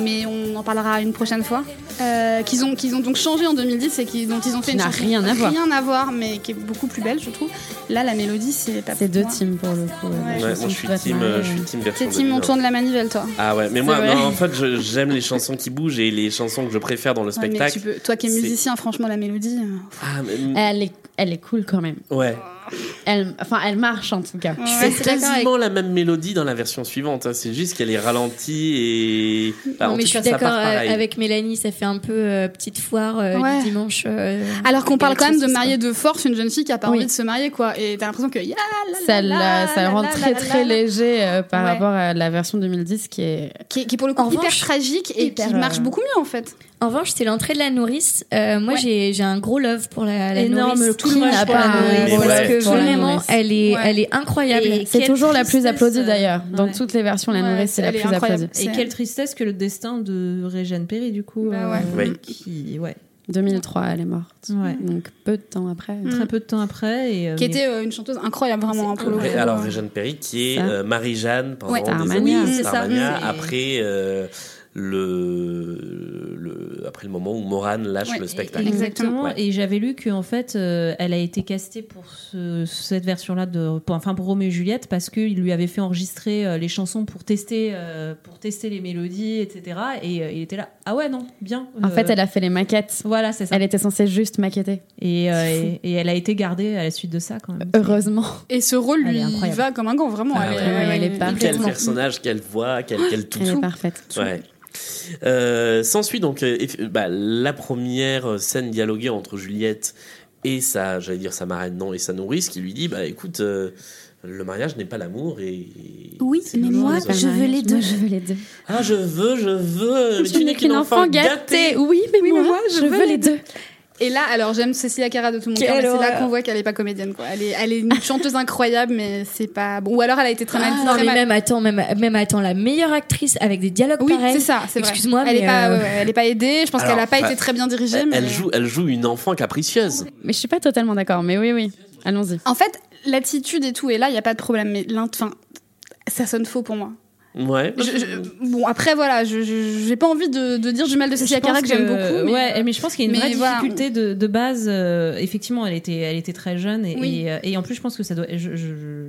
Mais on en parlera une prochaine fois. Euh, qu'ils ont, qu'ils ont donc changé en 2010 et qui, dont ils ont fait
Qui
une
n'a
chanson
rien à voir.
rien à voir, mais qui est beaucoup plus belle, je trouve. Là, la mélodie, c'est pas
C'est
pour
deux
moi.
teams pour le coup. euh,
Ouais,
la
Ouais,
chanson
moi, je
qui
suis
doit
team,
se marier,
euh, je suis team version.
C'est Tim, on
2001.
tourne la manivelle, toi.
Ah ouais, mais moi,
vrai.
non, en fait, je- j'aime les chansons qui bougent et les chansons que je préfère dans le
Ouais, mais tu
spectacle.
peux, toi qui es
c'est-
musicien, franchement, la mélodie. euh,
Ah, mais-
Elle est, elle est cool quand même.
ouais.
Elle, enfin, elle marche en tout cas.
Ouais.
C'est d'accord avec-
Quasiment la même mélodie dans la version suivante. hein. C'est juste qu'elle est ralentie et. Bah, en
Non, mais
tout
je suis
cas, ça
d'accord
part pareil.
euh, avec Mélanie, ça fait un peu euh, petite foire euh,
Ouais.
du dimanche. euh,
Alors qu'on
avec
parle quand même de
saucisses,
marier de force une jeune fille qui a pas
Oui.
envie de se marier, quoi. Et t'as l'impression que. ya la la
Ça,
la
la- ça
la
le rend
la
très
la
très
la la.
léger euh, par
Ouais.
rapport à la version 2010 qui est.
Qui, est- qui est pour le coup
En
hyper
revanche,
tragique et
hyper,
qui marche
euh,
beaucoup mieux en fait.
quoi. En revanche, c'est l'entrée de la nourrice. Euh, moi,
Ouais.
j'ai j'ai un gros love pour la, la
Énorme
nourrice.
crush
Qui n'a
pour
pas
la
un
nourrice.
Parce
Ouais.
que
pour la
vraiment,
nourrice.
elle est,
Ouais.
elle est incroyable.
Et
C'est
Quelle
toujours la plus
tristesse,
applaudie
euh,
d'ailleurs. Dans
ouais.
toutes les versions, la
Ouais,
nourrice c'est la
elle est
plus
incroyable.
applaudie.
Et
C'est-
quelle tristesse que le destin de Régène Perry, du coup. euh,
Bah ouais.
Ouais.
Qui, ouais.
2003, elle est morte.
Ouais.
Donc peu de temps après.
Mm.
Très peu de temps après. Et, euh,
Qui
mais-
était euh, une chanteuse incroyable vraiment hein, pour le
Ré-
coup.
Alors, Réjeanne Perry, qui est
Ça.
euh, Marie-Jeanne pendant
Ouais,
des
Starmania.
années,
Oui, c'est ça.
Starmania,
Mm.
après, euh, le, le- après le moment où Moran lâche
Ouais,
le spectacle.
et-
Exactement.
Ouais.
Et j'avais lu que en fait, euh, elle a été castée pour ce- cette version-là de, pour- enfin pour Roméo et Juliette, parce qu'il lui avait fait enregistrer euh, les chansons pour tester, euh, pour tester les mélodies, etc. Et euh, il était là, ah ouais non, bien.
En
euh,
fait, elle a fait les maquettes.
voilà, c'est ça.
Elle était censée juste maqueter.
Et, euh, et, et elle a été gardée à la suite de ça quand même.
Heureusement.
Et ce rôle
Elle est
lui
incroyable.
va comme un gant vraiment.
Ah
elle,
ouais.
est,
Ouais, elle est pas-
Quel
Complètement.
personnage, quelle voix, quel, quel tout.
Elle est parfaite.
Ouais. Euh, S'ensuit donc euh, eff- bah, la première euh, scène dialoguée entre Juliette et sa, j'allais dire sa marraine, non, et sa nourrice, qui lui dit, bah écoute, euh, le mariage n'est pas l'amour et... et
Oui,
c'est
mais
autre
moi,
chose.
je veux les deux.
Moi, je veux les deux.
Ah, je veux, je veux, mais tu n'es qu'une enfant, gâtée.
Oui, mais,
Oui, mais
moi,
moi,
je, veux les deux.
Et là, alors j'aime Cécilia Cara de tout mon
Quelle
cœur, mais c'est là
horreur.
qu'on voit qu'elle est pas comédienne quoi. Elle est, elle est une chanteuse incroyable, mais c'est pas bon. Ou alors elle a été très mal.
Ah,
très
non, mais
mal-
même attends, même, même attends, la meilleure actrice avec des dialogues
Oui,
pareils.
c'est ça, c'est vrai.
Excuse-moi,
elle
mais,
est pas,
euh,
ouais, ouais, elle est pas aidée. Je pense
Alors,
qu'elle a pas
bah,
été très bien dirigée.
Elle,
mais-
elle joue, elle joue une enfant capricieuse.
Mais je suis pas totalement d'accord. Mais oui, oui. Allons-y.
En fait, l'attitude et tout est là, il y a pas de problème. Mais l'int- enfin, ça sonne faux pour moi.
Ouais.
Je- je- bon, après, voilà, je je- j'ai pas envie de, de dire du mal de Cécilia Cara que, j'aime beaucoup. Mais, euh,
ouais, mais je pense qu'il y a une
mais
vraie
voilà,
difficulté de, de base. euh, effectivement, elle était, elle était très jeune et,
Oui.
et, euh, et en plus, je pense que ça doit. Je, je- je-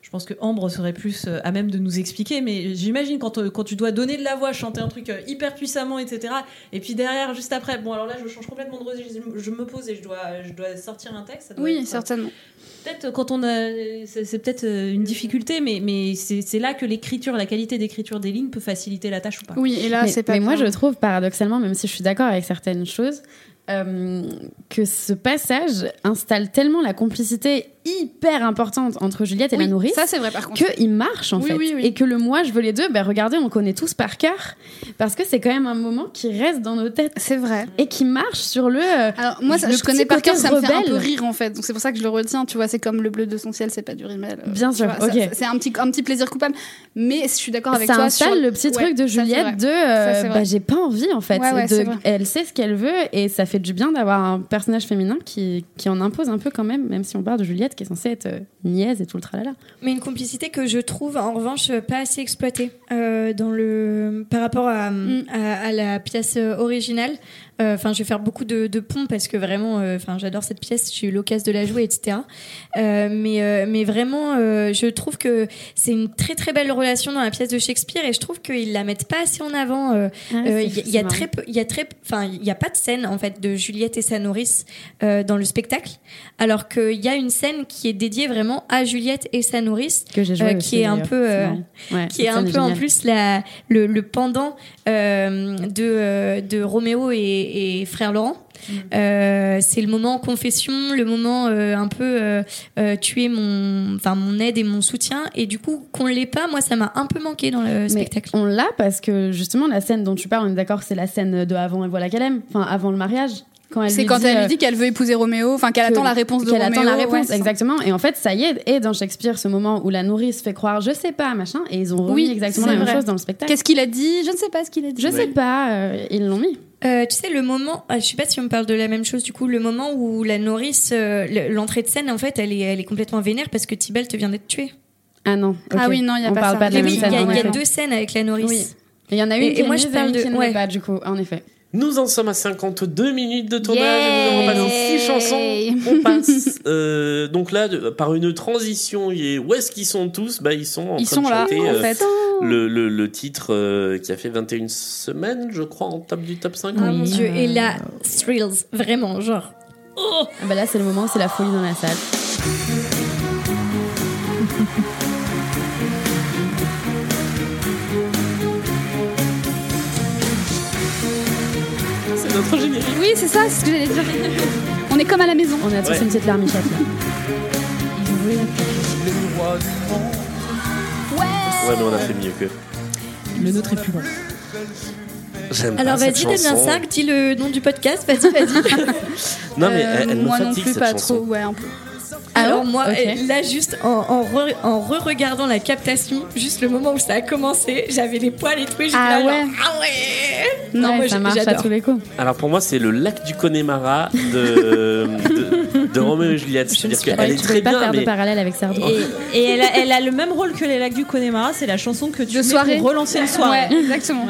je pense que Ambre serait plus euh, à même de nous expliquer, mais j'imagine quand, euh, quand tu dois donner de la voix, chanter un truc euh, hyper puissamment, etc. Et puis derrière, juste après, bon alors là, je change complètement de registre, je me pose et je dois, je dois sortir un texte. ça doit
Oui,
être, euh,
certainement.
Peut-être quand on a, c'est c'est peut-être euh, une difficulté, mais, mais c'est c'est là que l'écriture, la qualité d'écriture des lignes peut faciliter la tâche ou pas.
Oui, et là,
mais,
Ah, c'est pas.
mais moi, je
bien.
trouve paradoxalement, même si je suis d'accord avec certaines choses, euh, que ce passage installe tellement la complicité hyper importante entre Juliette et
Oui,
la nourrice.
Ça, c'est vrai, par contre.
qu'il marche en
Oui,
fait.
oui, oui.
Et que le moi je veux les deux, ben regardez, on connaît tous par cœur parce que c'est quand même un moment qui reste dans nos têtes
C'est vrai.
et qui marche sur le. euh,
Alors, moi, ça,
Le
je connais
petit
par
côté
cœur, ça me fait un peu
rebelle.
rire en fait. Donc, c'est pour ça que je le retiens. Tu vois, c'est comme le bleu de son ciel, c'est pas du rimel. euh,
Bien
tu
sûr,
vois, ça-
ok.
C'est un petit, un petit plaisir coupable. Mais je suis d'accord avec
ça
toi.
installe
sur-
le petit
Ouais,
truc de
ça, c'est vrai.
Juliette de euh,
Ça, c'est vrai.
bah, j'ai pas envie en fait.
Ouais, ouais,
de-
c'est vrai.
elle sait ce qu'elle veut et ça fait du bien d'avoir un personnage féminin qui, qui en impose un peu quand même, même si on parle de Juliette, qui est censée être euh, niaise et tout le tralala.
Mais une complicité que je trouve en revanche pas assez exploitée euh, dans le par rapport à, à- à la pièce euh, originale. Euh, Enfin, je vais faire beaucoup de, de ponts parce que vraiment, euh, enfin, j'adore cette pièce. J'ai eu l'occasion de la jouer, etc. Euh, mais euh, mais vraiment, euh, je trouve que c'est une très très belle relation dans la pièce de Shakespeare et je trouve qu'ils la mettent pas assez en avant. euh,
Ah,
euh, Il y a- il y a très peu, il y a très, enfin, il y a pas de scène en fait de Juliette et sa nourrice euh, dans le spectacle, alors qu'il y a une scène qui est dédiée vraiment à Juliette et sa nourrice,
que j'ai joué
euh,
aussi,
qui est un
d'ailleurs.
peu,
C'est
euh,
marrant. Ouais,
qui
cette
est un
scène
peu en
géniale.
plus la, le, le pendant euh, de, euh, de Roméo et, et frère Laurent.
Mm.
Euh, c'est le moment confession, le moment euh, un peu euh, euh, tu es mon, enfin mon aide et mon soutien, et du coup qu'on l'ait pas, moi ça m'a un peu manqué dans le
Mais
spectacle.
on l'a parce que justement la scène dont tu parles, on est d'accord, c'est la scène de avant elle voit la qu'elle aime, enfin avant le mariage. Quand elle
C'est
lui
quand
dit,
elle
euh,
lui dit qu'elle veut épouser Roméo, enfin qu'elle
que-
attend la réponse de
qu'elle
Roméo.
attend la réponse,
ouais, c'est ça.
exactement. Et en fait, ça y est, et dans Shakespeare, ce moment où la nourrice fait croire, je sais pas, machin, et ils ont remis
Oui,
exactement
c'est
la même
vrai.
chose dans le spectacle.
Qu'est-ce qu'il a dit Je ne sais pas ce qu'il a dit.
Je sais pas, euh, ils l'ont mis.
Euh, tu sais, le moment, ah, je sais pas si on parle de la même chose du coup, le moment où la nourrice, euh, le- l'entrée de scène, en fait, elle est, elle est complètement vénère parce que Tybalt vient d'être tué.
Ah non.
Ah
ok.
oui, non, il y a
on
pas
parle
ça.
pas de la
Mais
même
oui, il y a,
scène. en
il y a
effet.
deux scènes avec la nourrice.
Oui. Et Il y en a une
Et-
qui
et moi,
est
je
mise
parle
et une
de-
qui ne l'est
ouais.
pas, du coup, en effet.
Nous en sommes à 52 minutes de tournage et nous avons
Yeah.
passé 6 chansons. On passe. euh, donc là, de- par une transition, il est- où est-ce qu'ils sont tous bah, Ils sont en
Ils
train
sont
de
là,
chanter,
en
euh,
fait.
le, le- le titre euh, qui a fait 21 semaines, je crois, en top du top 5.
Ah
oui.
mon
Oui.
dieu, et
Euh,
là, thrills, vraiment, genre.
Ah bah là, c'est le moment, c'est la folie dans la salle.
C'est notre générique.
Oui, c'est ça, c'est ce que j'allais dire. On est comme à la maison.
On a tous
Ouais.
une petite larmichette là.
Les rois du monde,
Ouais, mais on a fait mieux que.
Le nôtre est plus long.
J'aime pas
Alors
Ah, cette
vas-y, Damien
chanson.
Sark, dis le nom du podcast, vas-y, vas-y.
Non, mais elle,
Euh,
elle me
moi non
fatigue
plus,
cette
pas
chanson.
trop. Ouais, un peu.
Alors moi,
Ok.
euh, là, juste en, en re- en re-regardant la captation, juste le moment où ça a commencé, j'avais les poils et tout, et j'étais
Ah
là, genre,
ouais.
ah ouais
Ouais,
moi,
ça
j-
marche à
j'adore.
tous les coups.
Alors pour moi, c'est le lac du Connemara de, de, de Roméo et Juliette. C'est-à-dire
suis pas-
qu'elle
Ouais,
est
tu
très
peux pas
bien,
faire de
mais
parallèle avec Sardou.
Et, et elle, a, elle a le même rôle que les lacs du Connemara, c'est la chanson que tu
De
mets
soirée.
pour relancer une soirée.
Ouais, exactement.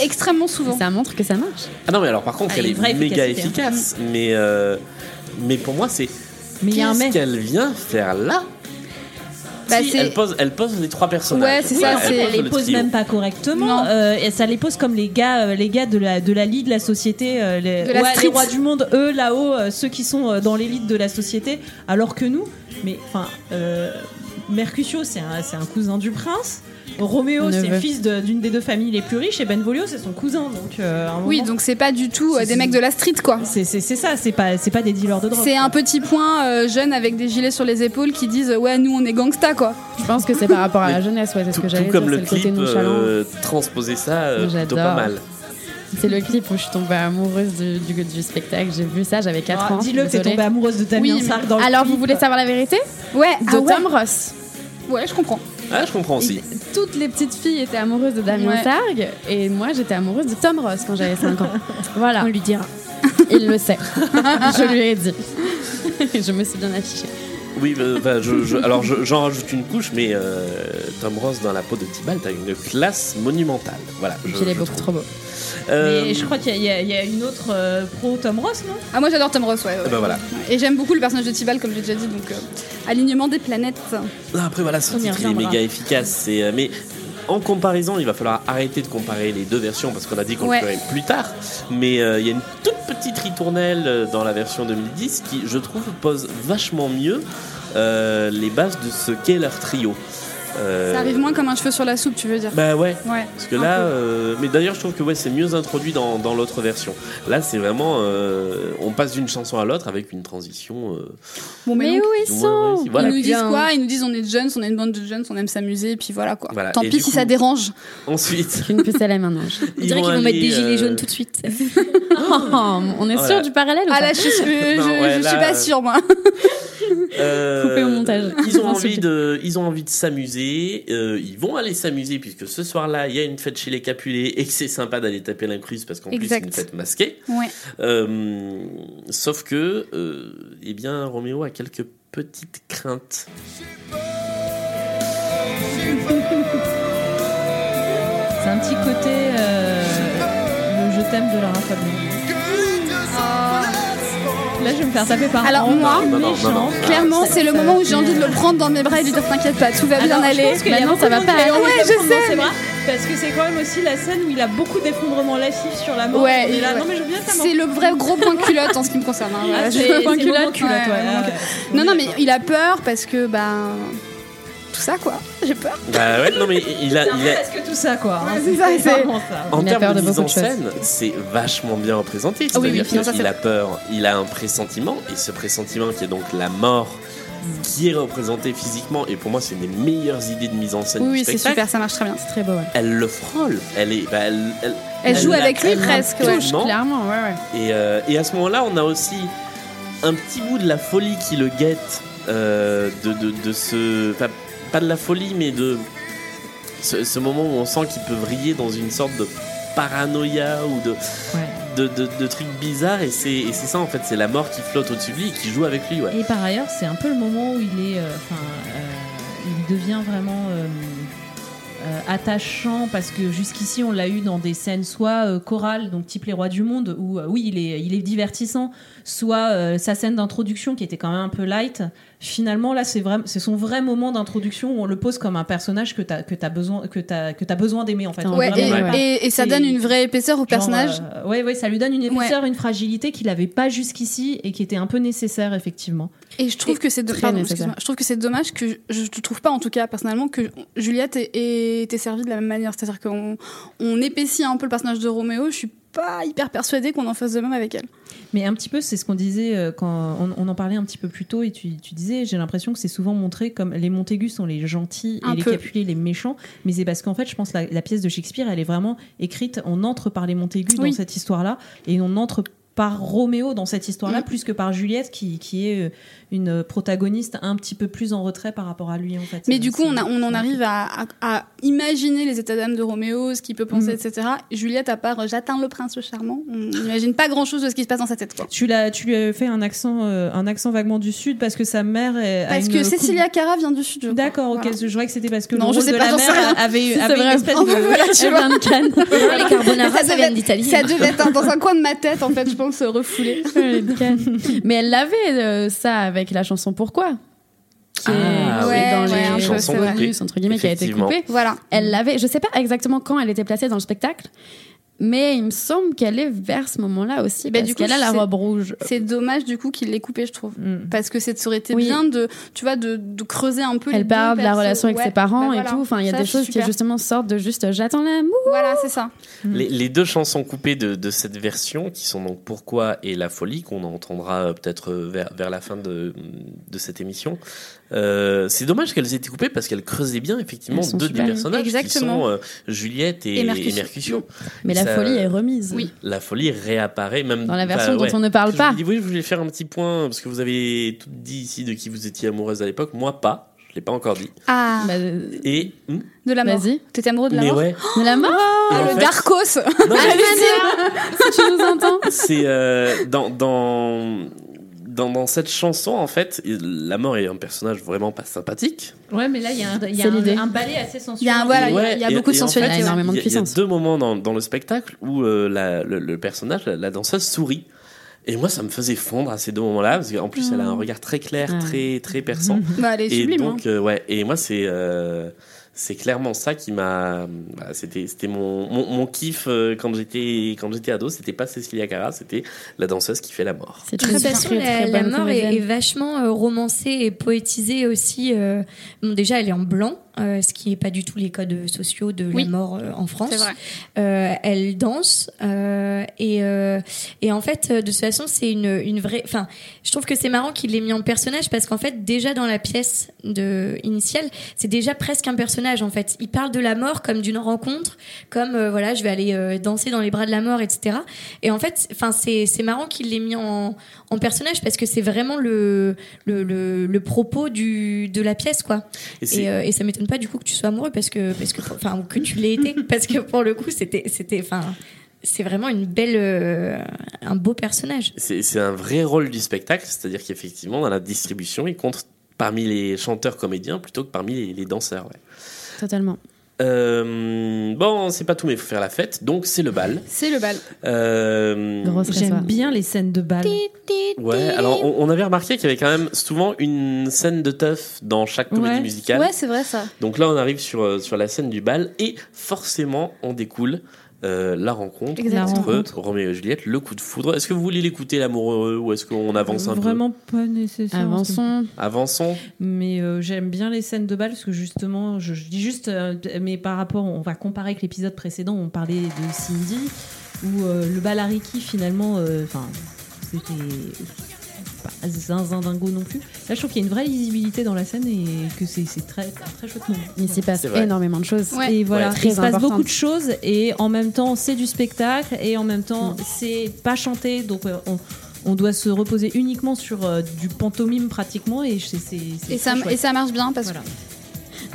Extrêmement souvent.
Ça montre que ça marche.
Ah non, mais alors par contre,
Ah,
elle
il y a
est
une vraie
méga
efficacité,
efficace. Mais, euh, mais pour moi, c'est.
Mais il y a un
Qu'est-ce
mais.
qu'elle vient faire là
Bah,
Si,
c'est-
elle, pose, elle pose les trois personnages.
Ouais, c'est
Oui,
ça,
en fait,
c'est-
elle les
le
pose
trio.
même pas correctement.
Non.
euh, et ça les pose comme les gars, euh, les gars de la de la ligue, de la société, euh, les,
De la
ouais, les
street.
rois du monde, eux là-haut, euh, ceux qui sont euh, dans l'élite de la société, alors que nous, mais enfin, euh, Mercutio, c'est un, c'est un cousin du prince. Roméo, c'est
Neveu.
le fils de- d'une des deux familles les plus riches, et Benvolio, c'est son cousin. Donc, euh, à un moment,
Oui, donc c'est pas du tout euh,
C'est-
des mecs de la street, quoi.
c'est c'est- c'est ça, c'est pas c'est pas des dealers de drogue.
C'est un petit point euh, jeune avec des gilets sur les épaules qui disent euh, ouais nous on est gangsta quoi.
Je pense que c'est par rapport à la
Mais
jeunesse, ouais, c'est ce
Tout,
que
tout
j'allais dire,
comme
c'est
le
le côté
clip,
nonchalant.
euh, transposer ça, euh, plutôt
J'adore.
pas mal.
C'est le clip où je suis tombée amoureuse du, du, du spectacle. J'ai vu ça, j'avais 4
Ah,
ans.
Dis-le que t'es
désolée.
tombée amoureuse de Damien
Oui, mais-
Sark dans le
Alors,
clip.
vous voulez savoir la vérité
Ouais,
De
ah ouais.
Tom Ross.
Ouais, je comprends.
Ah, je comprends aussi.
Il- Toutes les petites filles étaient amoureuses de Damien
Ouais.
Sargue et moi j'étais amoureuse de Tom Ross quand j'avais 5 ans. Voilà,
On lui dira.
il le sait. je lui ai dit. je me suis bien affichée.
Oui, bah, bah, je- je- alors je- j'en rajoute une couche, mais euh, Tom Ross dans la peau de Tybalt a une classe monumentale. Voilà.
Et
je-
puis il est
je
beaucoup
trouve.
trop beau.
Euh,
Mais je crois qu'il y, a- il y a- il y a une autre euh, pro Tom Ross, non
Ah moi j'adore Tom Ross ouais. ouais.
eh ben voilà.
Et j'aime beaucoup le personnage de Tibal comme j'ai déjà dit donc euh, alignement des planètes.
Non, Après voilà, ce
On y
titre il est
reviendra.
méga efficace. c'est, euh, mais en comparaison, il va falloir arrêter de comparer les deux versions parce qu'on a dit qu'on
Ouais.
le ferait plus tard. Mais euh, il y a une toute petite ritournelle euh, dans la version 2010 qui, je trouve, pose vachement mieux euh, les bases de ce qu'est leur trio. Euh,
Ça arrive moins comme un cheveu sur la soupe tu veux dire.
Bah ouais.
Ouais.
Parce que
un
là,
peu.
euh, mais d'ailleurs, je trouve que ouais, c'est mieux introduit dans, dans l'autre version. Là, c'est vraiment, euh, on passe d'une chanson à l'autre avec une transition. euh,
bon mais,
Mais
donc,
où ils
plus ou moins
sont
réussie. Voilà.
ils nous disent
bien.
quoi Ils nous disent on est jeunes, on est une bande de jeunes, on aime s'amuser et puis voilà quoi.
Voilà.
Tant
Et
pis
du
si
coup-
ça dérange.
Ensuite,
Qu'une puce à la main, ange.
On dirait qu'ils vont mettre des gilets jaunes tout
tout
de suite.
Oh, on est sûr
Voilà.
du parallèle ou
Ah
pas
là je suis, je-
Non, ouais,
je
là,
suis pas
euh,
sûre moi.
Euh,
Coupé au montage.
Ils ont envie de, ils ont envie de s'amuser. euh, ils vont aller s'amuser puisque ce soir-là, il y a une fête chez les Capulet et que c'est sympa d'aller taper l'incruste parce qu'en plus c'est
Exact.
une fête masquée.
Ouais.
Euh, sauf que, euh, eh bien, Roméo a quelques petites craintes.
C'est un petit côté euh, le je t'aime de Laura Fabian. Là, je vais me faire taper par
Alors,
un
moi,
Non,
méchant.
non, non, non.
Clairement, c'est le
Ah, Ça
moment où
fait,
j'ai envie de le prendre dans mes bras et de lui dire T'inquiète pas, tout va bien
Alors, je
aller.
pense qu'il y a
Maintenant,
beaucoup
ça va
de
pas.
monde qui a envie
Ouais,
de le
je
prendre dans
sais,
ses bras, Parce que c'est quand même aussi la scène où il a beaucoup d'effondrements lassifs sur la mort.
Ouais,
On est là,
ouais.
Non, mais je veux bien, ça m'en-
C'est le vrai gros point culotte en ce qui me concerne. hein. Voilà,
Ah,
je-
c'est- c'est
point
le
culotte,
moment culotte,
ouais,
ouais,
moment
ouais,
culotte.
ouais.
Non, non, mais il a peur parce que, ben. Tout ça, quoi. J'ai peur.
Bah ouais, non mais il a,
C'est un
il
peu
a-
parce que tout ça, quoi. hein,
Ouais, c'est ça, c'est-
vraiment ça.
en
Il a
termes
peur
de
de
mise
beaucoup
en
de choses.
scène, c'est vachement bien représenté.
Ah oui, oui,
C'est-à-dire
non, ça, c'est
qu'il a peur, il a un pressentiment et ce pressentiment qui est donc la mort,
Mm.
qui est représentée physiquement. Et pour moi, c'est une des meilleures idées de mise en scène
Oui,
du
oui, c'est
spectacle.
super, ça marche très bien.
C'est très beau, ouais.
Elle le frôle. Elle est, bah, elle, elle-
Elle joue
l'a
avec lui
tellement
presque, ouais.
tellement.
Clairement, ouais, ouais.
Et, euh, et à ce moment-là, on a aussi un petit bout de la folie qui le guette, euh, de, de, de ce. Pas, pas de la folie, mais de ce, ce moment où on sent qu'il peut vriller dans une sorte de paranoïa ou de, de, de, de trucs bizarres. Et c'est et c'est ça, en fait, c'est la mort qui flotte au-dessus de lui et qui joue avec lui. Ouais.
Et par ailleurs, c'est un peu le moment où il est, euh, enfin, euh, il devient vraiment euh, euh, attachant parce que jusqu'ici on l'a eu dans des scènes soit euh, chorales, donc type les rois du monde, où euh, oui il est, il est divertissant, soit euh, sa scène d'introduction qui était quand même un peu light. Finalement là c'est vraiment, c'est son vrai moment d'introduction où on le pose comme un personnage que t'as que t'as besoin que t'as que t'as besoin d'aimer en fait.
Ouais,
Ouais,
Vraiment,
et,
on l'a pas-
et- et ça
C'est-
donne une vraie épaisseur au
Genre,
personnage.
euh, ouais, ouais, ça lui donne une épaisseur, une fragilité qu'il n'avait pas jusqu'ici et qui était un peu nécessaire, effectivement.
Et je trouve que c'est do-
très
pardon,
nécessaire.
excuse-moi. je trouve que c'est dommage que je, je trouve pas en tout cas personnellement que Juliette ait- ait été servie de la même manière, c'est-à-dire qu'on on épaissit un peu le personnage de Roméo. Je suis pas hyper persuadée qu'on en fasse de même avec elle.
Mais un petit peu, c'est ce qu'on disait euh, quand on, on en parlait un petit peu plus tôt, et tu, tu disais, j'ai l'impression que c'est souvent montré comme les Montaigu sont les gentils
Un
et
peu.
les Capulet les méchants, mais c'est parce qu'en fait, je pense la, la pièce de Shakespeare, elle est vraiment écrite, on entre par les Montaigu
Oui.
dans cette histoire-là, et on entre par Roméo dans cette histoire-là,
Mm.
plus que par Juliette, qui, qui est euh, une protagoniste un petit peu plus en retrait par rapport à lui, en fait.
Mais
Euh,
du coup, on,
c'est-
a- on en arrive à, à- à imaginer les états d'âme de Roméo, ce qu'il peut
Mm.
penser,
Mhm.
etc. Juliette, à part euh, j'atteins le prince charmant, on n'imagine pas grand-chose de ce qui se passe dans sa tête. Quoi.
Tu, l'as, tu lui as fait un accent, euh, un accent vaguement du sud parce que sa mère est, a
Parce
une
que
coupe-
Cécilia Cara vient du sud. je crois.
D'accord, ok.
Voilà.
Je croyais que c'était parce que
Non,
le
je
rôle
sais
de
pas,
la
j'en sais rien.
mère avait,
C'est
avait
vrai.
une espèce
Oh,
de...
bah voilà, tu
Elle
vois.
vient de Cannes.
Les
hein,
carbonara, ça vient d'Italie.
Ça hein. devait être un- dans un coin de ma tête, en fait, je pense, euh, refoulé.
Mais elle l'avait euh, ça avec la chanson Pourquoi qui est,
Ah,
qui est
ouais,
dans les,
ouais, un peu,
dans les
c'est vrai.
bonus, entre guillemets qui a été
Effectivement.
coupée.
Voilà.
Elle l'avait. Je sais pas exactement quand elle était placée dans le spectacle, mais il me semble qu'elle est vers ce moment-là aussi
Ben,
parce
du coup,
qu'elle a la
c'est-
robe rouge.
C'est dommage du coup qu'il l'ait coupé, je trouve.
Mm.
Parce que c'est- ça aurait été
Oui.
bien de, tu vois, de, de creuser un peu. les
Elle
deux
parle de la
persos.
relation avec
Ouais,
ses parents
bah
et
voilà.
tout. Enfin, il y a
Ça,
des
c'est
choses
super.
qui justement sortent de juste euh, j'attends l'amour.
Voilà, c'est ça.
Les, les deux chansons coupées de, de cette version, qui sont donc Pourquoi et La Folie, qu'on entendra euh, peut-être euh, vers, vers la fin de, de cette émission, euh, c'est dommage qu'elles aient été coupées parce qu'elles creusaient bien effectivement
Elles sont
deux des
super.
personnages qui
Exactement.
sont euh, Juliette et,
Et
et
Mercutio.
Mercutio.
Mais
Ça-
la folie est remise.
Oui.
La Folie réapparaît même
Dans la
enfin,
version
ouais.
dont on ne parle
Je
pas.
me dis, oui, je voulais faire un petit point parce que vous avez tout dit ici de qui vous étiez amoureuse à l'époque. Moi, pas. Je l'ai pas encore dit.
Ah,
Bah, euh,
Et hmm,
de la mort.
Vas-y.
T'étais amoureux de la
mais
mort
ouais.
Mais la mort,
Et
Ah,
en
le
fait,
Darkos
non, mais-
si tu nous entends.
c'est euh, dans, dans, dans, dans cette chanson, en fait, la mort est un personnage vraiment pas sympathique.
Ouais, mais là, il y a un, il y a
C'est l'idée.
un, un ballet assez sensuel.
Il y a un- voilà, il y a-
Ouais,
il y a
et-
beaucoup de
et en
sensualité.
fait,
ouais.
énormément de
Il y a- il y a
puissance.
deux moments dans, dans le spectacle où euh, la- le, le personnage, la, la danseuse, sourit. Et moi, ça me faisait fondre à ces deux moments-là, parce qu'en plus, elle a un
Mm.
regard très clair,
Ouais.
très, très perçant.
Bah, elle est
Et
sublime.
donc, euh, ouais, et moi, c'est. euh, c'est clairement ça qui m'a. bah, c'était c'était mon, mon, mon kiff euh, quand j'étais quand j'étais ado. C'était pas Cecilia Cara, c'était la danseuse qui fait la mort.
C'est
De toute façon, la, la
bonne
mort est,
comédienne.
est vachement euh, romancée et poétisée aussi. euh, bon, déjà, elle est en blanc, euh, ce qui n'est pas du tout les codes sociaux de
Oui.
la mort euh, en France.
C'est vrai.
Euh, elle danse euh, et, euh, et en fait euh, de toute façon c'est une, une vraie enfin je trouve que c'est marrant qu'il l'ait mis en personnage parce qu'en fait déjà dans la pièce de initiale c'est déjà presque un personnage en fait il parle de la mort comme d'une rencontre comme euh, voilà je vais aller euh, danser dans les bras de la mort etc et en fait enfin c'est c'est marrant qu'il l'ait mis en, en personnage parce que c'est vraiment le le, le le propos du de la pièce quoi
Et c'est-
et, euh, et ça m'étonne pas du coup que tu sois amoureux parce que parce que enfin ou que tu l'aies été parce que pour le coup c'était c'était enfin c'est vraiment une belle euh, un beau personnage.
C'est c'est un vrai rôle du spectacle, c'est-à-dire qu'effectivement, dans la distribution, il compte parmi les chanteurs-comédiens plutôt que parmi les, les danseurs. ouais.
Totalement.
Euh, bon, c'est pas tout, mais il faut faire la fête, donc c'est le bal.
C'est le bal.
Euh,
Grosse
J'aime
soirée.
bien les scènes de bal.
ouais, alors on, on avait remarqué qu'il y avait quand même souvent une scène de teuf dans chaque comédie
Ouais.
musicale.
Ouais, c'est vrai ça.
Donc là, on arrive sur, euh, sur la scène du bal et forcément, on découle euh, la rencontre
Exactement.
La
entre
rencontre.
Roméo et Juliette, le coup de foudre. Est-ce que vous voulez l'écouter, l'amoureux, ou est-ce qu'on avance un
Vraiment pas nécessaire.
Avançons.
peu Avançons.
Mais euh, j'aime bien les scènes de bal parce que justement, je, je dis juste, euh, mais par rapport, on va comparer avec l'épisode précédent, où on parlait de Cindy, où euh, le bal à Ricky finalement, euh, enfin, c'était pas zinzin dingo non plus. Là, je trouve qu'il y a une vraie lisibilité dans la scène et que c'est c'est très, un très chouette moment.
Il s'y passe
C'est vrai.
énormément de choses.
Ouais.
Et voilà,
Ouais.
Très
il se passe
importante.
beaucoup de choses et en même temps c'est du spectacle et en même temps
Mm.
c'est pas chanté donc euh, on, on doit se reposer uniquement sur euh, du pantomime pratiquement et c'est c'est- c'est
Et ça,
très chouette.
et ça marche bien parce
Voilà.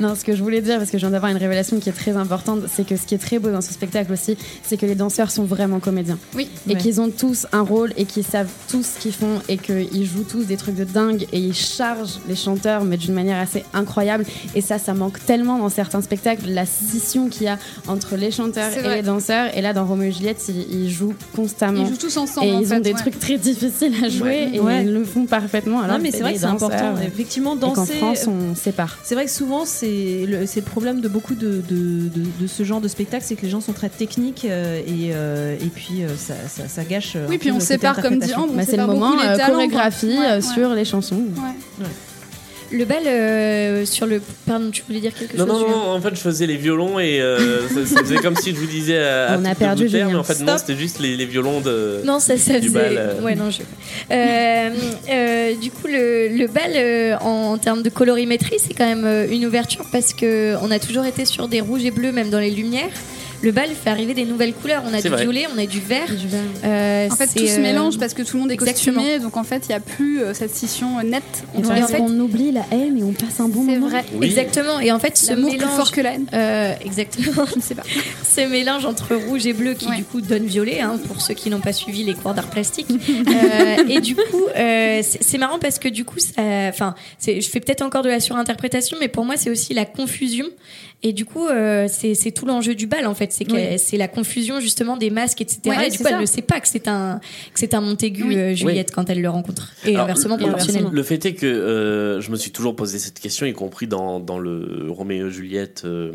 Non, ce que je voulais dire, parce que je viens d'avoir une révélation qui est très importante, c'est que ce qui est très beau dans ce spectacle aussi, c'est que les danseurs sont vraiment comédiens.
que oui,
Et
Ouais.
qu'ils ont tous un rôle et qu'ils savent tous ce qu'ils font et qu'ils jouent tous des trucs de dingue et ils chargent les chanteurs, mais d'une manière assez incroyable. Et ça, ça manque tellement dans certains spectacles, la scission qu'il y a entre les chanteurs
C'est
et
vrai.
les danseurs. Et là, dans Roméo et Juliette, ils, ils jouent constamment.
ils jouent tous ensemble.
et
en
ils
fait,
ont des
ouais.
trucs très difficiles à jouer et
Ouais.
ils le font parfaitement. Alors
non mais
que
c'est vrai
les
que c'est
danseurs,
important
euh,
effectivement
Et qu'en
danser
France, on sépare.
c'est vrai que souvent c'est le, c'est le problème de beaucoup de, de, de- de ce genre de spectacle c'est que les gens sont très techniques euh, et, euh, et puis euh, ça, ça, ça gâche euh,
Oui,
un
puis
peu
on
le côté
sépare comme dit
interprétation.
Ambre, on
Bah, c'est le
sépare
moment
beaucoup les
euh,
talents, quoi.
chorégraphie
Ouais,
euh,
ouais.
sur les chansons.
Ouais.
Le bal euh, sur le pardon tu voulais dire quelque
Non,
chose
non, non, en fait, je faisais les violons et euh, ça, ça faisait comme si je vous disais à, à
On a
toute
perdu
Angleterre, mais
Julien.
en fait, non, c'était juste les, les violons de.
Non, ça, ça
Du
faisait-
bal, euh.
Ouais, non, je. Euh, euh, du coup, le, le bal, euh, en, en termes de colorimétrie, c'est quand même euh, une ouverture parce que on a toujours été sur des rouges et bleus, même dans les lumières. Le bal fait arriver des nouvelles couleurs. On a
C'est
du
vrai.
violet, on a du vert. Euh,
En fait,
c'est,
tout se
euh,
mélange parce que tout le monde est
exactement.
costumé, donc en fait, il n'y a plus euh, cette scission euh, nette.
Et
Ouais.
parce
en fait-
qu'on oublie la haine et on passe un bon moment.
Oui.
Exactement. Et en fait, ce
L'amour plus
mélange.
fort que la haine.
Euh, exactement.
Je ne sais pas.
ce mélange entre rouge et bleu qui
Ouais.
du coup donne violet hein, pour ceux qui n'ont pas suivi les cours d'art plastique Euh, et du coup euh, c'est c'est marrant parce que du coup ça enfin c'est je fais peut-être encore de la surinterprétation mais pour moi c'est aussi la confusion et du coup euh, c'est c'est tout l'enjeu du bal en fait c'est que
Oui.
c'est la confusion justement des masques etc
Ouais,
et du
c'est
coup elle
ça.
ne sait pas que c'est un que c'est un Montaigu
Oui.
euh, Juliette quand elle le rencontre et
Alors,
inversement
le-
proportionnellement
Le fait est que euh, je me suis toujours posé cette question, y compris dans, dans le Roméo-Juliette euh,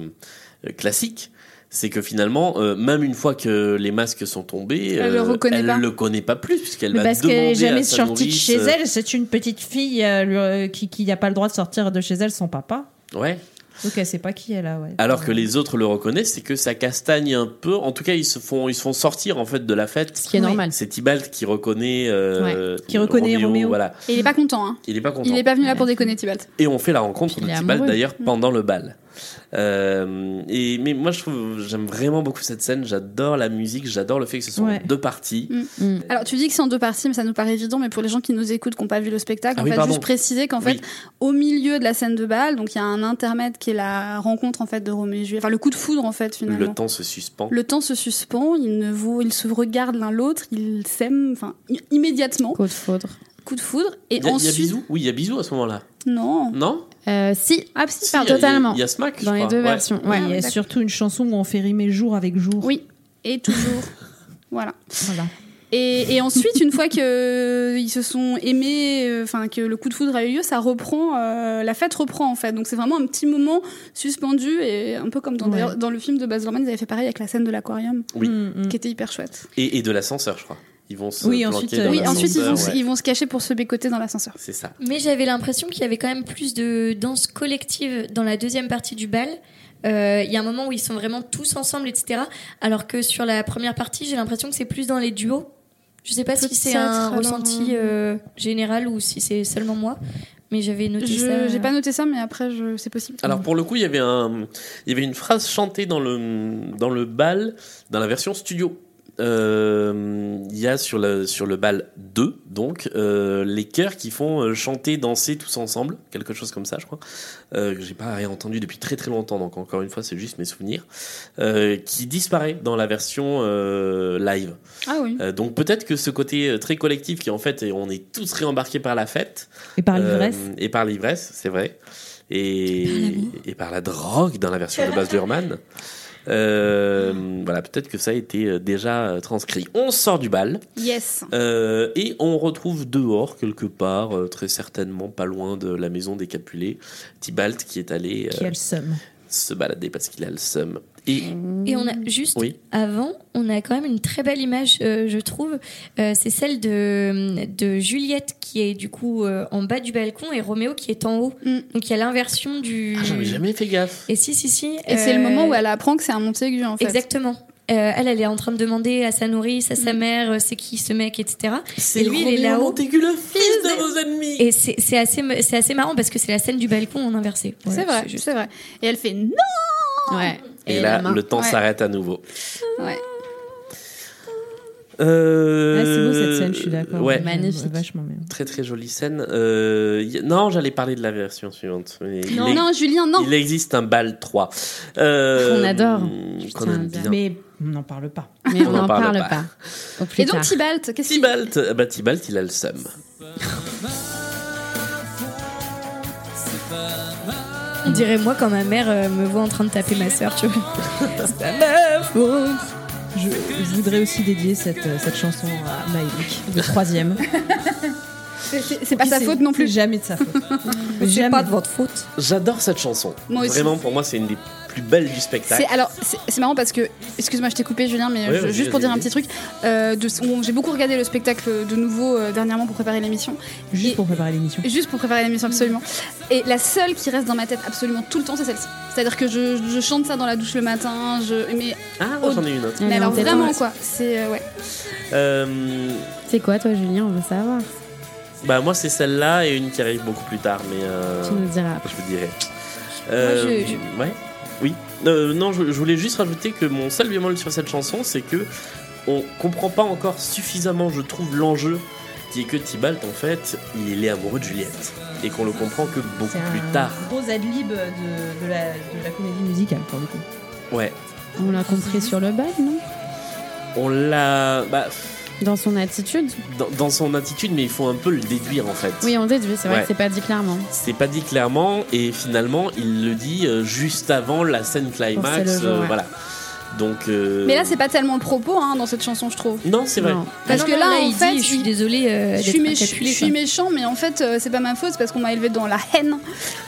euh, classique. C'est que finalement, euh, même une fois que les masques sont tombés, euh,
Elle le reconnaît
elle
pas.
le connaît pas plus, puisqu'elle
Mais
va
parce
Bah, demander
qu'elle est
à
jamais
sa
sortie de
nourrice, euh,
chez elle, c'est une petite fille euh, lui, euh, qui qui n'a pas le droit de sortir de chez elle sans papa.
euh, ouais.
Donc elle sait pas qui elle a. Ouais.
Alors que les autres le reconnaissent, c'est que ça castagne un peu. En tout cas, ils se font, ils se font sortir en fait de la fête.
Ce qui est normal.
C'est Tibalt qui reconnaît, euh,
Qui reconnaît Roméo.
Voilà,
Et il n'est pas content. hein.
il est pas content.
Il n'est pas venu là pour déconner, Tibalt.
Et on fait la rencontre
Puis il
de
est
Tibalt
amoureux.
d'ailleurs pendant le bal. Euh, et mais moi je trouve j'aime vraiment beaucoup cette scène. J'adore la musique, j'adore le fait que ce soit
Ouais.
deux parties.
Alors, tu dis que c'est en deux parties, mais ça nous paraît évident. Mais pour les gens qui nous écoutent, qui n'ont pas vu le spectacle,
Ah
on
oui,
va
pardon.
juste préciser qu'en fait,
Oui.
au milieu de la scène de bal, donc il y a un intermède qui est la rencontre en fait de Roméo et Juliette, enfin le coup de foudre en fait finalement.
Le temps se suspend.
Le temps se suspend, ils, ne vous, ils se regardent l'un l'autre, ils s'aiment, enfin i- immédiatement,
Coup de foudre.
coup de foudre,
Il
et
y, a- il y a
ensuite
bisous Oui, il y a bisous à ce moment-là.
non,
Non
Euh, si,
ah
Si, il
si,
y a-
pardon.
totalement.
Il y a Smack, je
dans les
crois.
deux
Ouais.
versions. Ouais.
Ah
il y
oui,
a
d'accord.
surtout une chanson où on fait rimer jour avec jour.
Oui, et toujours, voilà.
Voilà.
Et, et ensuite, une fois que euh, ils se sont aimés, euh, enfin que le coup de foudre a eu lieu, ça reprend, euh, la fête reprend en fait. Donc c'est vraiment un petit moment suspendu et un peu comme dans,
Ouais.
d'ailleurs, dans le film de Baz Luhrmann, ils avaient fait pareil avec la scène de l'aquarium,
Oui.
Mm, mm.
qui était hyper chouette.
Et, et de l'ascenseur, je crois. Ils vont se
Oui,
planquer
ensuite,
dans
euh,
Oui,
l'ascenseur,
ensuite ils vont,
l'ascenseur, ouais.
ils vont se cacher pour se bécoter dans l'ascenseur.
C'est ça.
Mais j'avais l'impression qu'il y avait quand même plus de danse collective dans la deuxième partie du bal. Euh, Il y a un moment où ils sont vraiment tous ensemble, etc. Alors que sur la première partie, j'ai l'impression que c'est plus dans les duos. Je sais pas si c'est un
Peut-être,
ressenti euh, général ou si c'est seulement moi, mais j'avais noté ça.
Je- J'ai pas noté ça, mais après, je- c'est possible.
Alors pour le coup, il y avait un, il y avait une phrase chantée dans le dans le bal, dans la version studio. Euh, Il y a sur le sur le bal 2 donc euh, les chœurs qui font euh, chanter, danser tous ensemble, quelque chose comme ça, je crois. Euh, que j'ai pas réentendu depuis très très longtemps, donc encore une fois, c'est juste mes souvenirs euh, qui disparaît dans la version euh, live.
Ah oui.
Euh, donc peut-être que ce côté euh, très collectif qui en fait est- on est tous réembarqués par la fête.
Et par
Euh,
l'ivresse.
et par l'ivresse, c'est vrai. Et, et par la drogue dans la version de Baz Luhrmann. Euh, voilà, peut-être que ça a été euh, déjà euh, transcrit. On sort du bal
Yes.
euh, et on retrouve dehors, quelque part, euh, très certainement pas loin de la maison des Capulets, Tybalt qui est allé euh,
qui a le seum.
se balader parce qu'il a le seum. Et
Et on a juste
oui,
avant, on a quand même une très belle image, euh, je trouve. Euh, c'est celle de, de Juliette qui est du coup euh, en bas du balcon et Roméo qui est en haut.
Mm.
Donc il y a l'inversion du.
Ah, j'en ai jamais fait gaffe.
Et si, si, si.
Et c'est le
euh,
moment où elle apprend que c'est un Montaigu en fait.
Exactement. Euh, elle, elle est en train de demander à sa nourrice, à sa mère, euh, c'est qui ce mec, etc. Et lui, il est
Roméo
là-haut.
Montaigu, le fils
Fils
de
de-
vos ennemis.
Et c'est c'est assez, me- c'est assez marrant parce que c'est la scène du balcon en inversé.
C'est
Voilà,
vrai,
juste-
c'est vrai. Et elle fait non. Oh.
Ouais.
Et, là, le temps
Ouais.
s'arrête à nouveau.
Ouais.
Euh,
Ah, c'est beau cette scène, je suis d'accord.
Ouais.
Magnifique.
Ouais, Vachement bien.
Très très jolie scène. Euh, y- Non, j'allais parler de la version suivante. mais il,
Non,
est-
non, Julien, non.
il existe un bal 3. Euh,
Qu'on adore.
Qu'on
Putain,
aime bien.
Mais on n'en parle pas.
Mais
On
on
en
n'en
parle
parle
pas.
pas. Au plus
Et donc
tard.
Tybalt, qu'est-ce qu'il
Tybalt, Ah bah, Tybalt, il a le seum.
On dirait moi quand ma mère euh, me voit en train de taper ma soeur, tu vois. C'est pas ma faute.
Je, je voudrais aussi dédier cette, euh, cette chanson à Maïlik, de troisième.
C'est- C'est c'est pas sa
C'est-
faute non
c'est
plus.
Jamais de sa faute.
C'est
Jamais.
pas de votre faute.
J'adore cette chanson.
Moi aussi.
Vraiment, pour moi, c'est une des plus belles du spectacle.
C'est alors c'est c'est marrant parce que excuse-moi je t'ai coupé Julien mais
Ouais,
je-
vas-y,
juste pour
vas-y,
dire un
vas-y.
petit truc euh, de ce- on- j'ai beaucoup regardé le spectacle de nouveau euh, dernièrement pour préparer l'émission
Juste pour préparer l'émission.
Juste pour préparer l'émission, absolument. Et la seule qui reste dans ma tête absolument tout le temps, c'est celle-ci. C'est-à-dire que je, je chante ça dans la douche le matin, je... mais,
Ah, moi, j'en ai une autre.
mais
est
alors
en tête,
vraiment
ouais.
quoi, c'est euh, ouais.
Euh,
C'est quoi toi Julien On veut savoir.
bah, moi, c'est celle-là et une qui arrive beaucoup plus tard. Mais euh,
Tu nous diras après.
je vous dirai. Euh,
Moi, je-
Ouais. Oui. Euh, non, je, je voulais juste rajouter que mon seul bémol sur cette chanson, c'est que on comprend pas encore suffisamment, je trouve, l'enjeu qui est que Tybalt, en fait, il est amoureux de Juliette et qu'on le comprend que beaucoup
C'est un
plus tard.
gros ad-lib de, de la, de la comédie musicale, pour le coup.
Ouais.
On l'a compris sur le bal, non
On l'a. Bah,
Dans son attitude.
dans, dans son attitude, mais il faut un peu le déduire, en fait.
Oui, on le déduit. C'est vrai
Ouais.
que c'est pas dit clairement.
C'est pas dit clairement et finalement il le dit euh, juste avant la scène
c'est
climax. euh,
le jour, ouais.
Voilà. Donc. euh,
Mais là, c'est pas tellement le propos hein, dans cette chanson, je trouve.
Non, c'est vrai.
Non.
Parce
Ah
que
non, non,
là, en
il
fait,
dit, je suis
il-
désolée euh,
Je
d'être
suis,
un
méch-
capulé,
je suis
quoi.
méchant, mais en fait, euh, c'est pas ma faute, c'est parce qu'on m'a élevé dans la haine.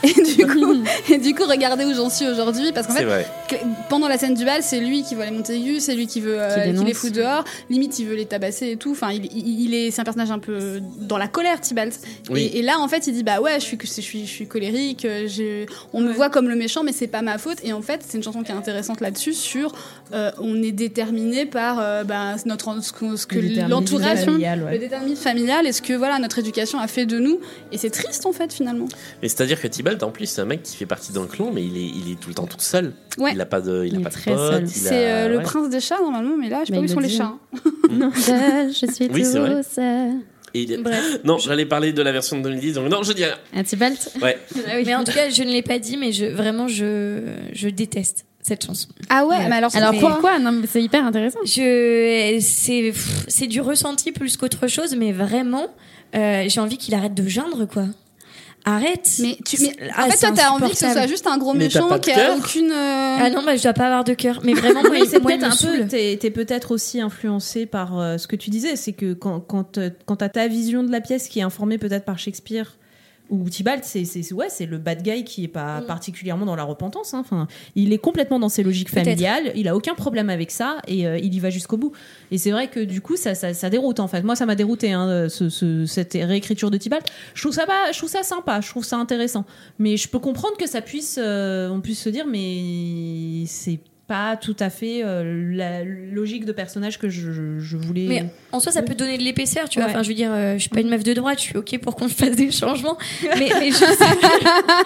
Et du coup, et du coup regardez où j'en suis aujourd'hui, parce qu'en
C'est
fait,
vrai.
cl- pendant la scène du bal, c'est lui qui voit les Montaigu, c'est lui qui veut euh,
Qui
qui les
dénonce.
fout dehors. Limite, il veut les tabasser et tout. Enfin, il, il- il est, c'est un personnage un peu dans la colère, Tybalt.
Oui.
Et, et là, en fait, il dit bah ouais, je suis, je suis, je suis colérique. euh, j'ai- on me voit comme le méchant, mais c'est pas ma faute. Et en fait, c'est une chanson qui est intéressante là-dessus sur euh, on est déterminé par euh, bah, notre ce que- ce que l'entourage, hein.
familial,
le
ouais.
déterminisme familial, est-ce que voilà notre éducation a fait de nous. Et c'est triste en fait finalement.
Mais c'est-à-dire que Tybalt, en plus, c'est un mec qui fait partie d'un clan, mais il est, il est tout le temps tout seul.
Ouais.
Il n'a pas de, il a
Il est
pas de
très
potes.
seul.
il
C'est
a-
euh, le
Bah ouais.
prince des chats normalement, mais là, je sais
Mais
pas où
il
sont
le
les
dit.
chats. hein.
Seul, je suis
Oui, c'est vrai.
tout seul.
Et il est-
Bref.
Non, j'allais parler de la version de 2010, donc non, je dis rien.
Un petit balt
Ouais.
Mais en tout cas, je ne l'ai pas dit, mais je, vraiment, je, je déteste cette chanson.
Ah ouais,
Ouais.
mais alors, c'est-
Euh, Alors
Mais-
pourquoi Non, mais c'est hyper intéressant.
Je, c'est, pff, c'est du ressenti plus qu'autre chose, mais vraiment, euh, j'ai envie qu'il arrête de geindre, quoi. Arrête.
Mais tu, mais,
Ah,
en fait,
c'est
toi, t'as envie que ce
insupportable.
soit juste un gros
Mais t'as pas
méchant
de
qui a
cœur
aucune. euh,
Ah non, bah, je dois pas avoir de cœur. Mais vraiment, moi,
Oui, c'est
moi, il
peut-être
me
un
saoule.
peu. T'es t'es peut-être aussi influencé par euh, ce que tu disais, c'est que quand quand euh, quand t'as ta vision de la pièce qui est informée peut-être par Shakespeare où Tibalt, c'est c'est- ouais, c'est le bad guy qui est pas
Mm.
particulièrement dans la repentance. hein. Enfin, il est complètement dans ses logiques
Peut-être.
familiales. Il a aucun problème avec ça et euh, il y va jusqu'au bout. Et c'est vrai que du coup, ça, ça, ça déroute en fait. Moi, ça m'a dérouté hein, ce- ce- cette réécriture de Tibalt. Je trouve ça pas, je trouve ça sympa, je trouve ça intéressant. Mais je peux comprendre que ça puisse, euh, on puisse se dire, mais c'est pas tout à fait euh, la logique de personnage que je, je- je voulais.
Mais en soi, ça peut donner de l'épaisseur, tu vois.
Ouais.
Enfin, je veux dire, euh, je suis pas une meuf de droite, je suis ok pour qu'on fasse des changements. Mais, mais juste,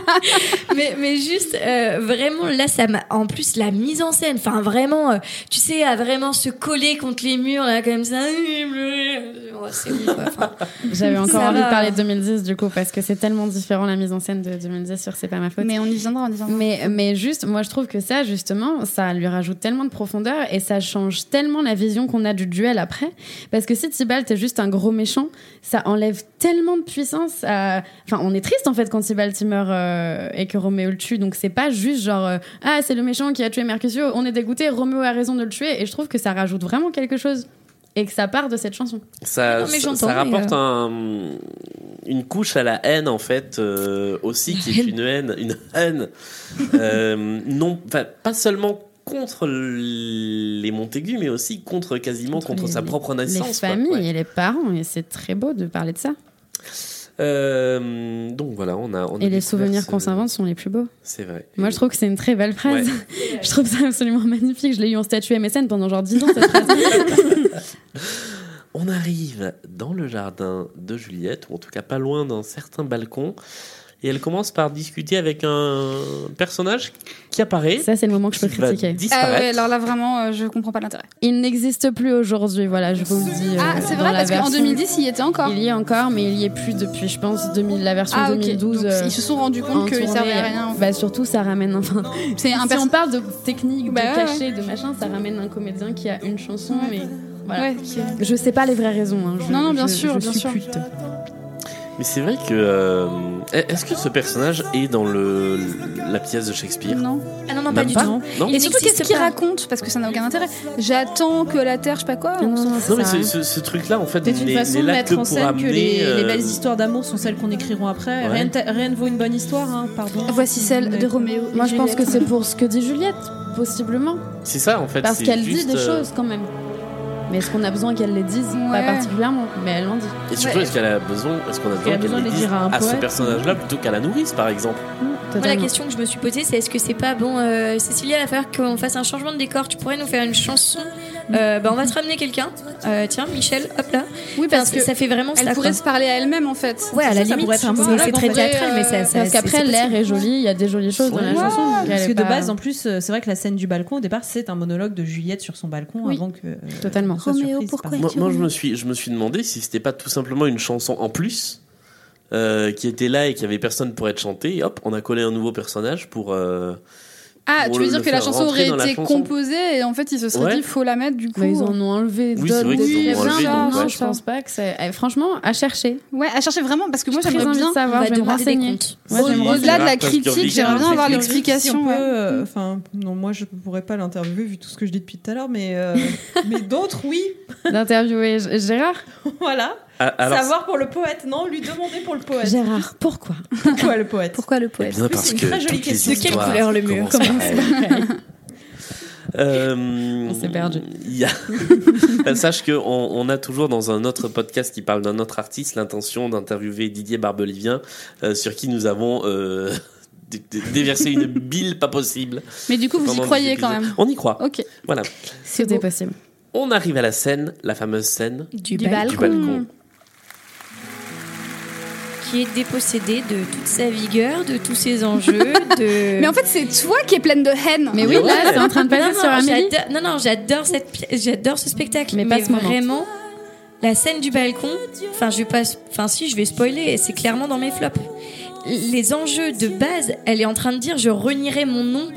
mais, mais juste euh, vraiment, là, ça m'a. En plus, la mise en scène, enfin, vraiment, euh, tu sais, à vraiment se coller contre les murs, là, comme ça. Oh, c'est bon, quoi. Enfin,
J'avais encore
Ça
envie
va.
de parler de 2010 du coup parce que c'est tellement différent la mise en scène de 2010 sur C'est pas ma faute.
Mais on y viendra, on y viendra.
Mais, mais juste, moi je trouve que ça, justement, ça lui rajoute tellement de profondeur et ça change tellement la vision qu'on a du duel après. Parce que si Tibalt est juste un gros méchant, ça enlève tellement de puissance. à- Enfin, on est triste en fait quand Tibalt il meurt euh, et que Roméo le tue. Donc c'est pas juste genre, euh, ah, c'est le méchant qui a tué Mercutio, on est dégoûté, Roméo a raison de le tuer. Et je trouve que ça rajoute vraiment quelque chose et que ça part de cette chanson.
ça,
Non,
ça,
mais j'entends,
ça
mais,
rapporte
euh,
un- une couche à la haine en fait euh, aussi qui est une haine une haine euh, non enfin, pas seulement contre les Montaigu mais aussi contre quasiment contre,
Contre les-
sa propre
Les
naissance quoi.
familles
Ouais.
et les parents, et c'est très beau de parler de ça.
Euh, donc voilà on a on a
Et les
découvert
souvenirs
ce-
qu'on s'invente sont les plus beaux.
c'est vrai
Moi,
euh, Et-
je trouve que c'est une très belle phrase.
Ouais.
je trouve ça absolument magnifique. Je l'ai eu en statut MSN pendant genre 10 ans, cette phrase.
On arrive dans le jardin de Juliette, ou en tout cas pas loin d'un certain balcon, et elle commence par discuter avec un personnage qui apparaît,
Ça, c'est le moment que je peux
qui va
critiquer.
Ah ouais,
disparaître.
alors là vraiment, euh, je comprends pas l'intérêt.
Il n'existe plus aujourd'hui, voilà, je vous le dis. euh,
Ah, c'est
dans
vrai
la
parce qu'en
version-
2010, il y était encore.
Il y est encore, mais il y est plus depuis, je pense, 2000, la version
Ah, ok.
2012.
Donc,
euh,
ils se sont rendus
en
compte qu'il
tournée.
servait à rien. en fait.
Bah, surtout, ça ramène. Enfin,
C'est un
si on
perso-
parle de technique, de
Bah ouais,
cachet, de machin, ça ramène un comédien qui a une chanson, mais voilà.
Ouais, qui-
Je sais pas les vraies raisons. hein, je-
Non, non, bien
je-
sûr,
je
bien
suis
sûr.
pute.
Mais c'est vrai que... euh, Est-ce que ce personnage est dans le, la pièce de Shakespeare
Non.
ah non, non, pas
Même
du
pas
tout.
Non,
Il
Et surtout, qu'est-ce
n'existe
qu'il
pas.
raconte Parce que ça n'a aucun intérêt. J'attends que la Terre, je sais pas quoi.
Non, non, non,
Non, mais
ça-
ce, ce- ce truc-là, en fait,
Peut-être hein. une
n'est
façon
n'est
de
là que
mettre en
pour
scène que les,
amener...
les
euh,
belles histoires d'amour sont celles qu'on écrira après.
Ouais.
Rien, ne t'a- rien ne vaut une bonne histoire, hein, pardon. Mmh,
Voici celle de Roméo.
Moi, je pense que c'est pour ce que dit Juliette, possiblement.
C'est ça, en fait.
Parce
c'est
qu'elle
juste,
dit des
euh,
choses quand même. Mais est-ce qu'on a besoin qu'elle les dise Pas
Ouais.
particulièrement, mais elle l'en dit.
Et surtout, est-ce qu'elle a besoin, est-ce qu'on a
qu'elle
besoin
a besoin
qu'elle
de
les
les
dise
dire à un
à ce
poète
personnage-là plutôt qu'à la nourrice, par exemple
Moi, la
Totalement.
question que je me suis posée, c'est est-ce que c'est pas bon, euh, Cécilia, il va falloir qu'on fasse un changement de décor. Tu pourrais nous faire une chanson. Euh, bah, on va te ramener quelqu'un. Euh, tiens, Michel, hop là.
Oui, parce
Enfin,
que
ça fait vraiment
elle
ça.
pourrait
quoi.
se parler à elle-même en fait.
Ouais, à la
Ça, ça
limite,
pourrait être un
c'est-
monologue,
c'est
en
très
fait.
théâtral, mais ça, ça
Parce
c'est-
qu'après,
c'est
l'air
possible.
est joli, il y a des jolies choses dans la
Ouais.
chanson. donc
Parce
elle
que
est
de
pas-
base, en plus, euh, c'est vrai que la scène du balcon, au départ, c'est un monologue de Juliette sur son balcon
Oui.
avant que. euh,
Totalement.
elle soit
Roméo,
surprise
pourquoi
par-
Moi, moi, je, me suis, je me suis demandé si c'était pas tout simplement une chanson en plus euh, qui était là et qui avait personne pour être chantée. Et hop, on a collé un nouveau personnage pour. euh,
Ah,
Pour
tu veux
le-
dire
le
que la
faire
chanson
rentrer
aurait
dans la
été
chanson.
composée et en fait, ils se seraient
Ouais.
dit, faut la mettre du coup.
Bah, ils en ont enlevé
Oui, c'est
d'autres.
vrai
des
qu'ils en ont
trucs.
enlevé,
Non,
donc, ouais.
je pense pas que c'est. eh, Franchement, à chercher.
Ouais, à chercher vraiment parce que moi
J'ai très
j'aimerais
envie
bien.
de savoir,
On va
je vais me
demander des
renseigner.
comptes.
Moi,
Oui.
j'aimerais-
Au-delais de la
Parce que Vicky,
critique, j'aimerais bien
c'est
avoir
Parce que si
l'explication.
on peut,
ouais.
euh, Enfin, non, moi, je pourrais pas l'interviewer vu tout ce que je dis depuis tout à l'heure, mais, euh, mais d'autres, oui.
d'interviewer G- Gérard.
Voilà.
ah, alors,
Savoir pour le poète, non Lui demander pour le poète.
Gérard, pourquoi
Pourquoi le poète
Pourquoi le
eh
poète
bien,
Oui,
parce
c'est une
que
très jolie
toutes les
question.
De quelle
histoires
couleur le mur
commencent par elle. Euh,
On s'est perdu.
il y a- Ben, Sache qu'on on a toujours dans un autre podcast qui parle d'un autre artiste l'intention d'interviewer Didier Barbelivien euh, sur qui nous avons euh, dé- dé- déversé une bile pas possible.
Mais du coup, vous y
pendant des
croyez quand
épisodes.
même.
On y croit.
Ok.
Voilà.
C'était possible.
On arrive à la scène, la fameuse scène
Du
Du
bal,
bal.
du
Balcon.
balcon.
qui est dépossédé de toute sa vigueur, de tous ses enjeux, de.
Mais en fait, c'est toi qui es pleine de haine.
Mais oui,
Ouais.
là, c'est en train de
non,
passer
non,
sur Amélie.
j'adore- non, non, j'adore cette, pi- j'adore ce spectacle,
Mais
mais,
pas ce moment.
vraiment. La scène du balcon, enfin, je vais pas, enfin, si, je vais spoiler, et c'est clairement dans mes flops. Les enjeux de base, elle est en train de dire, je renierai mon nom,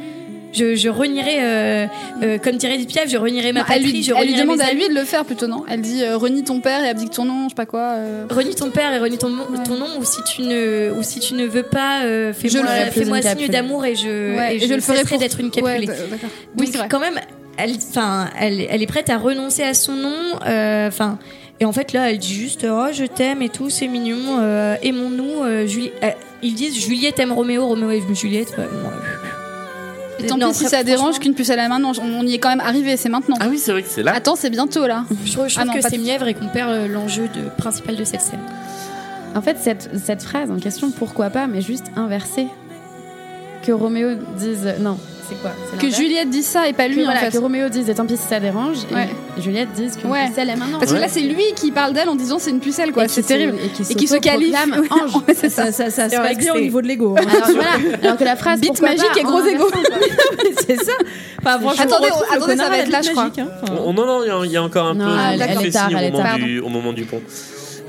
je, je renierai, euh, euh, comme Thierry Piaf, je renierai ma
Bah, elle
patrie,
lui,
je
elle lui
renierai
demande
mes
à
amis.
lui de le faire plutôt, non Elle dit euh, renie ton père et abdique ton nom, je sais pas quoi. euh.
Renie ton père et renie ton, nom- ton nom, ou si tu ne, ou si tu ne veux pas, euh, fais-moi
l'aurais plus
fais-moi
une
signe
capule.
d'amour et je,
Ouais,
et
et je le ferai
cesserai
pour-
d'être une
Ouais,
capulée.
d- d'accord.
Donc,
Oui, c'est vrai.
quand même, elle, enfin, elle, elle est prête à renoncer à son nom. euh, Enfin, et en fait là, elle dit juste, oh, je t'aime et tout, c'est mignon. euh, Aimons-nous, euh, Julie. Euh, Ils disent Juliette aime Roméo, Roméo aime Juliette. Ouais, moi, je-
Et tant
Non,
pis si
très-
ça dérange
franchement,
qu'une puce à la main, non, on on y est quand même arrivé, c'est maintenant.
Ah oui, c'est vrai que c'est là.
Attends, c'est bientôt là.
Je, trouve- je
Ah
trouve
non,
que
pas
c'est
de-
mièvre et qu'on perd euh, l'enjeu de- principal de cette scène.
En fait, cette, cette phrase en question, pourquoi pas, mais juste inversée. Que Roméo dise. Non, c'est quoi C'est
Que
l'inverse
Juliette dise ça et pas
Ah, bah. Que,
lui, en
voilà,
fait.
que Roméo dise et tant pis si ça dérange.
Ouais.
Et Juliette dise que
Ouais.
c'est la maintenant.
Parce
Ouais.
que là, c'est lui qui parle d'elle en disant c'est une pucelle, quoi.
Et
C'est
qui
terrible.
se-
Et qui se
s'autoproclame
qualifie.
ange.
Ouais, c'est ça.
Ça, ça, ça se
vrai
passe
que
bien au
c'est-
niveau de l'ego. hein.
Alors, voilà. Alors que la phrase.
Bite
pourquoi
magique
pas, hein.
et gros
en
égo.
c'est ça. Enfin, franchement,
Attendez,
on retrouve
attendez,
le connard
ça va
à la
être là,
bite
je crois.
magique, hein. Enfin,
Oh, non, non, il y a- il y, a encore un
Non,
peu
elle-
de
elle est
prophétie
tard, elle est
au, moment
tard.
du, au moment du pont.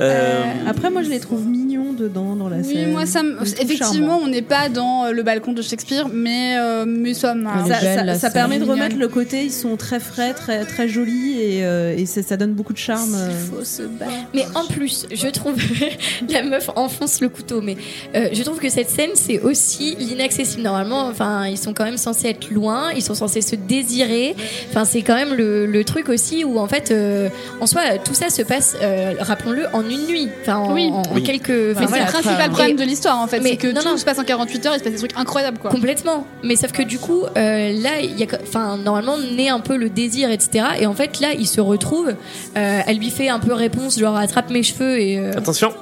Euh,
Après, moi, je les trouve mignons dedans dans la
Oui,
scène.
moi, ça me-
Je les trouve
effectivement,
charmants.
on n'est pas dans euh, le balcon de Shakespeare, mais, euh, mais ça m'a.
Elle est
Ça,
belle,
ça-
la
ça
scène.
permet de
Mignonne.
remettre le côté, ils sont très frais, très, très jolis et, euh, et c'est- ça donne beaucoup de charme.
Il
euh.
faut se battre.
Mais en plus, je trouve la meuf enfonce le couteau. Mais euh, je trouve que cette scène, c'est aussi l'inaccessible. Normalement, enfin, ils sont quand même censés être loin. Ils sont censés se désirer. Enfin, c'est quand même le, le truc aussi où en fait, euh, en soi, tout ça se passe, euh, rappelons-le, en une nuit. Enfin, en,
Oui.
en- en
Oui.
quelques. enfin,
euh, Mais
voilà.
c'est le principal problème de l'histoire, en fait.
Mais
C'est que
non,
tout
non.
se passe en 48 heures, il se passe des trucs incroyables, quoi.
Complètement. Mais sauf que du coup, euh, là, il y a, co- enfin, normalement, naît un peu le désir, etc. Et en fait, là, il se retrouve. euh, elle lui fait un peu réponse, genre attrape mes cheveux et. euh,
Attention,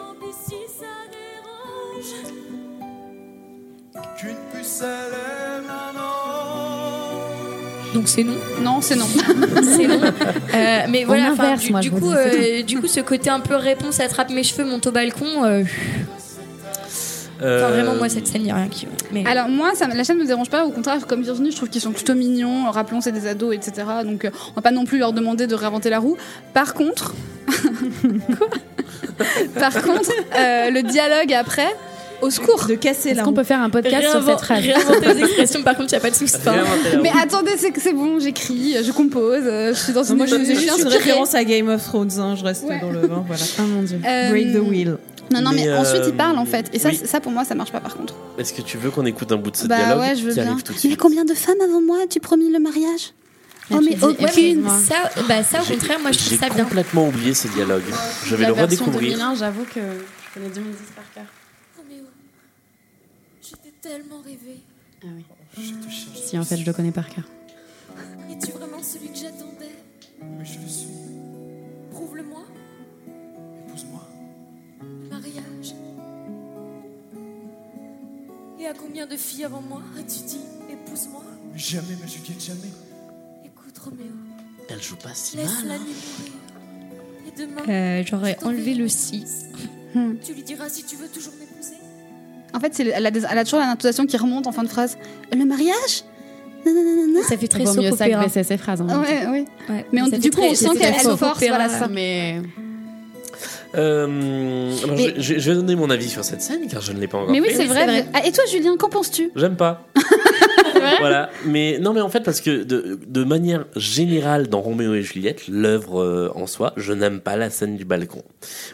Qu'une pucelle aime un ange.
donc c'est non.
Non, c'est non.
C'est long. Euh, mais voilà, enfin,
inverse,
du,
moi,
du
je vous
coup,
dis, c'est
euh, du coup, ce côté un peu réponse attrape mes cheveux, monte au balcon. euh,
Euh,
enfin, vraiment, moi, cette scène, il n'y a rien qui. Mais
Alors moi, ça, me- la chaîne ne me dérange pas. Au contraire, comme Virginie, je trouve qu'ils sont plutôt mignons. Rappelons, c'est des ados, etc. Donc euh, on va pas non plus leur demander de réinventer la roue. Par contre, Quoi Par contre, euh, le dialogue après, au secours.
De casser
Est-ce
la
qu'on
roue.
peut faire un podcast sur cette
Réinvent-
phrase
réinventer les expressions, par contre, il n'y a pas de souci. Enfin,
réinventer la
Mais ah
roue.
attendez, c'est que c'est bon, j'écris, je compose, euh, je suis dans
Non,
une
moi, je
je
faisais
suis
juste une
inspirée.
référence à Game of Thrones. hein, je reste
Ouais.
dans le vin. Voilà.
Oh mon dieu.
Euh,
Break the wheel.
Non, non, mais,
Mais, euh,
ensuite il parle en fait. Et ça,
oui.
c'est- ça pour moi, ça marche pas par contre.
Est-ce que tu veux qu'on écoute un bout de ce
Bah
dialogue
ouais, je veux
qui
bien.
arrive tout de
Il y a
suite
combien de femmes avant moi as-tu promis le mariage Oh, mais
ouais, mais
aucune
ça, bah, ça, au contraire, moi, je
J'ai
trouve ça bien.
complètement oublié ce dialogue. Je vais
La
le
version
redécouvrir.
2001, j'avoue que je connais 2010 par cœur.
Roméo, je t'ai tellement rêvé.
Ah oui. Si, en fait, je le connais par cœur.
Es-tu vraiment celui que j'attendais
Mais je le suis,
Prouve-le-moi,
épouse-moi.
le mariage. Et à combien de filles avant moi as-tu dit épouse-moi
Jamais, ma Juliette, jamais.
Écoute, Roméo,
Elle joue pas si
laisse
mal. hein.
la nuit mourir. Et demain,
Euh, J'aurais
je t'enverrai
enlevé le
une
si.
réponse. Tu lui diras si tu veux toujours m'épouser.
En fait, c'est le- elle a, des- elle a toujours la notation qui remonte en fin de phrase. Euh, Le mariage
Ça fait très
Vaut
soap
mieux ça que
opéra.
baisser ses phrases. hein.
Ouais, oui.
Ouais.
Mais on-
Ça fait
du coup,
très-
on
ça
sent
fait
qu'elle
très
elle
soap
force,
opéra.
voilà, ça.
Mais
Euh, alors, je- je, je vais donner mon avis sur cette scène car je ne l'ai pas encore
Mais oui,
fait.
c'est vrai.
vrai.
Ah, et toi, Julien, qu'en penses-tu
J'aime pas. voilà. Mais non, mais en fait, parce que de, de manière générale, dans Roméo et Juliette, l'œuvre euh, en soi, je n'aime pas la scène du balcon.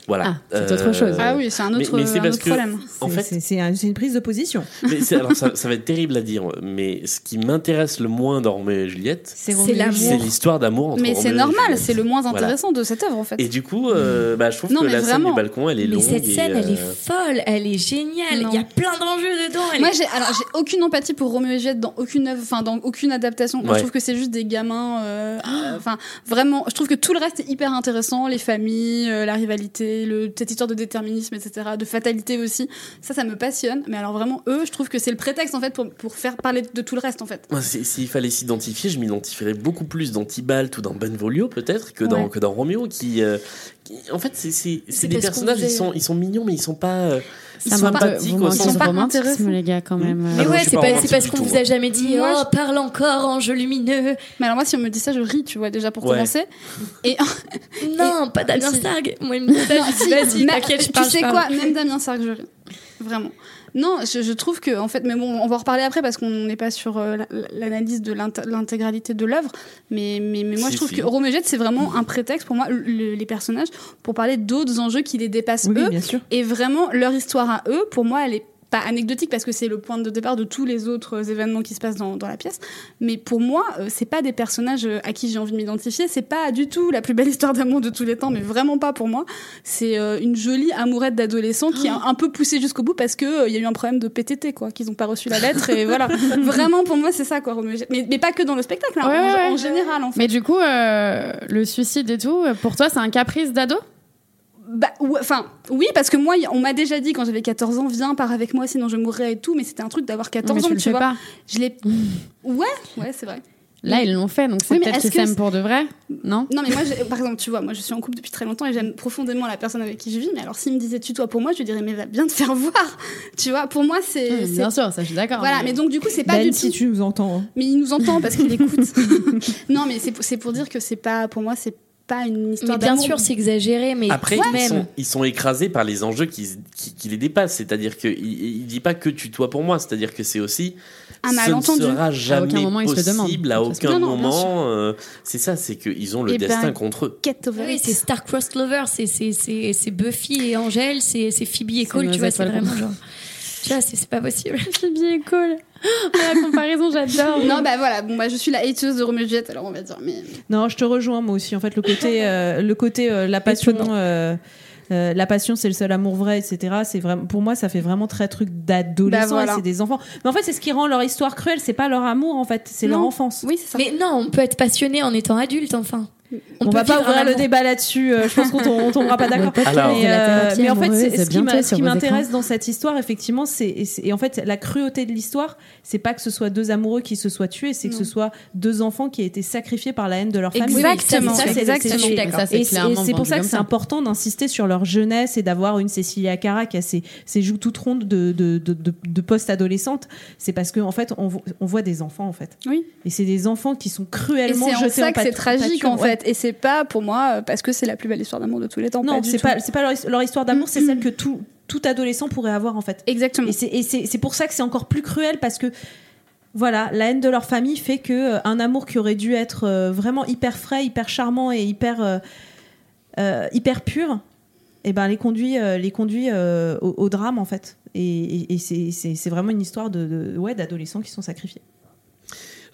Voilà. Euh,
Ah, c'est autre chose.
Ah oui, c'est un
mais-
autre,
mais c'est
un
parce
autre
que-
problème.
En
C'est-
fait,
c'est- c'est un- c'est une prise de position.
mais c'est- alors ça, ça va être terrible à dire, mais ce qui m'intéresse le moins dans Roméo et Juliette,
C'est
Roméo et l'amour.
c'est l'histoire d'amour entre
Mais
Roméo
c'est
et
normal,
Juliette.
c'est le moins
Voilà.
intéressant de cette œuvre en fait.
Et du coup, euh, bah, je trouve
Non,
que
mais
la scène
vraiment.
du balcon, elle est
Mais
longue.
cette
et,
scène, elle est
euh,
folle, elle est géniale.
Non.
Il y a plein d'enjeux dedans. elle
Moi,
est-
j'ai alors j'ai aucune empathie pour Roméo et Juliette dans aucune œuvre, enfin dans aucune adaptation. Moi,
Ouais.
je trouve que c'est juste des gamins. euh,
Ah.
euh, Enfin, vraiment, je trouve que tout le reste est hyper intéressant, les familles, euh, la rivalité, le, cette histoire de déterminisme, etc., de fatalité aussi. Ça, ça me passionne. Mais alors vraiment, eux, je trouve que c'est le prétexte en fait pour, pour faire parler de tout le reste en fait.
Moi, si- S'il fallait s'identifier, je m'identifierais beaucoup plus dans Tibalt ou dans Benvolio peut-être que dans,
Ouais.
que dans Roméo qui, euh, qui- en fait c'est- c'est c'est
C'est
des
parce qu'on
personnages ils
faisait-
sont ils sont mignons mais ils sont pas euh, ils
Ça
sont
m'a pas-
sympathiques au
manquez
sens
de pas
romantisme,
intéressants.
les gars, quand même.
Mmh.
Mais
Ah non, je
ouais,
suis
c'est
pas
pas- c'est
romantique
parce
du
qu'on
tout,
vous
moi.
a jamais dit.
Moi,
Oh, parle encore, ange lumineux.
Mais alors moi, si on me dit ça, je ris, tu vois déjà pour
Ouais.
commencer. Et
Non, pas Damien
Si.
Stark. Moi, il me dit ça,
Non,
je dis,
si,
vas-y,
mais
t'inquiète, je
tu
parle, je
sais
parle.
quoi Même Damien Sark, je ris. Vraiment. Non, je, je trouve que, en fait, mais bon, on va en reparler après parce qu'on n'est pas sur euh, la- la- l'analyse de l'int- l'intégralité de l'œuvre. Mais, mais, mais moi,
Si,
je trouve
si.
que Roméo et Juliette, c'est vraiment un prétexte pour moi, le- le- les personnages, pour parler d'autres enjeux qui les dépassent
Oui,
eux.
bien sûr.
Et vraiment, leur histoire à eux, pour moi, elle est pas anecdotique parce que c'est le point de départ de tous les autres euh, événements qui se passent dans, dans la pièce. Mais pour moi, euh, c'est pas des personnages euh, à qui j'ai envie de m'identifier. C'est pas du tout la plus belle histoire d'amour de tous les temps, mais vraiment pas pour moi. C'est euh, une jolie amourette d'adolescent qui est
Oh.
un, un peu poussée jusqu'au bout parce que euh, il y a eu un problème de PTT, quoi, qu'ils ont pas reçu la lettre et voilà. vraiment pour moi, c'est ça, quoi. Roméo et Juliette. Mais, mais pas que dans le spectacle, hein,
Ouais,
en,
ouais,
en
ouais.
général, en fait.
Mais du coup, euh, le suicide et tout, pour toi, c'est un caprice d'ado
Bah, ouais, enfin, oui, parce que moi, y- on m'a déjà dit quand j'avais 14 ans, viens, pars avec moi, sinon je mourrai et tout, mais c'était un truc d'avoir 14
Mais tu
ans, tu,
le fais
vois.
pas.
Je l'ai. Ouais, ouais, c'est vrai.
Là, ils l'ont fait, donc c'est
Oui, mais
peut-être
est-ce
qu'ils
que
s'aiment pour de vrai, non
Non, mais moi, j'ai- par exemple, tu vois, moi, je suis en couple depuis très longtemps et j'aime profondément la personne avec qui je vis, mais alors s'il me disait tue-toi pour moi, je lui dirais, mais va bien te faire voir. Tu vois, pour moi, c'est.
Hum,
c'est-
Bien sûr, ça, je suis d'accord.
Voilà, mais donc du coup, c'est pas
ben,
du
si
tout.
tu nous entends. hein.
Mais il nous entend parce qu'il écoute. non, mais c'est pour, c'est pour dire que c'est pas. Pour moi, c'est pas une
Mais
histoire
bien
d'amour.
sûr, c'est exagéré, mais
Après,
tout de
ils,
même.
sont, ils sont écrasés par les enjeux qui, se- qui, qui les dépassent. C'est-à-dire qu'il il il dit pas que tu toi pour moi. C'est-à-dire que c'est aussi.
Un
ce ne
Ah, malentendu.
sera
À
jamais
aucun moment, ils se le demandent.
possible. À
De toute façon.
aucun
Non, non, bien
moment. euh, c'est ça, c'est qu'ils ont le
Eh ben,
destin contre eux.
Get over
Oui,
it.
c'est Star-Crossed Lover, c'est- c'est c'est- c'est Buffy et Angèle, c'est c'est Phoebe et
C'est
Cole,
nos
tu vois, c'est
étoiles
vraiment genre. Tu vois, c'est c'est pas possible.
Phoebe et Cole. La comparaison, j'adore.
Non, bah voilà, bon, bah, je suis la hateuse de Romeo et Juliette, alors on va dire, mais.
Non, je te rejoins moi aussi. En fait, le côté, euh, le côté, euh, la passion, euh, euh, la passion, c'est le seul amour vrai, etc. C'est vraiment, pour moi, ça fait vraiment très truc d'adolescent.
Bah voilà.
et C'est des enfants. Mais en fait, c'est ce qui rend leur histoire cruelle. C'est pas leur amour, en fait, c'est
Non.
leur enfance.
Oui, c'est ça.
Mais non, on peut être passionné en étant adulte, enfin.
On,
peut
va pas
vivre un
ouvrir le
amour.
débat là-dessus. euh, je pense qu'on tom- on tombera pas d'accord.
Alors-
mais, euh,
La thérapie
mais en fait,
amoureuse,
c'est- ce qui
bientôt
m'a- ce
sur
qui
vos
m'intéresse dans cette histoire, effectivement, c'est et c'est- et en fait la cruauté de l'histoire, c'est pas que ce soit deux amoureux qui se soient tués, c'est que
Non.
ce soit deux enfants qui aient été sacrifiés par la haine de leur famille.
Exactement,
Ça, c'est-
exactement.
c'est-
D'accord.
Ça, c'est
Et
clairement
et c'est pour
vendu
ça que
comme
c'est important d'insister sur leur jeunesse et d'avoir une Cécilia Cara qui a ses, ses joues toutes rondes de, de, de, de- de post-adolescente. C'est parce qu'en en fait, on, vo- on voit des enfants, en fait.
Oui.
Et c'est des enfants qui sont
Et
cruellement
c'est en
jetés
ça que
pat-
c'est tragique
pâture.
en
Ouais.
fait. Et c'est pas pour moi euh, parce que c'est la plus belle histoire d'amour de tous les temps.
Non,
du
c'est
tout.
pas, c'est pas leur, his- leur histoire d'amour, c'est celle que tout, tout adolescent pourrait avoir, en fait.
Exactement.
Et c'est- Et c'est c'est pour ça que c'est encore plus cruel parce que. Voilà, la haine de leur famille fait que euh, un amour qui aurait dû être euh, vraiment hyper frais, hyper charmant et hyper euh, euh, hyper pur, eh ben les conduit euh, les conduit euh, au, au drame en fait. Et, et- et c'est- c'est c'est vraiment une histoire de, de- ouais d'adolescents qui sont sacrifiés.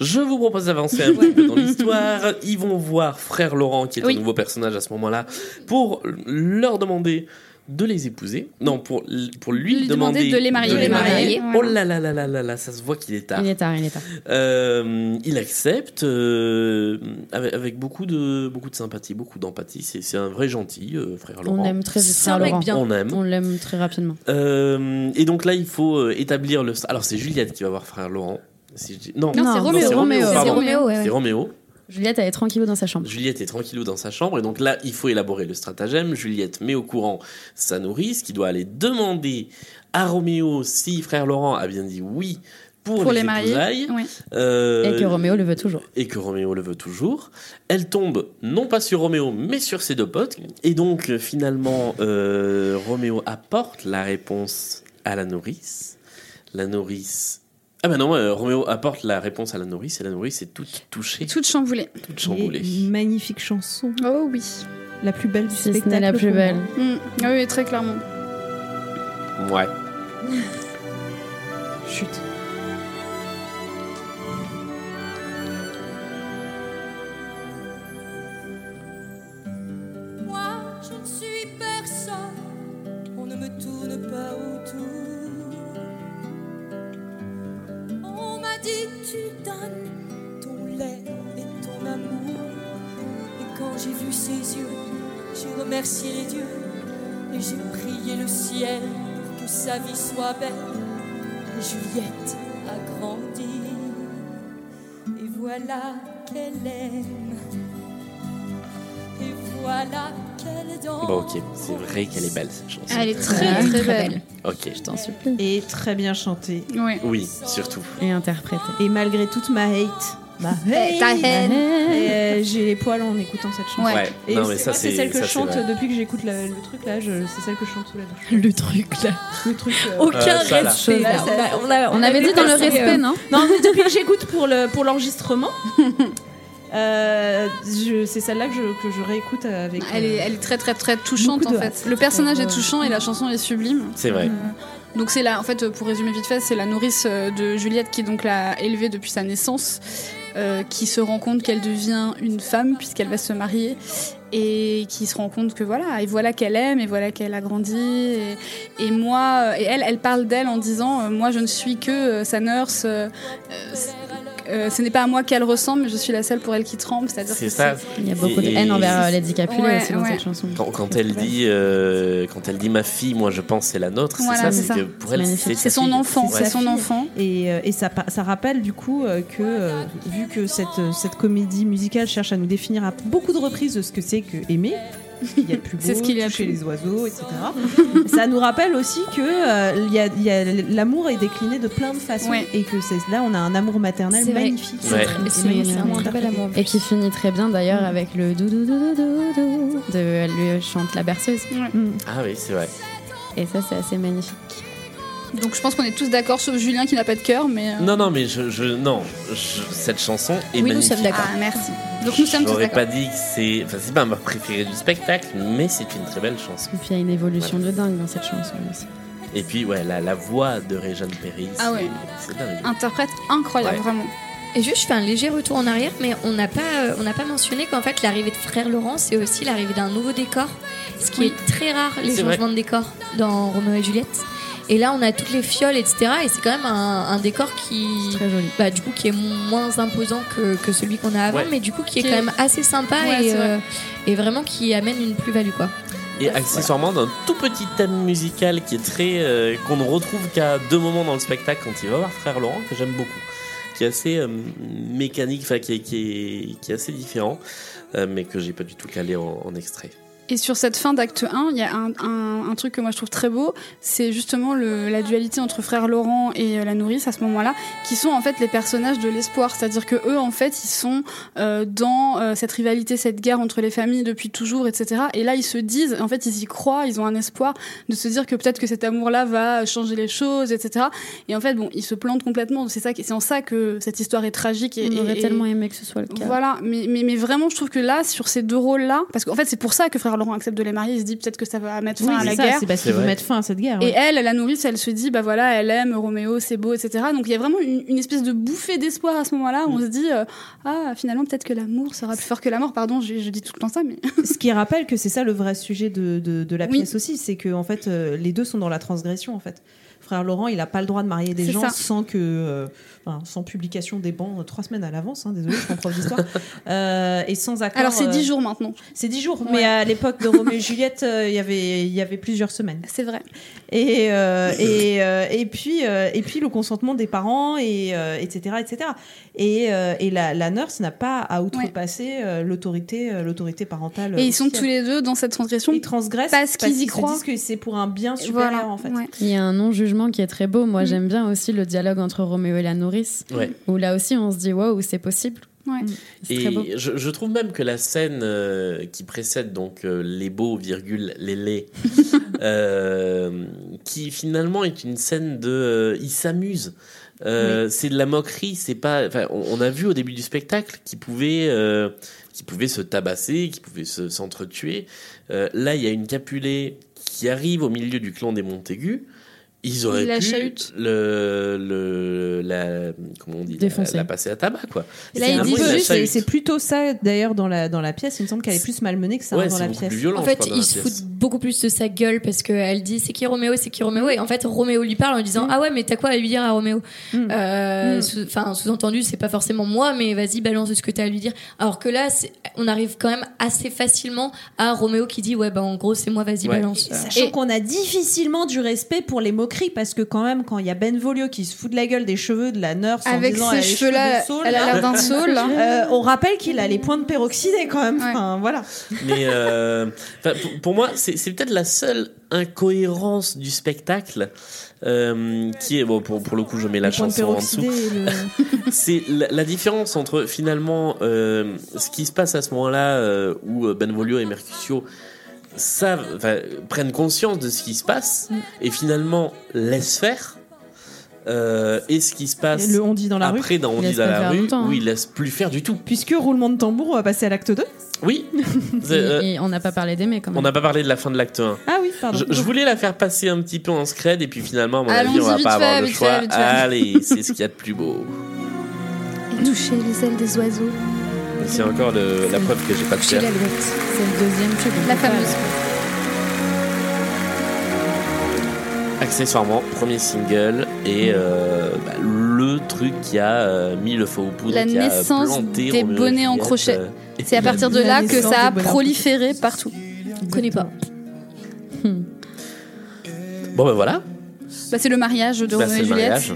Je vous propose d'avancer un petit peu dans l'histoire. Ils vont voir frère Laurent, qui est
Oui.
un nouveau personnage à ce moment-là, pour leur demander de les épouser. Non, pour, l- pour lui,
Lui demander de les marier.
De les marier.
Oh là là là là là là, ça se voit qu'il est tard.
Il est tard, il est tard.
Euh, il accepte euh, avec, avec beaucoup de beaucoup de sympathie, beaucoup d'empathie. C'est c'est un vrai gentil, euh, frère Laurent.
On aime très vite
C'est
Frère
un mec
Laurent.
bien.
On aime.
On l'aime très rapidement.
Euh, et donc là, il faut euh, établir le. Alors c'est Juliette qui va voir frère Laurent. Si je dis- Non,
Non,
Non, c'est
non,
Roméo.
c'est Roméo.
Pardon.
C'est Roméo, ouais, ouais.
c'est Roméo.
Juliette, elle est tranquille dans sa chambre.
Juliette est tranquillou dans sa chambre et donc là, il faut élaborer le stratagème. Juliette met au courant sa nourrice qui doit aller demander à Roméo si frère Laurent a bien dit oui pour,
Pour
les,
les marier.
épousailles.
Ouais.
Euh,
Et que Roméo le veut toujours.
et que Roméo le veut toujours. Elle tombe non pas sur Roméo, mais sur ses deux potes. Et donc, euh, finalement, euh, Roméo apporte la réponse à la nourrice. La nourrice. Ah ben non, euh, Roméo apporte la réponse à la nourrice et la nourrice est toute touchée,
Toute chamboulée.
toute
Et
chamboulée.
une magnifique chanson,
Oh oui.
la plus belle du
Si ce
spectacle.
n'est la plus
pour
belle.
moi.
Mm. Ah Oui, très clairement.
Ouais.
Chut.
Moi, je ne suis personne, on ne me tourne pas autour. On m'a dit tu donnes ton lait et ton amour. Et quand j'ai vu ses yeux, j'ai remercié Dieu et j'ai prié le ciel pour que sa vie soit belle. Et Juliette a grandi et voilà qu'elle aime. Et voilà qu'elle danse.
Bon, ok, c'est vrai qu'elle est belle cette chanson.
Elle est très très, belle.
Ok.
Je t'en supplie.
Et très bien chanté.
Ouais.
Oui, surtout.
Et interprété.
Et malgré toute ma hate, ma
Eh, ta haine.
Et, euh, j'ai les poils en écoutant cette chanson.
Ouais.
Et
Non,
c'est-
mais ça,
moi, c'est
c'est
celle que
ça,
je
c'est
chante
vrai.
depuis que j'écoute la- le truc là, je- c'est celle que je chante sous la douche.
Le truc là.
Le truc. euh,
Aucun
Euh, ça, là.
respect.
Là,
là.
ça-
On, a- on a-
On
on
avait
avait
dit dans le
passé, euh,
respect, non
Non, mais depuis que j'écoute pour le pour l'enregistrement, euh, je- c'est celle-là que je, que je réécoute avec.
Elle est,
euh,
elle est très très très touchante
Beaucoup
en
de
fait.
hâte.
Le personnage
Euh,
est touchant et la chanson est sublime.
C'est vrai.
Donc c'est la, en fait, pour résumer vite fait, c'est la nourrice euh, de Juliette qui donc l'a élevée depuis sa naissance, euh, qui se rend compte qu'elle devient une femme puisqu'elle va se marier et qui se rend compte que voilà, et voilà qu'elle aime, et voilà qu'elle a grandi. Et, et moi, euh, et elle, elle parle d'elle en disant, euh, moi je ne suis que euh, sa nurse. euh, euh, c- euh, ce n'est pas à moi qu'elle ressemble, mais je suis la seule pour elle qui tremble. C'est-à-dire
C'est
que
ça.
Il y a beaucoup de haine envers, euh, Lady Capullo aussi dans cette chanson.
Quand, quand elle dit, euh, quand elle dit ma fille, moi je pense c'est la nôtre.
Voilà,
c'est
c'est
ça.
ça.
que pour elle,
magnifique.
c'est sa fille. Ouais.
sa fille. Et, euh, et ça, pa- ça rappelle du coup euh, que, euh, vu que cette, euh, cette comédie musicale cherche à nous définir à beaucoup de reprises de ce que c'est que aimer, il y a le plus beau,
C'est ce qu'il y a de
toucher
plus-
les oiseaux, etc. ça nous rappelle aussi que euh, il y a- il y a- l'amour est décliné de plein de façons
Ouais.
et que c'est là on a un amour maternel
C'est vrai.
magnifique.
C'est Ouais. très-
Et
c'est-
magnifique.
c'est un très bel Et qui finit très bien d'ailleurs avec le doudou doudou doudou de elle lui chante la berceuse. Mm.
Ah oui, c'est vrai.
Et ça c'est assez magnifique.
Donc je pense qu'on est tous d'accord, sauf Julien qui n'a pas de cœur, mais. euh,
Non, non, mais je, je- non, je- cette chanson est
oui, nous
magnifique.
sommes d'accord. Ah, merci. Donc nous sommes tous
J'aurais
d'accord.
pas dit que c'est, enfin c'est pas ma préférée du spectacle, mais c'est une très belle chanson.
Et puis il y a une évolution de dingue dans cette chanson aussi.
Et puis ouais, la, la voix de Réjeanne Perry, c'est,
Ah ouais.
c'est dingue.
Interprète incroyable,
Ouais.
vraiment.
Et juste, je fais un léger retour en arrière, mais on n'a pas, euh, on n'a pas mentionné qu'en fait, l'arrivée de Frère Laurent, c'est aussi l'arrivée d'un nouveau décor, ce qui
Oui.
est très rare, les
C'est
changements
vrai.
de décor dans Roméo et Juliette. Et là, on a toutes les fioles, etc. Et c'est quand même un, un décor qui, bah, du coup, qui est moins imposant que, que celui qu'on a avant,
Ouais.
mais du coup, qui est
Qui
quand
est-
même assez sympa
Ouais,
et,
c'est vrai.
euh, et vraiment qui amène une plus-value, quoi.
Et accessoirement d'un tout petit thème musical qui est très euh, qu'on ne retrouve qu'à deux moments dans le spectacle quand il va voir Frère Laurent que j'aime beaucoup, qui est assez euh, mécanique, enfin qui est, qui est- qui est assez différent, euh, mais que j'ai pas du tout calé en, en extrait.
Et sur cette fin d'acte 1, il y a un, un- un truc que moi je trouve très beau, c'est justement le- la dualité entre frère Laurent et euh, la nourrice à ce moment-là, qui sont en fait les personnages de l'espoir. C'est-à-dire que eux, en fait, ils sont euh, dans euh, cette rivalité, cette guerre entre les familles depuis toujours, etc. Et là, ils se disent, en fait, ils y croient, ils ont un espoir de se dire que peut-être que cet amour-là va changer les choses, etc. Et en fait, bon, ils se plantent complètement. C'est ça, qui- c'est en ça que cette histoire est tragique. Et,
On aurait
et- et-
tellement aimé que ce soit le cas.
voilà, mais, mais, mais vraiment, je trouve que là, sur ces deux rôles-là, parce qu'en fait, c'est pour ça que Frère Laurent accepte de les marier, il se dit peut-être que ça va mettre
Oui,
fin à
c'est
la
ça,
guerre.
c'est parce
qu'il
qu'il faut mettre fin à cette guerre.
Et
ouais.
elle, la nourrice, elle se dit, bah voilà, elle aime Roméo, c'est beau, etc. Donc il y a vraiment une, une espèce de bouffée d'espoir à ce moment-là
Mm.
où on se dit, euh, ah, finalement, peut-être que l'amour sera plus fort que la mort. Pardon, je, je dis tout le temps ça, mais.
Ce qui rappelle que c'est ça le vrai sujet de, de- de la
Oui.
pièce aussi, c'est que en fait euh, les deux sont dans la transgression en fait. Frère Laurent, il n'a pas le droit de marier des
C'est
gens
ça.
sans que, euh, enfin, sans publication des bancs euh, trois semaines à l'avance. Hein, désolé, je suis en prof d'histoire Euh, et sans accord.
Alors c'est
euh,
10 jours maintenant.
C'est 10 jours,
Ouais.
mais à l'époque de Roméo et Juliette, euh, il y avait- il y avait plusieurs semaines.
C'est vrai.
Et, euh, et, euh, et, puis, euh, et puis le consentement des parents, et, euh, etc. etc. Et, euh, et la, la nurse n'a pas à outrepasser euh, l'autorité, euh, l'autorité parentale.
Et ils sont tous
officielle.
les deux dans cette transgression. Ils
transgressent
parce qu'ils y
se
croient.
disent que c'est pour un bien supérieur
Voilà,
en fait.
ouais.
Il y a un non-jugement qui est très beau. Moi,
Mm.
j'aime bien aussi le dialogue entre Roméo et la nourrice.
Ouais.
Où là aussi, on se dit waouh, c'est possible.
Mm.
C'est très beau.
Et je, je trouve même que la scène euh, qui précède donc euh, les beaux, virgule, les laits, euh, qui finalement est une scène de... euh, ils s'amusent. Euh, C'est de la moquerie, c'est pas. enfin, On, on a vu au début du spectacle qu'ils pouvaient, euh, qu'ils pouvaient se tabasser, qu'ils pouvaient se- s'entretuer. Euh, là, il y a une Capulet qui arrive au milieu du clan des Montaigu. Ils auraient
La
pu
chahute.
le, le la comment on dit la-
Défoncer.
la passer à tabac quoi.
Là,
C'est
il dit
vraiment la
peu, c'est,
chahute.
c'est plutôt ça d'ailleurs dans la, dans la pièce. Il me semble qu'elle est plus malmenée que ça hein,
Ouais,
dans
c'est
la
beaucoup
pièce.
plus violent,
En
je
fait,
crois, dans
il
la
se
pièce.
fout beaucoup plus de sa gueule parce qu'elle dit c'est qui Roméo, c'est qui Roméo. Et en fait, Roméo lui parle en lui disant
Mm.
ah ouais, mais t'as quoi à lui dire à Roméo Euh,
Mm.
sous- Enfin, sous-entendu, c'est pas forcément moi, mais vas-y, balance ce que t'as à lui dire. Alors que là, c'est- on arrive quand même assez facilement à Roméo qui dit ouais, bah en gros, c'est moi, vas-y,
Ouais.
balance.
Et Sachant qu'on a difficilement du respect pour les moqueries, parce que quand même, quand il y a Benvolio qui se fout de la gueule des cheveux de la nurse en
Avec
disant
ses
elle a les
cheveux là,
de saule,
elle a
là.
l'air d'un saule, hein.
Euh, on rappelle qu'il a les points de peroxydé quand même. Enfin, voilà.
Mais euh, enfin, pour, pour moi, c'est c'est peut-être la seule incohérence du spectacle euh, qui est bon pour, pour le coup, je mets la
Les points de
chanson en dessous.
peroxydé. et le-
c'est la, la différence entre finalement euh, ce qui se passe à ce moment-là euh, où euh, Benvolio et Mercutio savent, enfin, prennent conscience de ce qui se passe
Mm.
et finalement laissent faire. euh, et ce qui se passe
Et le on dit dans la rue.
après dans On
Ils
dit
laissent
dans
pas
la
faire
rue
longtemps,
où
hein.
ils laissent plus faire du tout.
Puisque roulement de tambour, on va passer à l'acte 2.
Oui.
Et, et on n'a pas parlé d'aimer quand
euh, On
même.
n'a pas parlé de la fin de l'acte 1.
Ah oui. Pardon.
Je, je voulais la faire passer un petit peu en scred et puis finalement, à mon avis,
Allons-y,
on va
vite
pas
fait,
avoir le
vite
choix.
fait, vite fait.
Allez, c'est ce qu'il y a de plus beau.
Et toucher les ailes des oiseaux.
C'est encore le- la preuve que j'ai pas de
Toucher
pierre.
l'alouette. C'est le deuxième truc.
La fameuse.
Accessoirement, premier single et euh, bah, le truc qui a euh, mis le feu aux poudres.
La
qui a
naissance
planté
des
Roméo et
bonnets en
Juliette,
crochet.
euh,
C'est à partir de
La
là que
naissance
ça a
des bonnets en
proliféré partout.
Je connais pas.
Bon, ben voilà.
Bah, c'est le mariage de
Bah,
Roméo
c'est
et
le
Juliette.
mariage.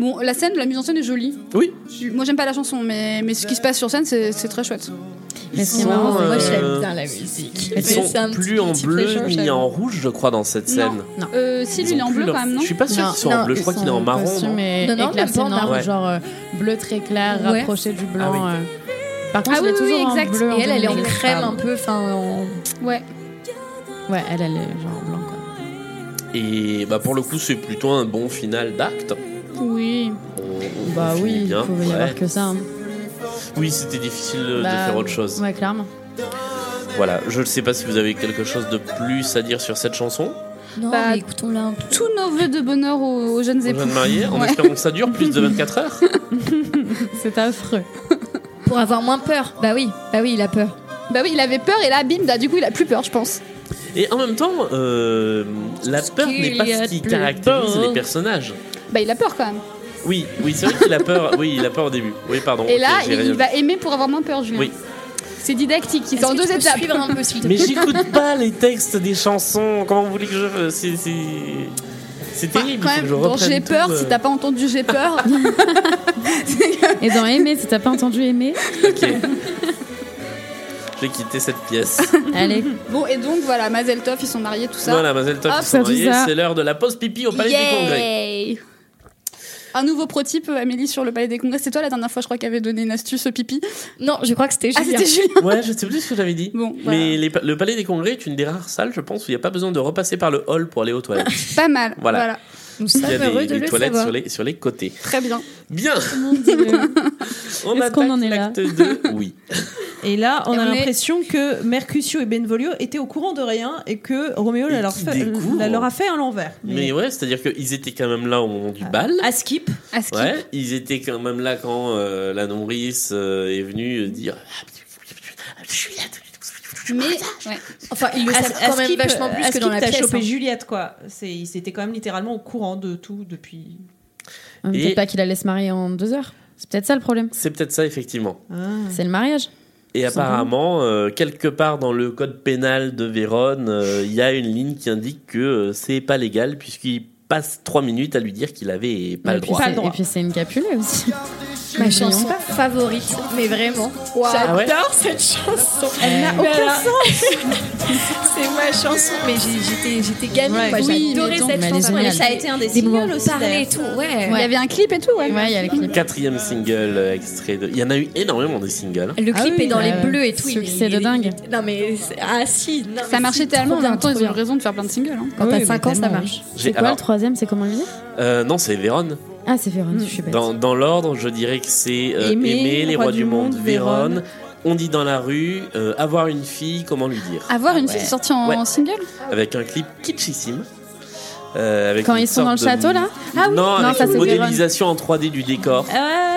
Bon, la scène, la mise en scène est jolie.
Oui.
Moi, j'aime pas la chanson, mais, mais ce qui se passe sur scène, c'est c'est très chouette.
Ils
Ce qui est
sont,
marrant, c'est que moi, je
euh,
l'aime bien la musique. Mais
Ils sont
c'est un petit-
plus en
petit
bleu
treasure,
ni
j'aime.
en rouge, je crois, dans cette scène.
Non. Euh, si, lui, il est en bleu quand même, non
Je suis pas sûr
Non,
qu'ils soient en bleu, je crois qu'il est en marron. non
mais
Non, non,
éclairci,
même pas en
non,
marron.
genre euh, bleu très clair,
Ouais.
rapproché du blanc.
Ah
euh. Par contre,
Ah
il est
oui, oui,
toujours en
exact.
bleu.
Et elle, elle est en
2000,
crème un
pardon.
peu, enfin, en-
Ouais.
Ouais, elle, elle est genre en blanc. Quoi.
Et bah pour le coup, c'est plutôt un bon final d'acte.
Oui.
On- on-
Bah
on finit
oui,
bien.
il pouvait y
ouais.
avoir que ça. hein.
Oui, c'était difficile de, de
Bah,
faire autre chose.
Ouais, clairement.
Voilà, je ne sais pas si vous avez quelque chose de plus à dire sur cette chanson.
Non,
Bah,
mais écoutons-la un peu.
Tous nos voeux de bonheur aux, aux jeunes
On
époux.
vient de marier, en
Ouais.
espérant que ça dure plus de 24 heures.
C'est affreux.
Pour avoir moins peur. Bah oui, bah oui, il a peur.
Bah oui, il avait peur et là, bim, là, du coup, il a plus peur, je pense.
Et en même temps, euh, la peur
qu'il
n'est pas
y a
ce
de
qui
plus
caractérise
beau.
les personnages.
Bah, il a peur quand même.
Oui, oui, c'est vrai qu'il a peur. Oui, il a peur au début. Oui, pardon.
Et
ok,
là,
j'ai rien
il
dit.
va aimer pour avoir moins peur, Julien.
Oui.
C'est didactique,
Est-ce
c'est en
que
deux
tu peux
étapes.
suivre un peu, s'il te
Mais
plaît.
j'écoute pas les textes des chansons. Comment vous voulez que je euh, C'est c'est c'est
Enfin,
terrible.
quand
il faut
même,
que je
dans
reprenne
J'ai
tout,
peur,
euh.
si t'as pas entendu J'ai peur,
Et dans Aimer, si t'as pas entendu Aimer,
Ok. J'ai quitté cette pièce.
allez.
Bon, et donc voilà, Mazel Tov, ils sont mariés, tout ça.
Voilà, Mazel Tov,
Hop,
ils sont
ça
mariés,
dit ça.
c'est l'heure de la pause pipi au Palais du Congrès.
Yay un nouveau prototype, Amélie, sur le Palais des Congrès. C'est toi la dernière fois, je crois, qui avait donné une astuce au pipi.
Non, je crois que c'était
Ah,
Julien.
c'était Julien.
Ouais, je sais plus ce que j'avais dit.
Bon, voilà.
Mais les pa- le Palais des Congrès est une des rares salles, je pense, où il n'y a pas besoin de repasser par le hall pour aller aux toilettes.
Pas mal.
Voilà.
Voilà.
Nous
il
sommes
y a
heureux
des,
de
des
le
toilettes
savoir.
sur les, sur les côtés.
Très bien.
Bien On
Est-ce qu'on
attaque
en est là
l'acte 2. Oui.
Et là, on
Et
a
on est-
l'impression que Mercutio et Benvolio étaient au courant de rien et que Roméo
Et
la leur,
qu'ils
fait-
découvrent.
la leur a fait un l'envers.
Mais ouais, c'est-à-dire qu'ils étaient quand même là au moment du bal.
à skip.
À skip.
Ouais, ils étaient quand même là quand euh, la nourrice euh, est venue euh, dire. ah, Je suis là.
Mais, ouais.
Enfin, il le savent quand même vachement plus que dans la
t'as
pièce.
chopé
hein.
Juliette, quoi. C'est- Ils étaient quand même littéralement au courant de tout depuis.
On dit
Et-
Peut-être pas qu'il allait se marier en deux heures. C'est peut-être ça le problème.
C'est peut-être ça, effectivement.
C'est le mariage.
Et
Tout simplement.
apparemment, euh, quelque part dans le code pénal de Vérone, euh, il y a une ligne qui indique que euh, c'est pas légal puisqu'il passe trois minutes à lui dire qu'il avait pas
et,
le
puis
droit.
c'est-
le droit.
et puis c'est une capulée aussi. Bah,
Ma chanson favorite, mais vraiment. J'adore cette chanson. Elle n'a aucun sens. C'est ma chanson, mais j'ai- j'étais j'étais gamine.
Ouais.
Moi,
Oui, mais
j'adorais
donc-
cette
mais elle est
chanson.
géniale.
Ça a été un des singles aussi. Parler et tout, ouais.
Il y avait un clip et tout, ouais.
Ouais, il y a le clip.
Quatrième single euh, extrait de. Il y en a eu énormément des singles.
Le
Ah
clip
oui,
est dans
bah,
les bleus et tout. il est-
succès
il
de
est-
dingue.
Non mais c'est- ah si. non, mais
Ça marchait
c'est
tellement,
trop
en
bien,
même temps,
trop
ils ont eu
bien.
raison de faire plein de singles. hein.
Quand
Oui,
t'as
mais
5 ans, ça
tellement,
marche.
C'est
J'ai-
quoi
alors-
le troisième C'est comment le dire
Euh, non, c'est Vérone.
Ah, c'est Vérone, je suis bête.
Dans, dans l'ordre, je dirais que c'est euh, aimer,
Aimer,
les
Roi
rois
du
du monde,
Monde,
Vérone. On dit dans la rue, euh, avoir une fille, comment lui dire
Avoir une fille sortie en
Ouais.
single
Avec un clip kitschissime. euh, avec
Quand
une
ils sont dans le
sorte de-
château, là Ah oui.
Non,
Non,
avec
ça,
une
c'est Ah Vérone.
modélisation en 3D du décor,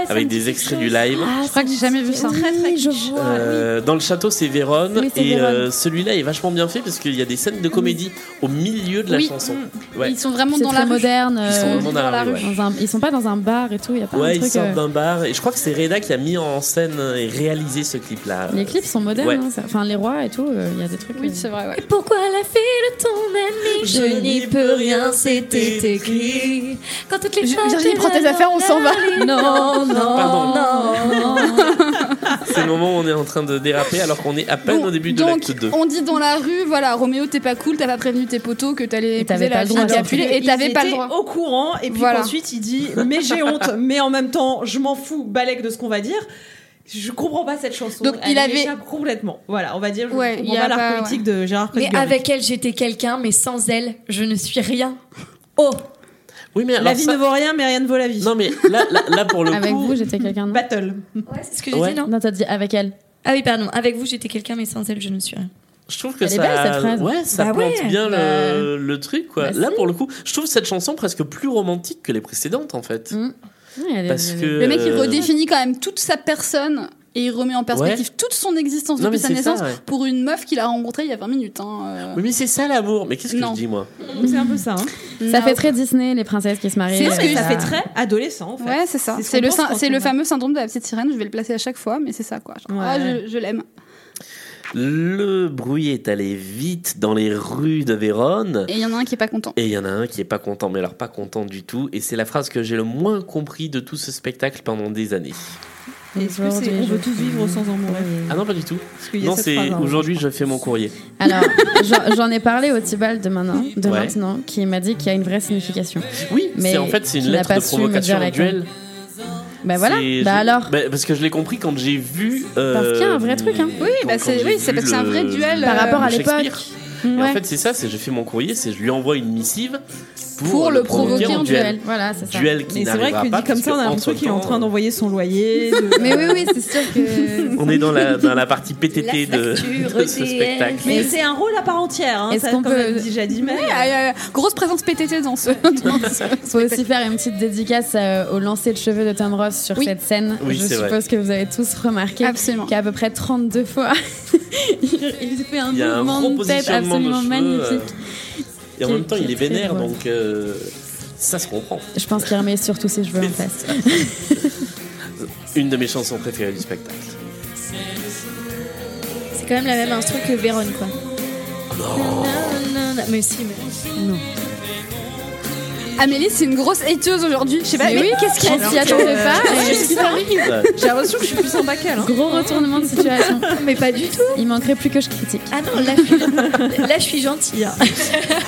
avec des extraits du live.
Ah,
Je crois que j'ai jamais vu ça.
Très, très je vois.
Euh, dans le château, c'est Vérone.
Oui, c'est Ah
et
Vérone.
euh, celui-là est vachement bien fait parce qu'il y a des scènes de comédie au milieu de la
Oui.
chanson. Ouais.
Ils sont vraiment
C'est
dans la
très
rue.
moderne.
Ils sont
euh,
vraiment dans la rue. ouais.
dans un- Ils sont pas dans un bar et tout, il y a pas
Ouais,
un
ils
truc.
sortent
euh,
d'un bar. Et je crois que c'est Reda qui a mis en scène et réalisé ce clip-là.
Les clips sont modernes,
Ouais.
hein, ça- enfin les rois et tout, euh, il y a des trucs.
Oui,
euh,
c'est vrai, ouais.
Pourquoi la fille de ton ami Je n'y peux rien, c'était écrit. Quand toutes les
Je-
femmes
Virginie,
de
prends tes
la
affaires, on s'en va.
Normandie- Non,
Oh,
non, non, non.
C'est le moment où on est en train de déraper alors qu'on est à peine
Bon,
au début de
donc,
l'acte 2.
on dit dans la rue, voilà, Roméo, t'es pas cool, t'as pas prévenu tes potos que t'allais
Et t'avais
épouser
pas
la
le
fille
droit.
qui a pu- et
Ils
t'avais pas le
étaient
droit.
au courant, et puis
Voilà.
ensuite il dit Mais j'ai honte, mais en même temps, je m'en fous, balègue de ce qu'on va dire. Je comprends pas cette chanson.
Donc,
Elle
il avait-
m'échappe complètement. Voilà, on va dire, je
Ouais,
comprends
il y a
pas l'art
pas-
politique de Gérard
Mais
Cosgorly.
avec elle, j'étais quelqu'un, mais sans elle, je ne suis rien. Oh,
Oui, mais
La
alors
vie
ça-
ne vaut rien, mais rien ne vaut la vie.
Non, mais là, là, là, pour le
Avec
coup.
vous, j'étais quelqu'un de.
Battle.
ouais, c'est ce que j'ai
Ouais.
dit, non
Non, t'as dit avec elle.
Ah oui, pardon. Avec vous, j'étais quelqu'un, mais sans elle, je ne suis rien.
Je trouve que
Elle est
ça,
belle, cette phrase.
ouais, ça
Bah
plante
ouais,
bien le,
bah-
le truc quoi.
Bah
Là
si.
pour le coup, je trouve cette chanson presque plus romantique que les précédentes en fait. Parce que
Le mec, il
euh,
redéfinit quand même toute sa personne et il remet en perspective
Ouais.
toute son existence
Non,
depuis
mais
sa
c'est ça,
naissance
ouais.
pour une meuf qu'il a rencontrée il y a 20 minutes. hein, euh.
Oui mais c'est ça l'amour. Mais qu'est-ce que
Non.
je dis moi
C'est un peu ça. hein.
Ça fait très Disney, les princesses qui se marient.
C'est ce que
euh,
ça fait
très adolescent en fait.
Ouais, c'est ça.
C'est ce
C'est
qu'on
le,
pense
syn-
quand
c'est
on
le
va-
fameux syndrome de la petite sirène. Je vais le placer à chaque fois, mais c'est ça quoi. Genre, ah,
Ouais.
je, je l'aime.
Le bruit est allé vite dans les rues de Vérone.
Et il y en a un qui est pas content.
Et il y en a un qui est pas content, mais alors pas content du tout. Et c'est la phrase que j'ai le moins compris de tout ce spectacle pendant des années.
Est-ce que c'est on veut tous vivre sans en mourir
Ah non, pas du tout.
qu'il y a
Non,
cette
c'est
phrase, hein,
aujourd'hui je fais mon courrier.
Alors, j'en- j'en ai parlé au Tibal de maintenant, de
Ouais.
maintenant, qui m'a dit qu'il y a une vraie signification.
Oui, c'est en fait c'est une lettre de provocation en duel.
Bah voilà,
C'est-
bah
je-
alors.
Bah, parce que je l'ai compris quand j'ai vu. euh,
Parce qu'il y a un vrai truc, hein.
Oui,
quand-
bah,
quand
c'est-
j'ai
oui,
vu
c'est parce que c'est un
le-
vrai duel,
Par
euh,
rapport à
de
l'époque.
Shakespeare. Et
Ouais.
en fait, c'est ça, c'est je fais mon courrier, c'est je lui envoie une missive pour,
Pour le provoquer en duel. Voilà, c'est ça.
Duel qui
Mais c'est vrai
n'arrivera
que
pas.
dit comme
parce
ça, on a
que
l'impression qu'il est en
entre-temps,
train d'envoyer son loyer. de-
Mais oui, oui, c'est sûr que.
On est dans la, dans la partie PTT de, de ce spectacle.
Mais c'est un rôle à part entière. Hein,
Est-ce
ça,
qu'on
comme
peut-
elle dit Jadimel.
euh, grosse présence PTT dans ce. dans ce-
Faut aussi faire une petite dédicace euh, au lancer de cheveux de Tom Ross sur cette scène.
Oui,
Je
c'est
suppose
vrai.
que vous avez tous remarqué qu'à peu près 32 fois, il il fait un
Il y a un
mouvement de tête
repositionnement de
absolument
cheveux,
magnifique.
Et en
Qui-
même temps,
qui
il
est
est
très
vénère,
drôle.
donc euh, ça se comprend.
Je pense qu'il remet surtout ses cheveux en face.
Une de mes chansons préférées du spectacle.
C'est quand même la même instru que Vérone, quoi. Nanana. Mais si, mais.
Non.
Amélie, c'est une grosse hateuse aujourd'hui. Je sais pas,
Bah, Mais oui,
qu'est-ce qu'elle
on s'y attendait pas.
Qu'est-ce qui t'arrive
J'ai
l'impression que je suis plus en bac qu'elle. hein.
Gros retournement de situation.
Mais pas du tout.
Il manquerait plus que je critique.
Ah non, là je suis, là, je suis gentille. hein.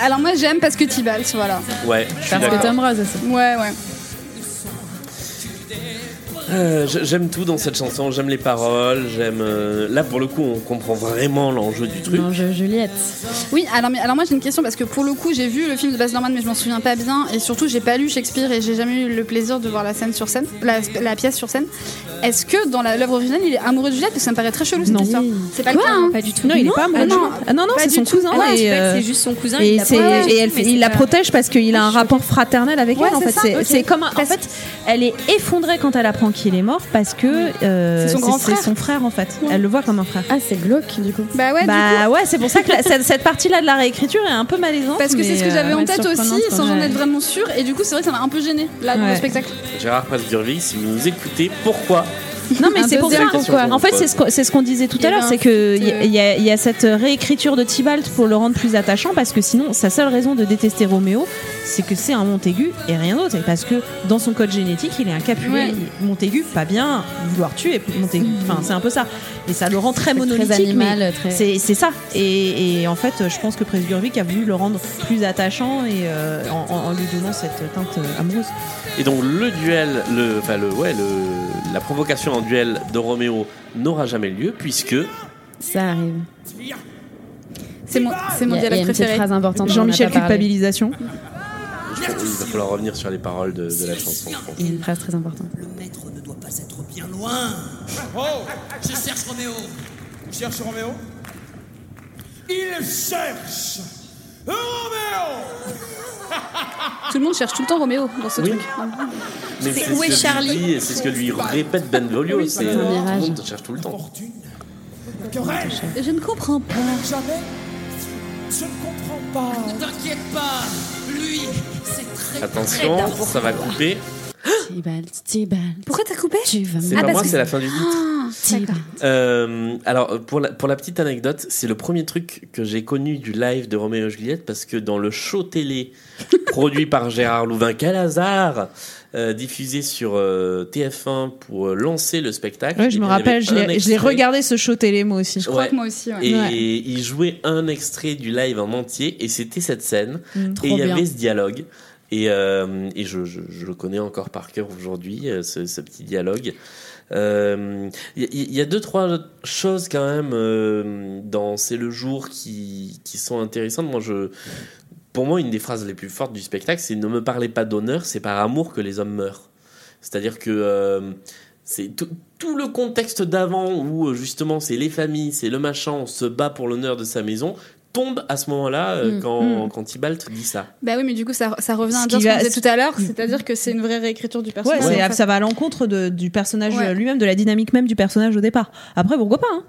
Alors moi, j'aime parce que Tibalt, voilà.
Ouais, je suis
Parce que
d'accord.
Tom Rose aussi.
Ouais, ouais.
Euh, j- j'aime tout dans cette chanson, j'aime les paroles, j'aime. euh, Là pour le coup, on comprend vraiment l'enjeu du truc.
L'enjeu Juliette.
Oui, alors, mais, alors moi j'ai une question parce que pour le coup j'ai vu le film de Baz Luhrmann mais je m'en souviens pas bien et surtout j'ai pas lu Shakespeare et j'ai jamais eu le plaisir de voir la scène sur scène, la, la pièce sur scène. Est-ce que dans la- l'œuvre originale il est amoureux de Juliette parce que ça me paraît très chelou cette
Non.
histoire. C'est pas le
Quoi,
cas. hein.
Pas du tout.
Non, il est pas
ah
amoureux. de
non,
Juliette. Ah non, non,
pas
c'est
du
son
tout.
cousin.
Ah non,
et,
c'est pas que
euh,
c'est juste son cousin.
Et,
il l'a
c'est-
pas-
et elle,
mais
il
c'est
la
pas-
protège parce qu'il a un rapport fraternel avec
Ouais,
elle. En
c'est
fait,
ça,
c'est
ok.
c'est comme un- en fait, elle est effondrée quand elle apprend qu'il est mort parce que euh,
C'est son grand frère.
son frère en fait. Elle le voit comme un frère.
Ah, c'est glauque du coup.
Bah ouais, du coup.
bah ouais, c'est pour ça que la- cette, cette partie-là de la réécriture est un peu malaisante.
Parce que c'est ce que
mais,
j'avais
euh,
en tête
surprenante,
aussi
quand
sans en
même.
être vraiment sûre et du coup c'est vrai que ça m'a un peu gêné là dans le
Ouais.
spectacle.
Gérard Presburville, si vous nous écoutez, pourquoi
Non, mais
Un
c'est pour ça.
deuxième pourquoi.
En fait, c'est ce qu'on c'est ce qu'on disait tout
Il y
à l'heure,
avait
c'est
un
qu'il
foot,
y, a- il y a- il y a cette réécriture de Tybalt pour le rendre plus attachant, parce que sinon, sa seule raison de détester Roméo, c'est que c'est un Montaigu et rien d'autre. Et parce que dans son code génétique, il est un Capulet.
Ouais.
Il- Montaigu, pas bien, vouloir tuer Montaigu. Enfin, c'est un peu ça. Et ça le rend très monolithique.
Très animal,
mais
euh, très.
c'est c'est ça. Et, et en fait, je pense que Presburvic a voulu le rendre plus attachant et euh, en, en- en lui donnant cette teinte euh, amoureuse.
Et donc le duel, le, enfin le, ouais, le, la provocation en duel de Roméo n'aura jamais lieu puisque
Ça arrive.
C'est mon, c'est
Il
mon
y a, il y a
dialogue
une petite
préféré.
phrase importante. dont on
Jean-Michel
n'a pas parlé.
culpabilisation.
il va falloir revenir sur les paroles de, de la chanson.
Il y a une phrase très importante.
Oh Je cherche Roméo Tu cherches Roméo Il cherche Roméo
Tout le monde cherche tout le temps Roméo dans ce
Oui.
truc.
Mais
C'est
c'est
Où
ce
est
que lui
Charlie
dit et C'est ce que lui répète Benvolio.
Oui,
c'est euh,
c'est
tout
un
le
mirage.
monde cherche tout le temps.
Querelle
Je ne comprends pas.
Jamais Je ne comprends pas Ne t'inquiète pas Lui, c'est très
Attention, ça va couper.
Tibalt, Tibalt.
Pourquoi t'as coupé
Tu vas
C'est
me-
pas
parce
moi,
que-
c'est la fin du titre.
Tibalt.
Euh, alors, pour la, pour la petite anecdote, c'est le premier truc que j'ai connu du live de Roméo et Juliette parce que dans le show télé produit par Gérard Louvain, quel hasard euh, diffusé sur euh, TF1 pour euh, lancer le spectacle.
Ouais, je
eh
me
bien, il y
rappelle,
avait
je
un
l'ai je l'ai
extrait.
regardé ce show télé moi aussi.
Je crois
Ouais.
que moi aussi. ouais.
Et
Ouais.
il jouait un extrait du live en entier, et c'était cette scène.
Trop
Et il y
bien.
avait ce dialogue. Et, euh, et je, je- je le connais encore par cœur aujourd'hui, euh, ce, ce petit dialogue. Euh, Il y, il y a deux, trois choses quand même euh, dans C'est le jour qui, qui sont intéressantes. Moi, je, pour moi, une des phrases les plus fortes du spectacle, c'est Ne me parlez pas d'honneur, c'est par amour que les hommes meurent. C'est-à-dire que euh, c'est tout, tout le contexte d'avant où euh, justement c'est les familles, c'est le machin, on se bat pour l'honneur de sa maison tombe à ce moment-là euh,
Mm,
quand,
mm.
quand Tybalt dit ça.
Bah oui, mais du coup, ça, ça revient
Ce
à dire
qui
ce qu'on
va-
disait tout à l'heure, c'est-à-dire que c'est une vraie réécriture du
Ouais,
personnage.
c'est-
en fait.
ça va à l'encontre de- du personnage
Ouais.
lui-même, de la dynamique même du personnage au départ. Après, pourquoi pas hein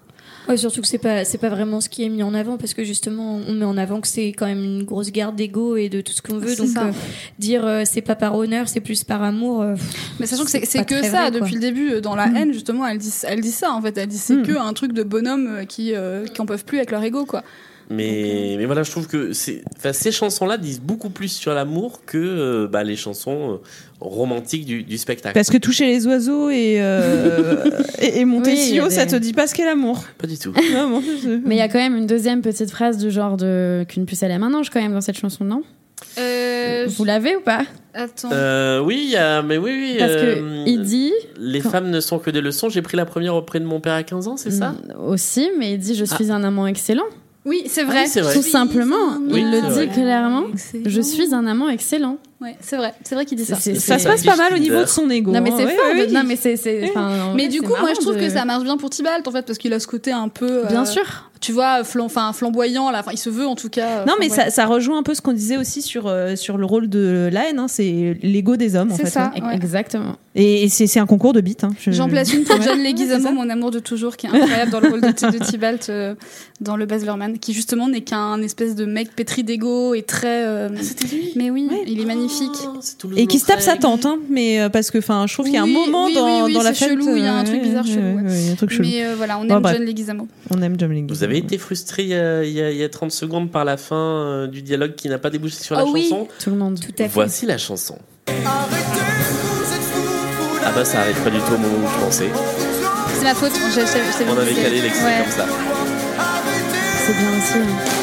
Ouais, surtout que c'est pas c'est pas vraiment ce qui est mis en avant parce que justement on met en avant que c'est quand même une grosse guerre d'ego et de tout ce qu'on veut
C'est
donc
ça.
euh, dire euh, c'est pas par honneur c'est plus par amour. euh, pff,
Mais sachant que c'est c'est
pas
que ça,
très vrai, quoi.
depuis le début, euh, dans
Mm.
la haine, justement, elle dit, elle dit ça, en fait. Elle dit c'est que un truc de bonhomme euh, qui, euh, qui en peuvent plus avec leur ego, quoi.
Mais, mais voilà, je trouve que c'est- enfin, ces chansons-là disent beaucoup plus sur l'amour que euh, bah, les chansons euh, romantiques du, du spectacle.
Parce que toucher les oiseaux et, euh, et, et monter
Oui, il y a
si haut, ça
des-
te dit pas ce qu'est l'amour.
Pas du tout.
Non, bon, je-
Mais il y a quand même une deuxième petite phrase du genre de qu'une puce à la main ange quand même dans cette chanson, non
Euh,
Vous l'avez ou pas
Attends.
Euh, oui, il y a- mais oui, oui.
Parce
euh,
que il dit
Les
quand-
femmes ne sont que des leçons. J'ai pris la première auprès de mon père à 15 ans, c'est ça Ah.
Mm, aussi, mais il dit je suis un amant excellent.
Oui, c'est
vrai. oui, c'est vrai.
Tout
Oui,
simplement,
c'est
il
vrai.
le
Oui,
dit
c'est vrai.
clairement. Je suis un amant excellent.
Ouais, c'est vrai, c'est vrai qu'il dit ça.
C'est-
Ça se passe pas mal au niveau de son ego.
Non mais c'est
hein. Ouais,
fort.
ouais,
de-
oui.
Non mais c'est- c'est. enfin, en
Mais
vrai,
du
c'est
coup, moi,
marrant
je trouve
de-
que ça marche bien pour Tybalt, en fait, parce qu'il a ce côté un peu. euh,
Bien sûr.
Tu vois, flam- enfin, flamboyant, là. Enfin, il se veut, en tout cas. euh,
Non, mais
flamboyant.
ça, ça rejoint un peu ce qu'on disait aussi sur, euh, sur le rôle de la haine, hein, c'est l'ego des hommes en
C'est
fait.
ça,
hein.
ouais.
Exactement.
Et, et c'est c'est un concours de bites. hein, je-
J'en place une pour
Ouais.
John Leguizamo, mon amour de toujours, qui est incroyable dans le rôle de, de Tybalt euh, dans Le Baz Luhrmann, qui justement n'est qu'un espèce de mec pétri d'ego et très. euh,
Ah,
Mais oui, il est magnifique.
Ah,
Oh. Et qui se tape sa tante, hein, mais euh, parce que enfin, je trouve qu'il y a un
Oui,
moment
oui,
dans,
oui, oui,
dans la
c'est
fête.
chelou, il y a un
euh,
truc bizarre
ouais,
chelou,
ouais, ouais, il y a un truc chelou.
Mais euh, voilà, on aime
Bon, bref.
John Leguizamo.
On aime John Leguizamo.
Vous avez été frustré euh, il y, a, il y a 30 secondes par la fin euh, du dialogue qui n'a pas débouché sur la
Oh oui.
chanson.
Tout le monde.
Tout à fait.
Voici la chanson. Ah bah ça arrive pas du tout au moment où je pensais.
C'est ma faute, je- je- je-
On avait calé l'extrait
Ouais.
comme ça.
C'est bien aussi. hein.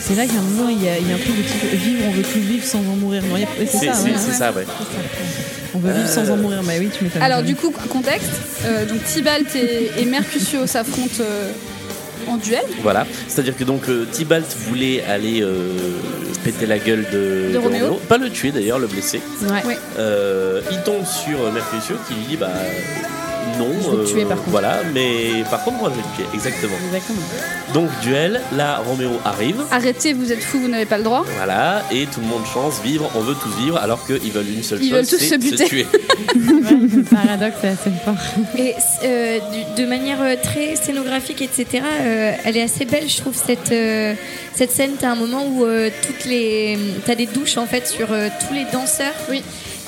C'est là qu'il y a un moment, il y a, il y a un truc de type euh, vivre, on veut plus vivre sans en mourir. Non, il y a- c'est
C'est
ça,
c'est-
ouais. hein.
c'est Euh, ça, ouais.
On veut vivre sans en mourir, mais oui, tu m'étonnes.
Alors du coup, contexte, euh, donc Tybalt et, et Mercutio s'affrontent euh, en duel.
Voilà, c'est-à-dire que donc euh, Tybalt voulait aller euh, péter la gueule de,
De
de
Roméo.
pas le tuer d'ailleurs, le blesser.
Ouais.
Ouais.
Euh, il tombe sur Mercutio qui lui dit bah non, euh,
Je vais te tuer, par contre.
voilà, mais par contre moi je vais le tuer, exactement.
Exactement.
Donc duel, là Roméo arrive,
Arrêtez, vous êtes fous, vous n'avez pas le droit.
voilà, et tout le monde chance, vivre, on veut tous vivre, alors qu'ils veulent une seule
Ils veulent
chose,
tous
c'est
se buter.
tuer.
Le paradoxe c'est assez fort.
Et euh, du- de manière euh, très scénographique, etc., euh, elle est assez belle, je trouve, cette, euh, cette scène. T'as un moment où euh, toutes les. T'as des douches, en fait, sur euh, tous les danseurs.
Oui.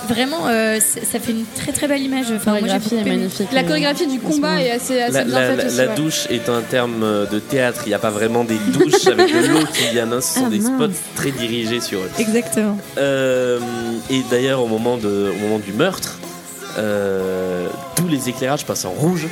Vraiment, euh, c- ça fait une très très belle image. Enfin, moi, j'ai
chorégraphie est
beaucoup aimé.
magnifique. euh,
La
Mmh.
mais-
chorégraphie du combat est assez, assez
La,
Ah, bien
la-
faite
la-
aussi.
la
ouais.
douche est un terme euh, de théâtre, il n'y a pas vraiment des douches avec de l'eau qui vient, hein, ce sont
Ah,
des
mince.
spots très dirigés sur eux.
Exactement.
Euh, et d'ailleurs, au moment, de, au moment du meurtre, euh, tous les éclairages passent en rouge.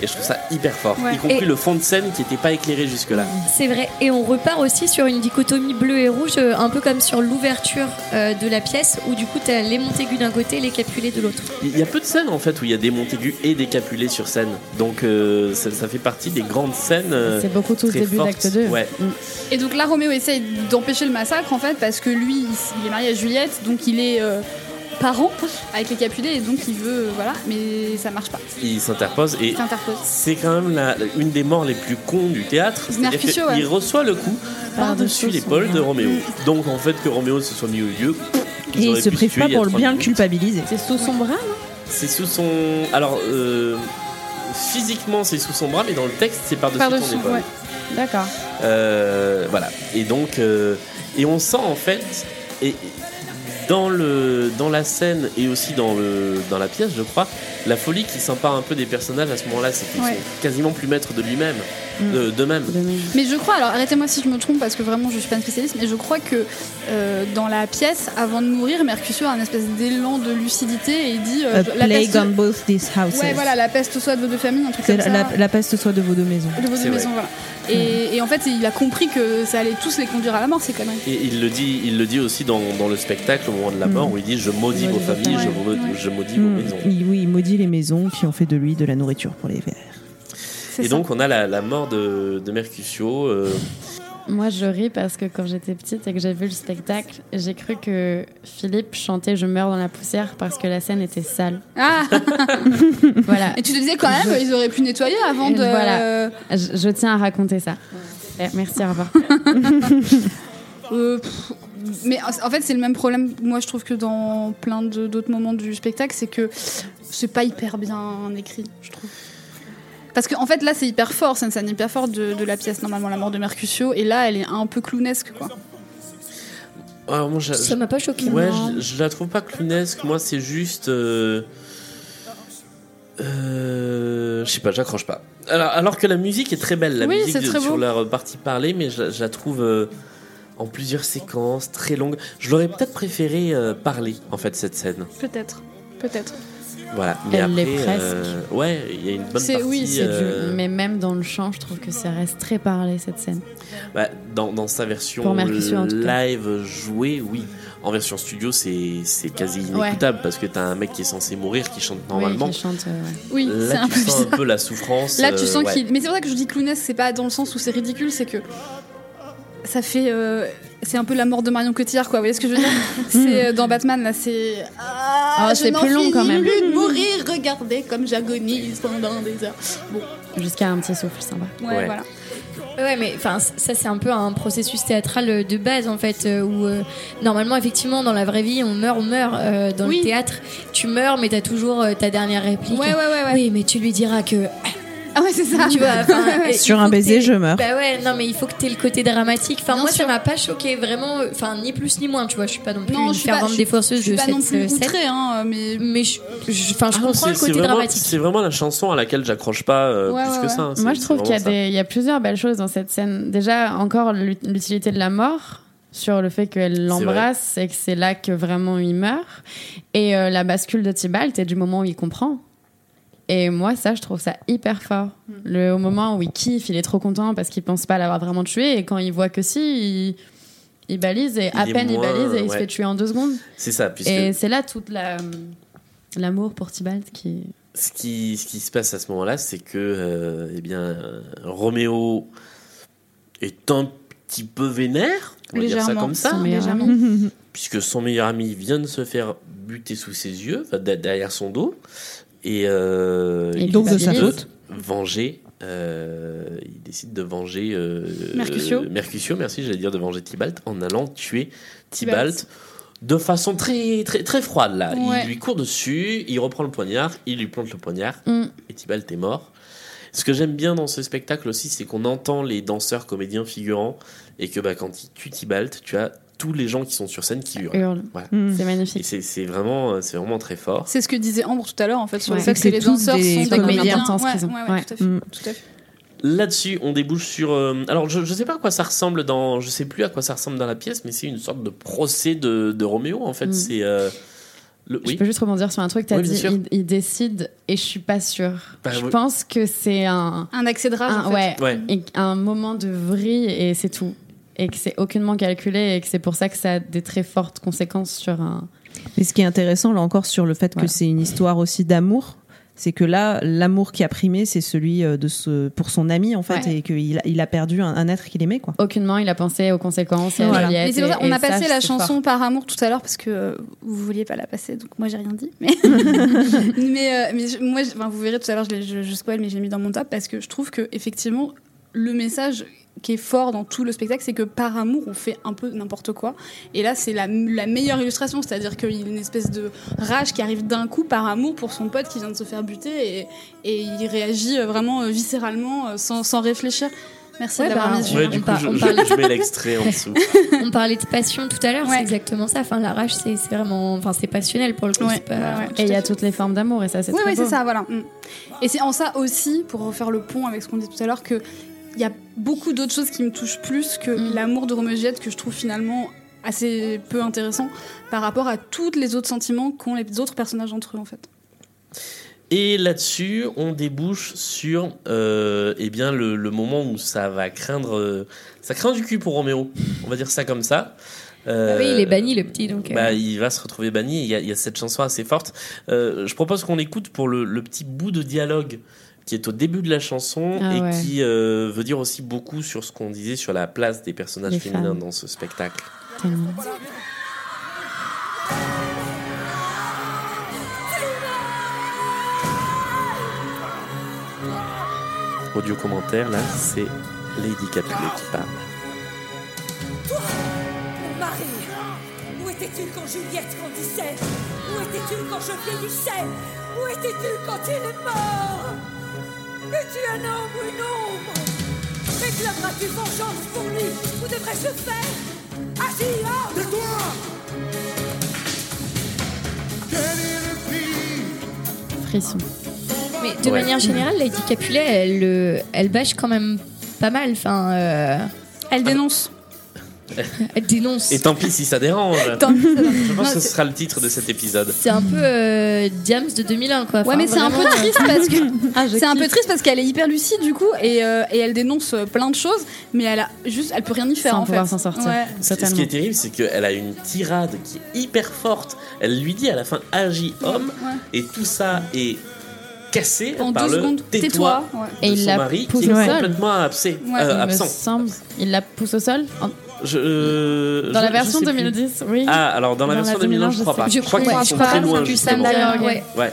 Et je trouve ça hyper fort.
Ouais.
Y compris
Et-
le fond de scène qui n'était pas éclairé jusque-là.
C'est vrai. Et on repart aussi sur une dichotomie bleu et rouge, euh, un peu comme sur l'ouverture euh, de la pièce, où du coup, t'as les Montaigu d'un côté, les Capulet de l'autre.
Il y a peu de scènes en fait où il y a des Montaigu et des Capulet sur scène. Donc euh, ça, ça fait partie des grandes scènes. euh,
C'est beaucoup tout le
très
début
fortes.
d'acte 2.
Ouais.
Et donc là, Roméo essaye d'empêcher le massacre en fait parce que lui, il, il est marié à Juliette, donc il est euh, parent avec les Capulets et donc il veut, euh, voilà, mais ça marche pas.
Il s'interpose et
Il s'interpose.
c'est quand même la- une des morts les plus cons du théâtre. C'est-à-dire
Mercutio,
qu'il
ouais.
reçoit le coup
Par-dessous
par-dessus
son
l'épaule de
bras.
Roméo. Donc en fait que Roméo se soit mis au lieu. qu'ils
et il
auraient
se
pu
prive
tuer
pas
il y a
pour le-
trois
bien le
minutes.
culpabiliser.
C'est sous son bras, non
C'est sous son. Alors, euh, physiquement, c'est sous son bras, mais dans le texte, c'est par-dessus
Par-dessus,
son épaule.
ouais.
D'accord.
Euh, voilà. Et donc. euh, et on sent, en fait. Et, dans, le, dans la scène et aussi dans, le, dans la pièce, je crois, la folie qui s'empare un peu des personnages à ce moment-là, c'est qu'ils
Ouais. Mm.
sont quasiment plus maîtres de lui-même, de- d'eux-mêmes.
Mais je crois, alors arrêtez-moi si je me trompe parce que vraiment je suis pas une spécialiste, mais je crois que euh, dans la pièce, avant de mourir, Mercutio a un espèce d'élan de lucidité et il dit euh,
A
la
plague
peste.
on both these houses.
Ouais, voilà, la peste soit de vos deux familles, un truc
C'est
comme
la,
ça.
la- la peste soit de vos deux maisons.
De vos
C'est
deux maisons, voilà. Et, et en fait, il a compris que ça allait tous les conduire à la mort, ces conneries.
Et il le dit, il le dit aussi dans, dans le spectacle au moment
Mm.
de la mort où il dit Je maudis
Maudit
vos
vos
familles, je,
familles.
maudis-
Ouais.
je maudis
Mm.
vos maisons.
Il- oui, il maudit les maisons, puis on fait de lui de la nourriture pour les vers.
C'est
Et
ça.
donc on a la, la mort de, de Mercutio. euh,
Moi, je ris parce que quand j'étais petite et que j'ai vu le spectacle, j'ai cru que Philippe chantait Je meurs dans la poussière parce que la scène était sale.
Ah
Voilà.
Et tu te disais quand même, ils auraient pu nettoyer avant
Et
de.
Voilà. Je, je tiens à raconter ça. Eh, Merci, au revoir.
Euh, pff, mais en en fait, c'est le même problème, moi, je trouve que dans plein de- d'autres moments du spectacle, c'est que c'est pas hyper bien écrit, je trouve. Parce qu'en en fait, là, c'est hyper fort, c'est une scène hyper forte de, de la pièce, normalement, la mort de Mercutio, et là, elle est un peu clownesque, quoi.
Alors, moi, je-
Ça m'a pas choqué,
Ouais,
moi.
je, je la trouve pas clownesque. Moi, c'est juste. euh, euh, je sais pas, j'accroche pas. Alors, alors que la musique est très belle, la
Oui,
musique
c'est
de-
très beau.
sur leur partie parlée, mais je, la- je la trouve euh, en plusieurs séquences, très longue. Je l'aurais peut-être préféré euh, parler, en fait, cette scène.
Peut-être, peut-être.
Voilà. Mais
Elle
après,
l'est
euh, ouais, il y a une bonne
C'est
partie.
oui, c'est du-
euh,
mais même dans le chant, je trouve que ça reste très parlé cette scène.
Bah, dans, dans sa version
Pour Mercutio, en tout cas.
live jouée, oui. En version studio, c'est c'est quasi inécoutable parce que t'as un mec qui est censé mourir qui chante normalement.
qui chante, euh, ouais.
Oui, c'est
Là,
un
tu
peu
sens un peu la souffrance.
Là, tu
euh,
sens
ouais.
qu'il. Mais c'est pour ça que je dis clownesque, c'est pas dans le sens où c'est ridicule, c'est que ça fait. euh, C'est un peu la mort de Marion Cotillard, quoi. Vous voyez ce que je veux dire
Hmm.
C'est euh, dans Batman, là, c'est. Ah,
Ah,
je
c'est
n'en
plus long, quand
finis
même.
plus de mourir, regardez comme j'agonise pendant des heures. Bon,
Jusqu'à un petit souffle sympa.
ouais, voilà.
Ouais, mais enfin, c- ça c'est un peu un processus théâtral euh, de base en fait, euh, où euh, normalement effectivement dans la vraie vie on meurt, on meurt. euh, dans le théâtre, tu meurs, mais t'as toujours euh, ta dernière réplique.
Ouais, ouais, ouais,
Oui, mais tu lui diras que.
Ah ouais, c'est ça.
Tu vois. enfin, et
Sur
il faut
un
que
baiser,
t'aies-
je
Hein
meurs.
Bah ouais, non, mais il faut que t'aies le côté dramatique. Enfin, moi, ça m'a pas choqué vraiment. euh, Enfin, ni plus ni moins, tu vois. Je suis pas non plus
Non,
une
je suis pas,
fervente
je suis-
défenseuse
je suis
de
pas
cette
non plus
euh, scène.
outrée, hein, mais.
Mais je, je- enfin, je
Ah non,
comprends
c'est-
le côté
c'est vraiment-
dramatique.
C'est vraiment la chanson à laquelle j'accroche pas euh,
Ouais,
plus
ouais,
que
ouais.
ça. hein.
Moi,
C'est-
je trouve
c'est
qu'il y, a
vraiment
des- il y a plusieurs belles choses dans cette scène. Déjà, encore l'ut- l'utilité de la mort sur le fait qu'elle l'embrasse et que c'est là que vraiment il meurt. Et euh, la bascule de Tybalt est du moment où il comprend. Et moi, ça, je trouve ça hyper fort. Le, au moment où il kiffe, il est trop content parce qu'il pense pas l'avoir vraiment tué. Et quand il voit que si, il, il balise et à
Il est
peine
moins,
il balise et il se
ouais.
fait tuer en deux secondes.
ça. C'est ça, puisque
Et c'est là toute la, l'amour pour Tybalt qui.
ce qui, ce qui se passe à ce moment-là, c'est que euh, eh bien, euh, Roméo est un petit peu vénère, on va dire ça comme ça, puisque son meilleur ami vient de se faire buter sous ses yeux, enfin, de- derrière son dos, et euh,
Et donc de sa
décide
faute.
Venger, euh, il décide de venger euh,
Mercutio.
euh, Mercutio, merci, j'allais dire de venger Tybalt en allant tuer Tybalt. De façon très très très froide là,
Ouais.
il lui court dessus, il reprend le poignard, il lui plante le poignard
Mm.
et Tybalt est mort. Ce que j'aime bien dans ce spectacle aussi, c'est qu'on entend les danseurs, comédiens, figurants, et que bah, quand ils tuent Tybalt, tu as tous les gens qui sont sur scène qui hurlent.
Hurle.
Voilà.
C'est magnifique.
Et c'est- c'est vraiment, euh, c'est vraiment très fort.
C'est ce que disait Ambre tout à l'heure, en fait, sur
Ouais.
le fait que,
C'est
les
tous
danseurs
des
sont des
comédiens.
comédiens.
L'importance
Ah, Ouais,
qu'ils ont.
ouais, ouais,
Ouais.
tout à fait,
Mm.
tout à fait.
Là-dessus, on débouche sur. euh, alors, je, je sais pas à quoi ça ressemble dans. Je sais plus à quoi ça ressemble dans la pièce, mais c'est une sorte de procès de, de Roméo, en fait.
Mm.
C'est. euh, le,
Je
oui.
peux juste rebondir sur un truc, t'as
Oui, bien
dit
sûr.
il, il décide et je suis pas sûre.
Bah,
je
oui.
pense que c'est un,
Un accès de
Ah,
rage,
un-
en fait.
Ah, ouais,
Ouais.
et un moment de vrille et c'est tout. Et que c'est aucunement calculé et que c'est pour ça que ça a des très fortes conséquences sur un.
Mais ce qui est intéressant là encore sur le fait que c'est une histoire aussi d'amour, c'est que là l'amour qui a primé c'est celui euh, de ce pour son ami en fait
Ouais.
et qu'il a, il a perdu un, un être qu'il aimait quoi.
Aucunement, il a pensé aux conséquences. et à Juliette
Mais c'est pour ça,
et-
on
et
a passé
ça,
la
c'est
chanson
fort.
par amour tout à l'heure parce que euh, vous vouliez pas la passer, donc moi j'ai rien dit. Mais, mais, euh, mais je- moi, je- enfin, vous verrez tout à l'heure, je, l'ai- je, je spoil, mais j'ai mis dans mon top parce que je trouve que effectivement le message qui est fort dans tout le spectacle, c'est que par amour, on fait un peu n'importe quoi. Et là, c'est la, la meilleure illustration, c'est-à-dire qu'il y a une espèce de rage qui arrive d'un coup par amour pour son pote qui vient de se faire buter et, et il réagit euh, vraiment euh, viscéralement, euh, sans, sans réfléchir. Merci
Ouais,
d'avoir
bah,
mis ce
on-
Ouais,
jeu.
du coup,
par-
je,
on
je-
parlait-
je mets l'extrait en dessous.
on parlait de passion tout à l'heure, c'est exactement ça. Enfin, la rage, c'est c'est vraiment, enfin, c'est passionnel pour le coup. c'est pas-
Et il y a toutes les formes d'amour et ça, c'est
Oui,
très
oui,
beau.
c'est ça, voilà. Mm. Et c'est en ça aussi, pour refaire le pont avec ce qu'on dit tout à l'heure, que il y a beaucoup d'autres choses qui me touchent plus que l'amour de Roméo et Juliette, que je trouve finalement assez peu intéressant par rapport à tous les autres sentiments qu'ont les autres personnages entre eux, en fait.
Et là-dessus, on débouche sur euh, eh bien le, le moment où ça va craindre, euh, ça craint du cul pour Roméo. On va dire ça comme ça. Euh,
Ah Oui, il est banni le petit, donc. euh,
bah, il va se retrouver banni. Il y a, il y a cette chanson assez forte. Euh, je propose qu'on l'écoute pour le, le petit bout de dialogue qui est au début de la chanson
Ah
et
ouais.
qui euh, veut dire aussi beaucoup sur ce qu'on disait sur la place des personnages
Les
féminins
femmes.
dans ce spectacle.
Tellement.
Audio commentaire, là, c'est Lady Capulot qui parle.
Toi, mon mari, où étais-tu quand Juliette grandissait Où étais-tu quand je vieillissais Où étais-tu quand il est mort Es-tu un homme ou une ombre Réclameras-tu vengeance pour lui Ou devrais-je le faire Agis, homme Tais-toi
Frisson.
Mais de
Ouais.
manière générale, Lady Capulet, elle, euh, elle bâche quand même pas mal. Enfin, euh, Ah
Elle
bah,
dénonce.
Elle dénonce.
Et tant pis si ça dérange.
Tant pis, ça dérange.
Je pense
Non,
que ce
c'est-
sera le titre de cet épisode.
C'est un peu euh, Diams de 2001, quoi.
Ouais,
Enfin,
mais c'est un peu
vraiment, Ah, euh,
triste parce que
je
c'est un peu
kiffe.
triste parce qu'elle est hyper lucide du coup et, euh, et elle dénonce euh, plein de choses, mais elle a juste, elle peut rien y faire
Sans
en
pouvoir
fait.
s'en sortir.
Ouais.
Ce ce qui est terrible, c'est qu'elle a une tirade qui est hyper forte. Elle lui dit à la fin agis homme,
Ouais.
et tout ça est cassé
En
par
deux
le
secondes,
tais-toi
tais-toi, ouais.
de
Et il
son
la
mari
pousse
qui est
au sol.
complètement absent. euh,
il
absent.
me semble. Il la pousse au sol. En-
Je, euh,
Dans
je-
la
je
version
sais plus.
2010, oui.
Ah, alors dans la version 2001, je crois pas. Je crois
que
qu'ils sont très loin. justement.
ouais.
Ouais.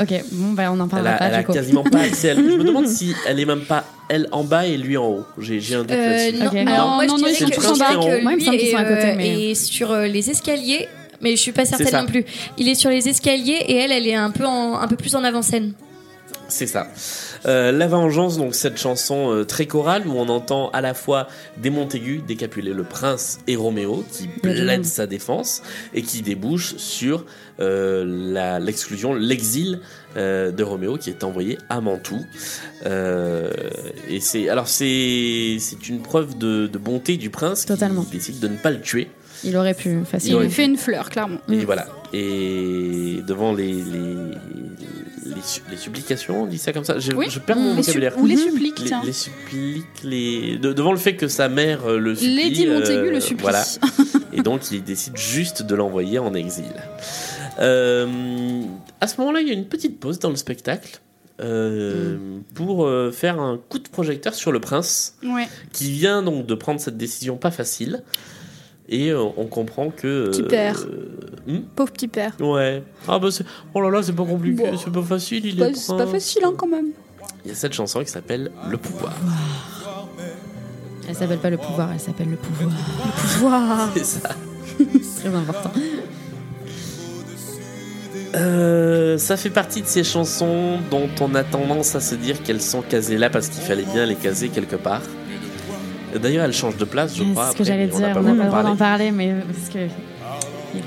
Ok, bon, bah, on en
Elle
parlera
a,
pas.
elle a
du coup.
quasiment pas accès à lui. Je me demande si elle est même pas elle en bas et lui en haut. J'ai j'ai un doute
Euh,
là-dessus.
non, alors, moi, je dirais
C'est
que,
le prince
je
qui
dirais
est en haut.
que
Moi, il me
lui
semble qu'ils
est,
sont à côté,
euh,
mais-
est sur euh, les escaliers, mais je suis pas certaine
ça.
non plus. Il est sur les escaliers et elle, elle est un peu, en- un peu plus en avant-scène.
C'est ça. Euh, La Vengeance, donc cette chanson euh, très chorale où on entend à la fois des Montaigu, des Capulet, le prince et Roméo qui plaident sa défense et qui débouche sur euh, la- l'exclusion, l'exil euh, de Roméo qui est envoyé à Mantoue. Euh, et c'est alors c'est c'est une preuve de, de bonté du prince
Totalement.
qui décide de ne pas le tuer.
Il aurait pu,
Il
facilement.
lui fait une fleur, clairement.
Et voilà. Et devant les, les, les, su- les supplications, on dit ça comme ça. Je,
Oui.
je perds mon
Les sup-
vocabulaire.
ou les suppliques,
Les,
tiens.
les suppliques, les... de- devant le fait que sa mère euh, le supplie.
Lady Montaigu le supplie.
Voilà. Et donc, il décide juste de l'envoyer en exil. Euh, à ce moment-là, il y a une petite pause dans le spectacle euh,
Mm.
pour euh, faire un coup de projecteur sur le prince
Ouais.
qui vient donc de prendre cette décision pas facile. Et euh, on comprend que.
Petit
euh,
père.
hmm
Pauvre petit père.
ouais. Ah bah c'est. Oh là là, c'est pas compliqué,
Bon.
c'est pas facile, il
Bah,
est.
c'est pas
prince.
facile hein, quand même.
Il y a cette chanson qui s'appelle Le pouvoir.
Elle s'appelle pas le pouvoir, elle s'appelle le pouvoir.
Ah.
C'est ça.
Très important.
Euh, ça fait partie de ces chansons dont on a tendance à se dire qu'elles sont casées là parce qu'il fallait bien les caser quelque part. D'ailleurs, elles changent de place, je
Ouais, c'est
crois.
ce que
après,
j'allais
mais
dire,
n'a
on n'a pas
le
le droit
droit
d'en parler, mais parce que.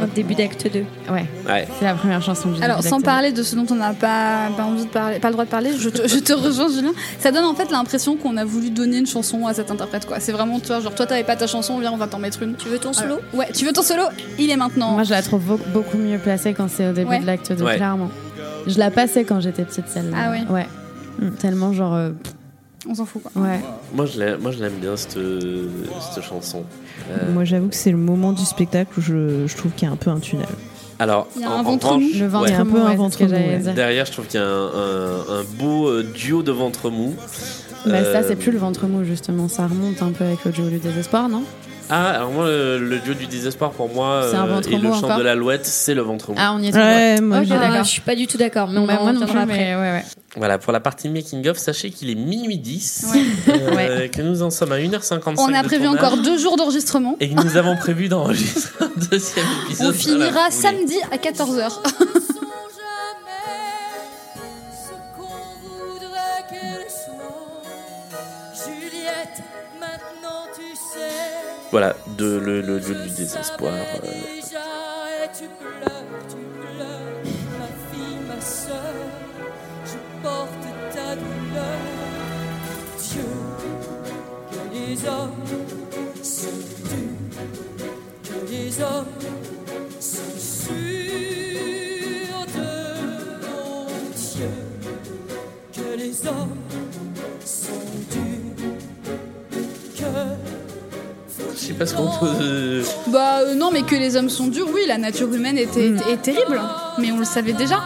Au début d'acte 2.
Ouais,
d'en parler. Ouais.
c'est la première chanson que j'ai
Alors,
début
sans
d'acte.
parler de ce dont on n'a pas, pas envie de parler, pas le droit de parler, je te, je te rejoins, Julien. Ça donne en fait l'impression qu'on a voulu donner une chanson à cet interprète, quoi. C'est vraiment, tu vois, genre, toi, t'avais pas ta chanson, viens, on va t'en mettre une. Euh,
Tu veux ton solo
Ouais, tu veux ton solo Il est maintenant.
Moi, je la trouve beaucoup, beaucoup mieux placée quand c'est au début
Ouais.
de l'acte 2,
Ouais.
clairement. Je la passais quand j'étais petite, celle-là.
Ah ouais.
Ouais. Tellement genre. euh, pff,
On s'en fout, quoi.
ouais.
Moi, je l'aime- moi, je l'aime bien, cette, cette chanson. Euh,
Moi, j'avoue que c'est le moment du spectacle où je, je trouve qu'il y a un peu un tunnel.
alors,
Il y a
en,
un
en
ventre
revanche,
Le ventre
ouais.
Un peu
mou,
un
ouais, c'est
ventre
ce que j'allais
mou,
dire.
Derrière, je trouve qu'il y a un, un- un beau euh, duo de ventre mou.
Bah, ça,
Euh,
c'est plus le ventre mou, justement. Ça remonte un peu avec le duo du désespoir, non
Ah, alors moi, le, le duo du désespoir pour moi
C'est un
euh,
ventre
et le
mou
chant
encore
de l'alouette, c'est le ventre mou.
Ah, on y est toujours.
Ouais, moi,
Ok,
j'ai-
Ah,
d'accord.
je suis pas du tout d'accord, mais on
Bah,
en
moi non plus,
reviendra
mais
après.
ouais, ouais.
Voilà, pour la partie making of, sachez qu'il est minuit 10,
Ouais.
euh,
Ouais.
que nous en sommes à 1h55.
On a
de
prévu
tournage,
encore deux jours d'enregistrement.
Et que nous avons prévu d'enregistrer un deuxième épisode.
On
dans la
finira
foulée.
samedi à 14h.
sont jamais ce qu'on voudrait qu'elles soient. Juliette, maintenant tu sais.
Voilà, de, le, le duo
Je
du désespoir.
savais
euh,
déjà, et tu pleures, tu pleures, ma fille, ma sœur, je porte ta douleur. Dieu, que les hommes se tuent, que les hommes sont sûrs de mon Dieu, que les hommes sont durs, que
Je sais pas ce qu'on peut. euh,
Bah euh, non, mais que les hommes sont durs, oui, la nature humaine était, est terrible, mais on le savait déjà.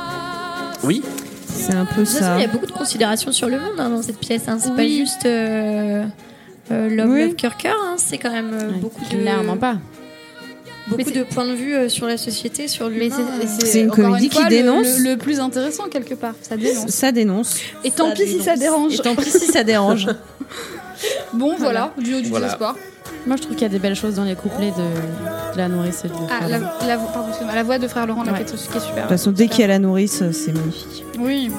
Oui,
C'est un peu
De toute façon,
ça.
il y a beaucoup de considérations sur le monde hein, dans cette pièce. hein. C'est pas
Oui.
juste euh, euh, love,
Oui.
love, cœur, cœur. hein. C'est quand même euh, beaucoup de.
clairement pas.
Beaucoup de points de vue euh, sur la société, sur l'humain. euh.
C'est une
encore
comédie qui
fois, le-
dénonce.
Le, le plus intéressant, quelque part. Ça dénonce.
Ça dénonce.
Et tant pis si ça dérange.
Et tant pis si ça dérange.
Bon, voilà, du haut du
Voilà.
désespoir.
Moi, je trouve qu'il y a des belles choses dans les couplets de, de la nourrice. et de-
Ah, la, la- pardon, excuse-moi, la voix de frère Laurent, là, qui est- qui est
De
super.
toute façon, dès qu'il y a la nourrice, euh, c'est magnifique.
Oui.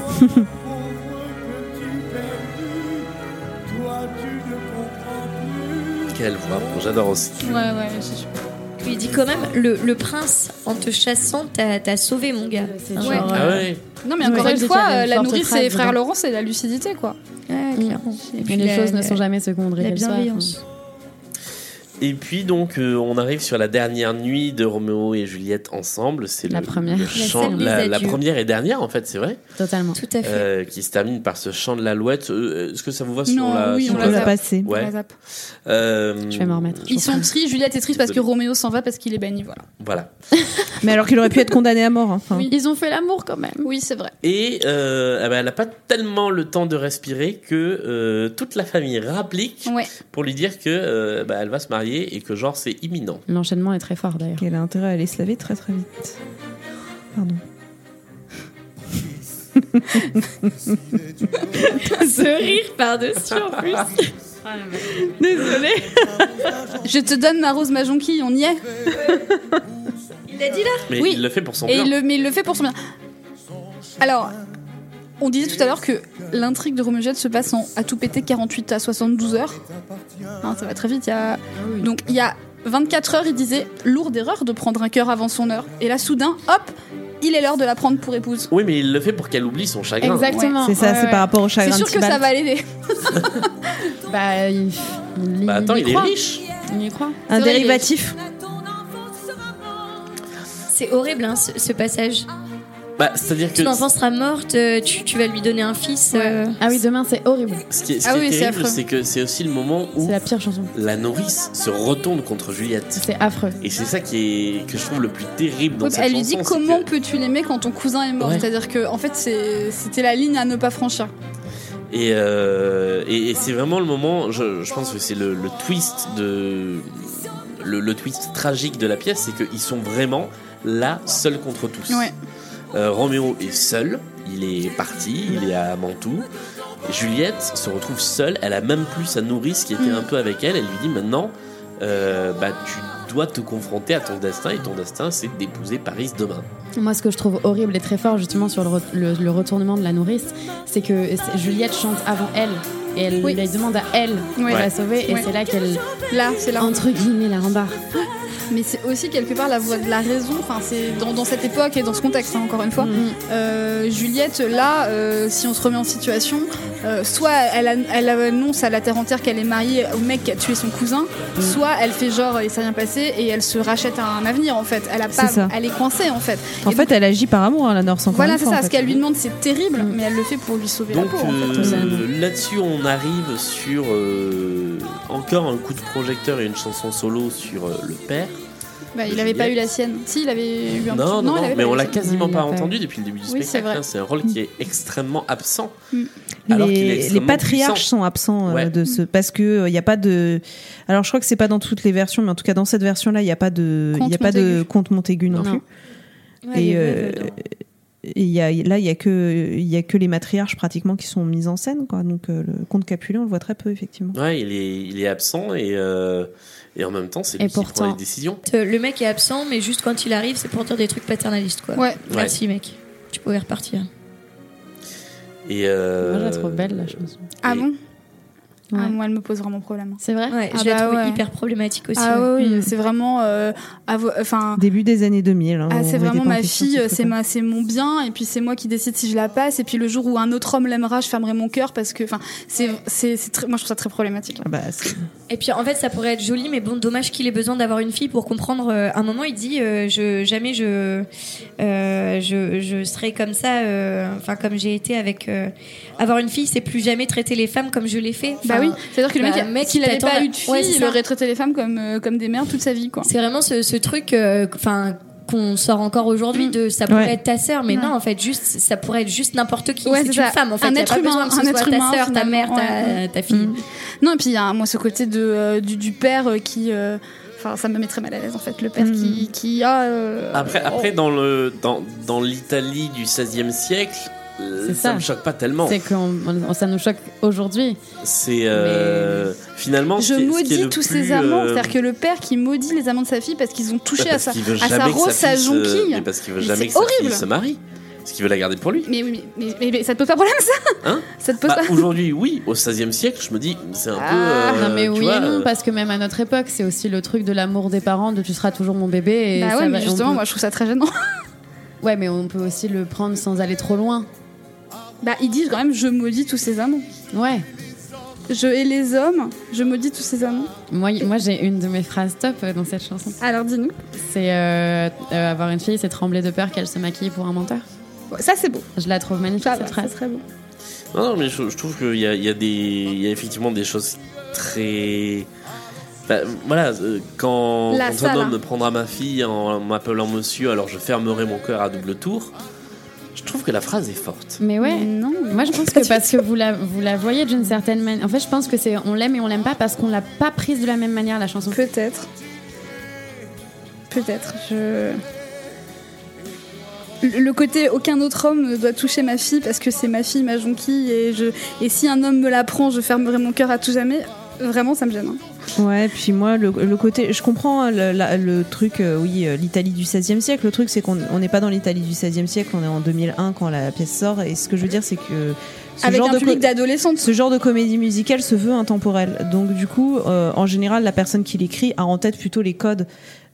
Quelle voix, bon, j'adore aussi.
Ouais, ouais, Il dit quand même le, le prince, en te chassant, t'as t'as sauvé mon gars. Enfin,
Ouais.
genre,
Ah
euh,
ouais. Non, mais encore
Ouais.
une
C'est vrai qu'il
fois,
y avait
euh,
une
la
forte
nourrice
phrase
et frère
dedans.
Laurent, c'est la lucidité, quoi.
clairement.
Et puis les
la-
choses ne
la-
sont jamais secondées.
la
qu'elles soient,
bienveillance.
enfin.
Et puis donc euh, on arrive sur la dernière nuit de Roméo et Juliette ensemble, c'est
La
le-
première.
le
La
chant-
scène des
la, la
adieux.
première et dernière en fait, c'est vrai,
Totalement.
Tout à fait.
Euh, qui se termine par ce chant de l'alouette. Euh, Est-ce que ça vous va si
Non,
on la,
oui,
si
on la
la-
zappe.
passer.
On
Ouais.
la zappe.
Euh,
Je vais m'en remettre.
Ils sont tristes, Juliette est triste parce que
Désolé.
Roméo s'en va parce qu'il est banni, voilà.
Voilà.
Mais alors qu'il aurait pu être condamné à mort. hein, enfin.
Ils ont fait l'amour quand même.
Oui, c'est vrai.
Et euh, eh ben, elle n'a pas tellement le temps de respirer que euh, toute la famille rapplique
Ouais.
pour lui dire que euh, bah, elle va se marier et que genre c'est imminent.
L'enchaînement est très fort d'ailleurs.
Elle a intérêt à aller se laver très très vite. Pardon.
Ce rire par-dessus en plus.
Désolée.
Je te donne ma rose, ma jonquille, on y est.
Il l'a dit là
Mais
Oui.
il le fait pour son
Et
bien.
il le, mais il le fait pour son bien. Alors, on disait tout à l'heure que l'intrigue de Roméo et Juliette se passe en, à tout péter 48 à 72 heures. Hein, ça va très vite. il y
Ah
a- Donc, il y a 24 heures, il disait lourde erreur de prendre un cœur avant son heure. Et là, soudain, hop, il est l'heure de la prendre pour épouse.
Oui, mais il le fait pour qu'elle oublie son chagrin.
Exactement.
C'est ça,
Ouais,
c'est
ouais.
par rapport au chagrin
Ah, C'est sûr
de
que ça
Tybalt.
va l'aider.
Bah, il, il-
Bah, attends, il est
croit.
riche.
Il y croit.
Un
C'est vrai, il est-
dérivatif.
C'est horrible hein, ce, ce passage.
Bah, c'est-à-dire que
Ton enfant sera morte, euh, tu, tu vas lui donner un fils. euh,
Ah oui, demain c'est horrible.
ce qui est, ce
Ah
qui est
oui, c'est
terrible,
affreux.
c'est que c'est aussi le moment où
C'est la pire chanson.
la nourrice se retourne contre Juliette.
C'est affreux.
Et c'est ça qui est que je trouve le plus terrible dans
Oui,
cette
elle lui
chanson,
dit
c'est
comment
que-
peux-tu l'aimer quand ton cousin est mort
Ouais.
C'est-à-dire que en fait c'est- c'était la ligne à ne pas franchir.
Et, euh, et, et c'est vraiment le moment, je, je pense que c'est le, le twist de. Le, le twist tragique de la pièce, c'est qu'ils sont vraiment là, seuls contre tous.
Ouais.
Euh, Roméo est seul, il est parti, il est à Mantoue. Juliette se retrouve seule, elle a même plus sa nourrice qui était
Mm.
un peu avec elle. Elle lui dit maintenant, euh, bah, tu dois te confronter à ton destin et ton destin c'est d'épouser Paris demain.
Moi, ce que je trouve horrible et très fort, justement, sur le, re- le- le retournement de la nourrice, c'est que c'est- Juliette chante avant elle. Et elle
Oui.
elle demande à elle de
Ouais.
la sauver. Et
Ouais.
c'est là qu'elle,
Là c'est là.
entre guillemets, la rembarre.
Mais c'est aussi quelque part la voix de la raison. Enfin c'est dans, dans cette époque et dans ce contexte hein, encore une fois.
Mm.
Euh, Juliette là, euh, si on se remet en situation, euh, soit elle, an- elle annonce à la terre entière qu'elle est mariée au mec qui a tué son cousin,
Mm.
soit elle fait genre il s'est rien passé et elle se rachète un avenir en fait. Elle a
C'est
pas,
ça.
elle est coincée en fait.
En
Et
fait, elle agit par amour, hein, la Norse. encore
Voilà
une
c'est
fois,
ça.
en
Ce
fait. Mm.
qu'elle lui demande c'est terrible, mais elle le fait pour lui sauver
Donc
la peau. en fait,
euh,
aussi.
là-dessus on arrive sur euh, encore un coup de projecteur et une chanson solo sur euh, le père.
Bah, il avait pas eu la sienne. Si, il avait eu un petit
Non, non,
il
non,
avait
mais
pas eu
on
la
l'a
sienne.
quasiment
Non, il
pas
l'a pas
entendu depuis le début du
Oui, c'est
spectacle.
vrai.
hein. C'est un rôle qui est extrêmement absent.
Mm.
Alors qu'il est
les, les
extrêmement
patriarches
puissant.
sont absents euh,
Ouais.
de ce parce que il n'y a pas de alors je crois que c'est pas dans toutes les versions mais en tout cas dans cette version là il n'y a pas de il
Comte
y a pas de
Montaigu.
comte Montaigu non,
Non.
plus
ouais,
et
les
euh,
veuves, non.
et il y a- là il y a que il y a que les matriarches pratiquement qui sont mises en scène quoi donc euh, le comte Capulet on le voit très peu
Ah.
effectivement
Ouais, il est, il est absent et, euh, et en même temps c'est
Et
lui qui prend
pourtant.
les décisions.
Euh, Le mec est absent, mais juste quand il arrive, c'est pour dire des trucs paternalistes, quoi.
Ouais.
Merci, mec. Tu pouvais repartir.
Et euh,
Moi, je la trouve belle, la chanson.
Ah
Et-
bon
Ouais.
Ah, moi, elle me pose vraiment problème.
C'est vrai
Ouais,
Ah
je la
bah
trouve
ouais.
hyper problématique aussi.
Ah
ouais.
oui,
Mm.
c'est vraiment. euh, avo- Enfin.
début des années 2000 hein,
ah,
on
c'est
remettait
vraiment
pas en
ma
question
fille,
hein,
euh,
ces
c'est
trucs-là.
ma, c'est mon bien, et puis c'est moi qui décide si je la passe, et puis le jour où un autre homme l'aimera, je fermerai mon cœur parce que, enfin, c'est, c'est, c'est très- moi je trouve ça très problématique.
Ah bah, c'est-
Et puis en fait, ça pourrait être joli, mais bon, dommage qu'il ait besoin d'avoir une fille pour comprendre. euh, un moment, il dit euh, je, Jamais je, euh, je, je serai comme ça, euh, enfin, comme j'ai été avec. euh, avoir une fille, c'est plus jamais traiter les femmes comme je l'ai fait.
Bah
Enfin,
oui, c'est-à-dire que le
bah,
mec,
mec,
s'il
il
avait
t'attend
pas
à-
eu de fille,
Ouais, c'est
il
ça.
aurait traité les femmes comme, euh, comme des mères toute sa vie, quoi.
C'est vraiment ce, ce truc, euh, enfin, qu'on sort encore aujourd'hui de ça pourrait
Ouais.
être ta sœur, mais
Ouais.
non, en fait, juste ça pourrait être juste n'importe qui.
Ouais,
c'est
c'est
une
ça.
femme, en fait.
Un
y a
être
pas
humain,
besoin que ce
un
soit
être
ta
humain,
sœur, ta
finalement.
mère, ta, euh,
Ouais. Mm.
ta fille.
Non, et puis il y a moi ce côté de, euh, du, du père euh, qui. euh, Enfin, ça me met très mal à l'aise en fait, le père qui,
Mm.
qui a. euh,
Après, après dans le dans, dans l'Italie du XVIe siècle, euh,
C'est
ça
ça.
me choque pas tellement.
C'est que ça nous choque aujourd'hui.
C'est euh, finalement.
Je
ce qui est- ce qui est
maudis
le
tous
plus,
ces amants,
euh,
c'est-à-dire que le père qui maudit les amants de sa fille parce qu'ils ont touché
parce
à
qu'il veut
sa, à
jamais
sa
que
rose, sa
fille se-
jonquille.
mais parce qu'il veut
Mais
jamais
c'est
que sa fille
horrible.
se marie. Parce qu'il veut la garder pour lui.
Mais oui, mais, mais- mais- mais ça te pose pas problème ça
Hein
Ça te pose
Bah,
pas.
Aujourd'hui, oui. Au XVIe siècle, je me dis, c'est un
Ah,
peu. euh,
non mais
tu
oui
vois,
et non
euh,
parce que même à notre époque c'est aussi le truc de l'amour des parents de tu seras toujours mon bébé et
Bah
ça
ouais,
va-
mais
on
justement,
peut-
moi je trouve ça très gênant.
ouais mais on peut aussi le prendre sans aller trop loin
Bah, ils disent quand même je maudis tous ces amants.
Ouais.
Je hais les hommes, je maudis tous ces amants.
moi y- moi j'ai une de mes phrases top euh, dans cette chanson
alors dis-nous
c'est euh, euh, avoir une fille c'est trembler de peur qu'elle se maquille pour un menteur
ça c'est beau
je la trouve magnifique cette phrase
très beau
Non, non, mais je, je trouve qu'il y a, il y, a des- il y a effectivement des choses très. Enfin, voilà, euh, quand,
La
quand un
salle,
homme
hein.
prendra ma fille en m'appelant monsieur, alors je fermerai mon cœur à double tour. Je trouve que la phrase est forte.
Mais ouais.
Non.
Moi, je pense que parce que vous la, vous la voyez d'une certaine manière. En fait, je pense que c'est on l'aime et on l'aime pas parce qu'on l'a pas prise de la même manière la chanson.
Peut-être. Peut-être. Je. Le le côté aucun autre homme ne doit toucher ma fille parce que c'est ma fille, ma jonquille, et, je... et si un homme me la prend, je fermerai mon cœur à tout jamais. Vraiment, ça me gêne. hein.
Ouais, puis moi, le, le côté. Je comprends hein, le, la- le truc, euh, oui, euh, l'Italie du 16e siècle. Le truc, c'est qu'on on n'est pas dans l'Italie du 16e siècle, on est en 2001 quand la pièce sort. Et ce que je veux dire, c'est que. Ce
Avec un
de
public
co-
d'adolescentes.
Ce genre de comédie musicale se veut intemporel. Donc, du coup, euh, en général, la personne qui l'écrit a en tête plutôt les codes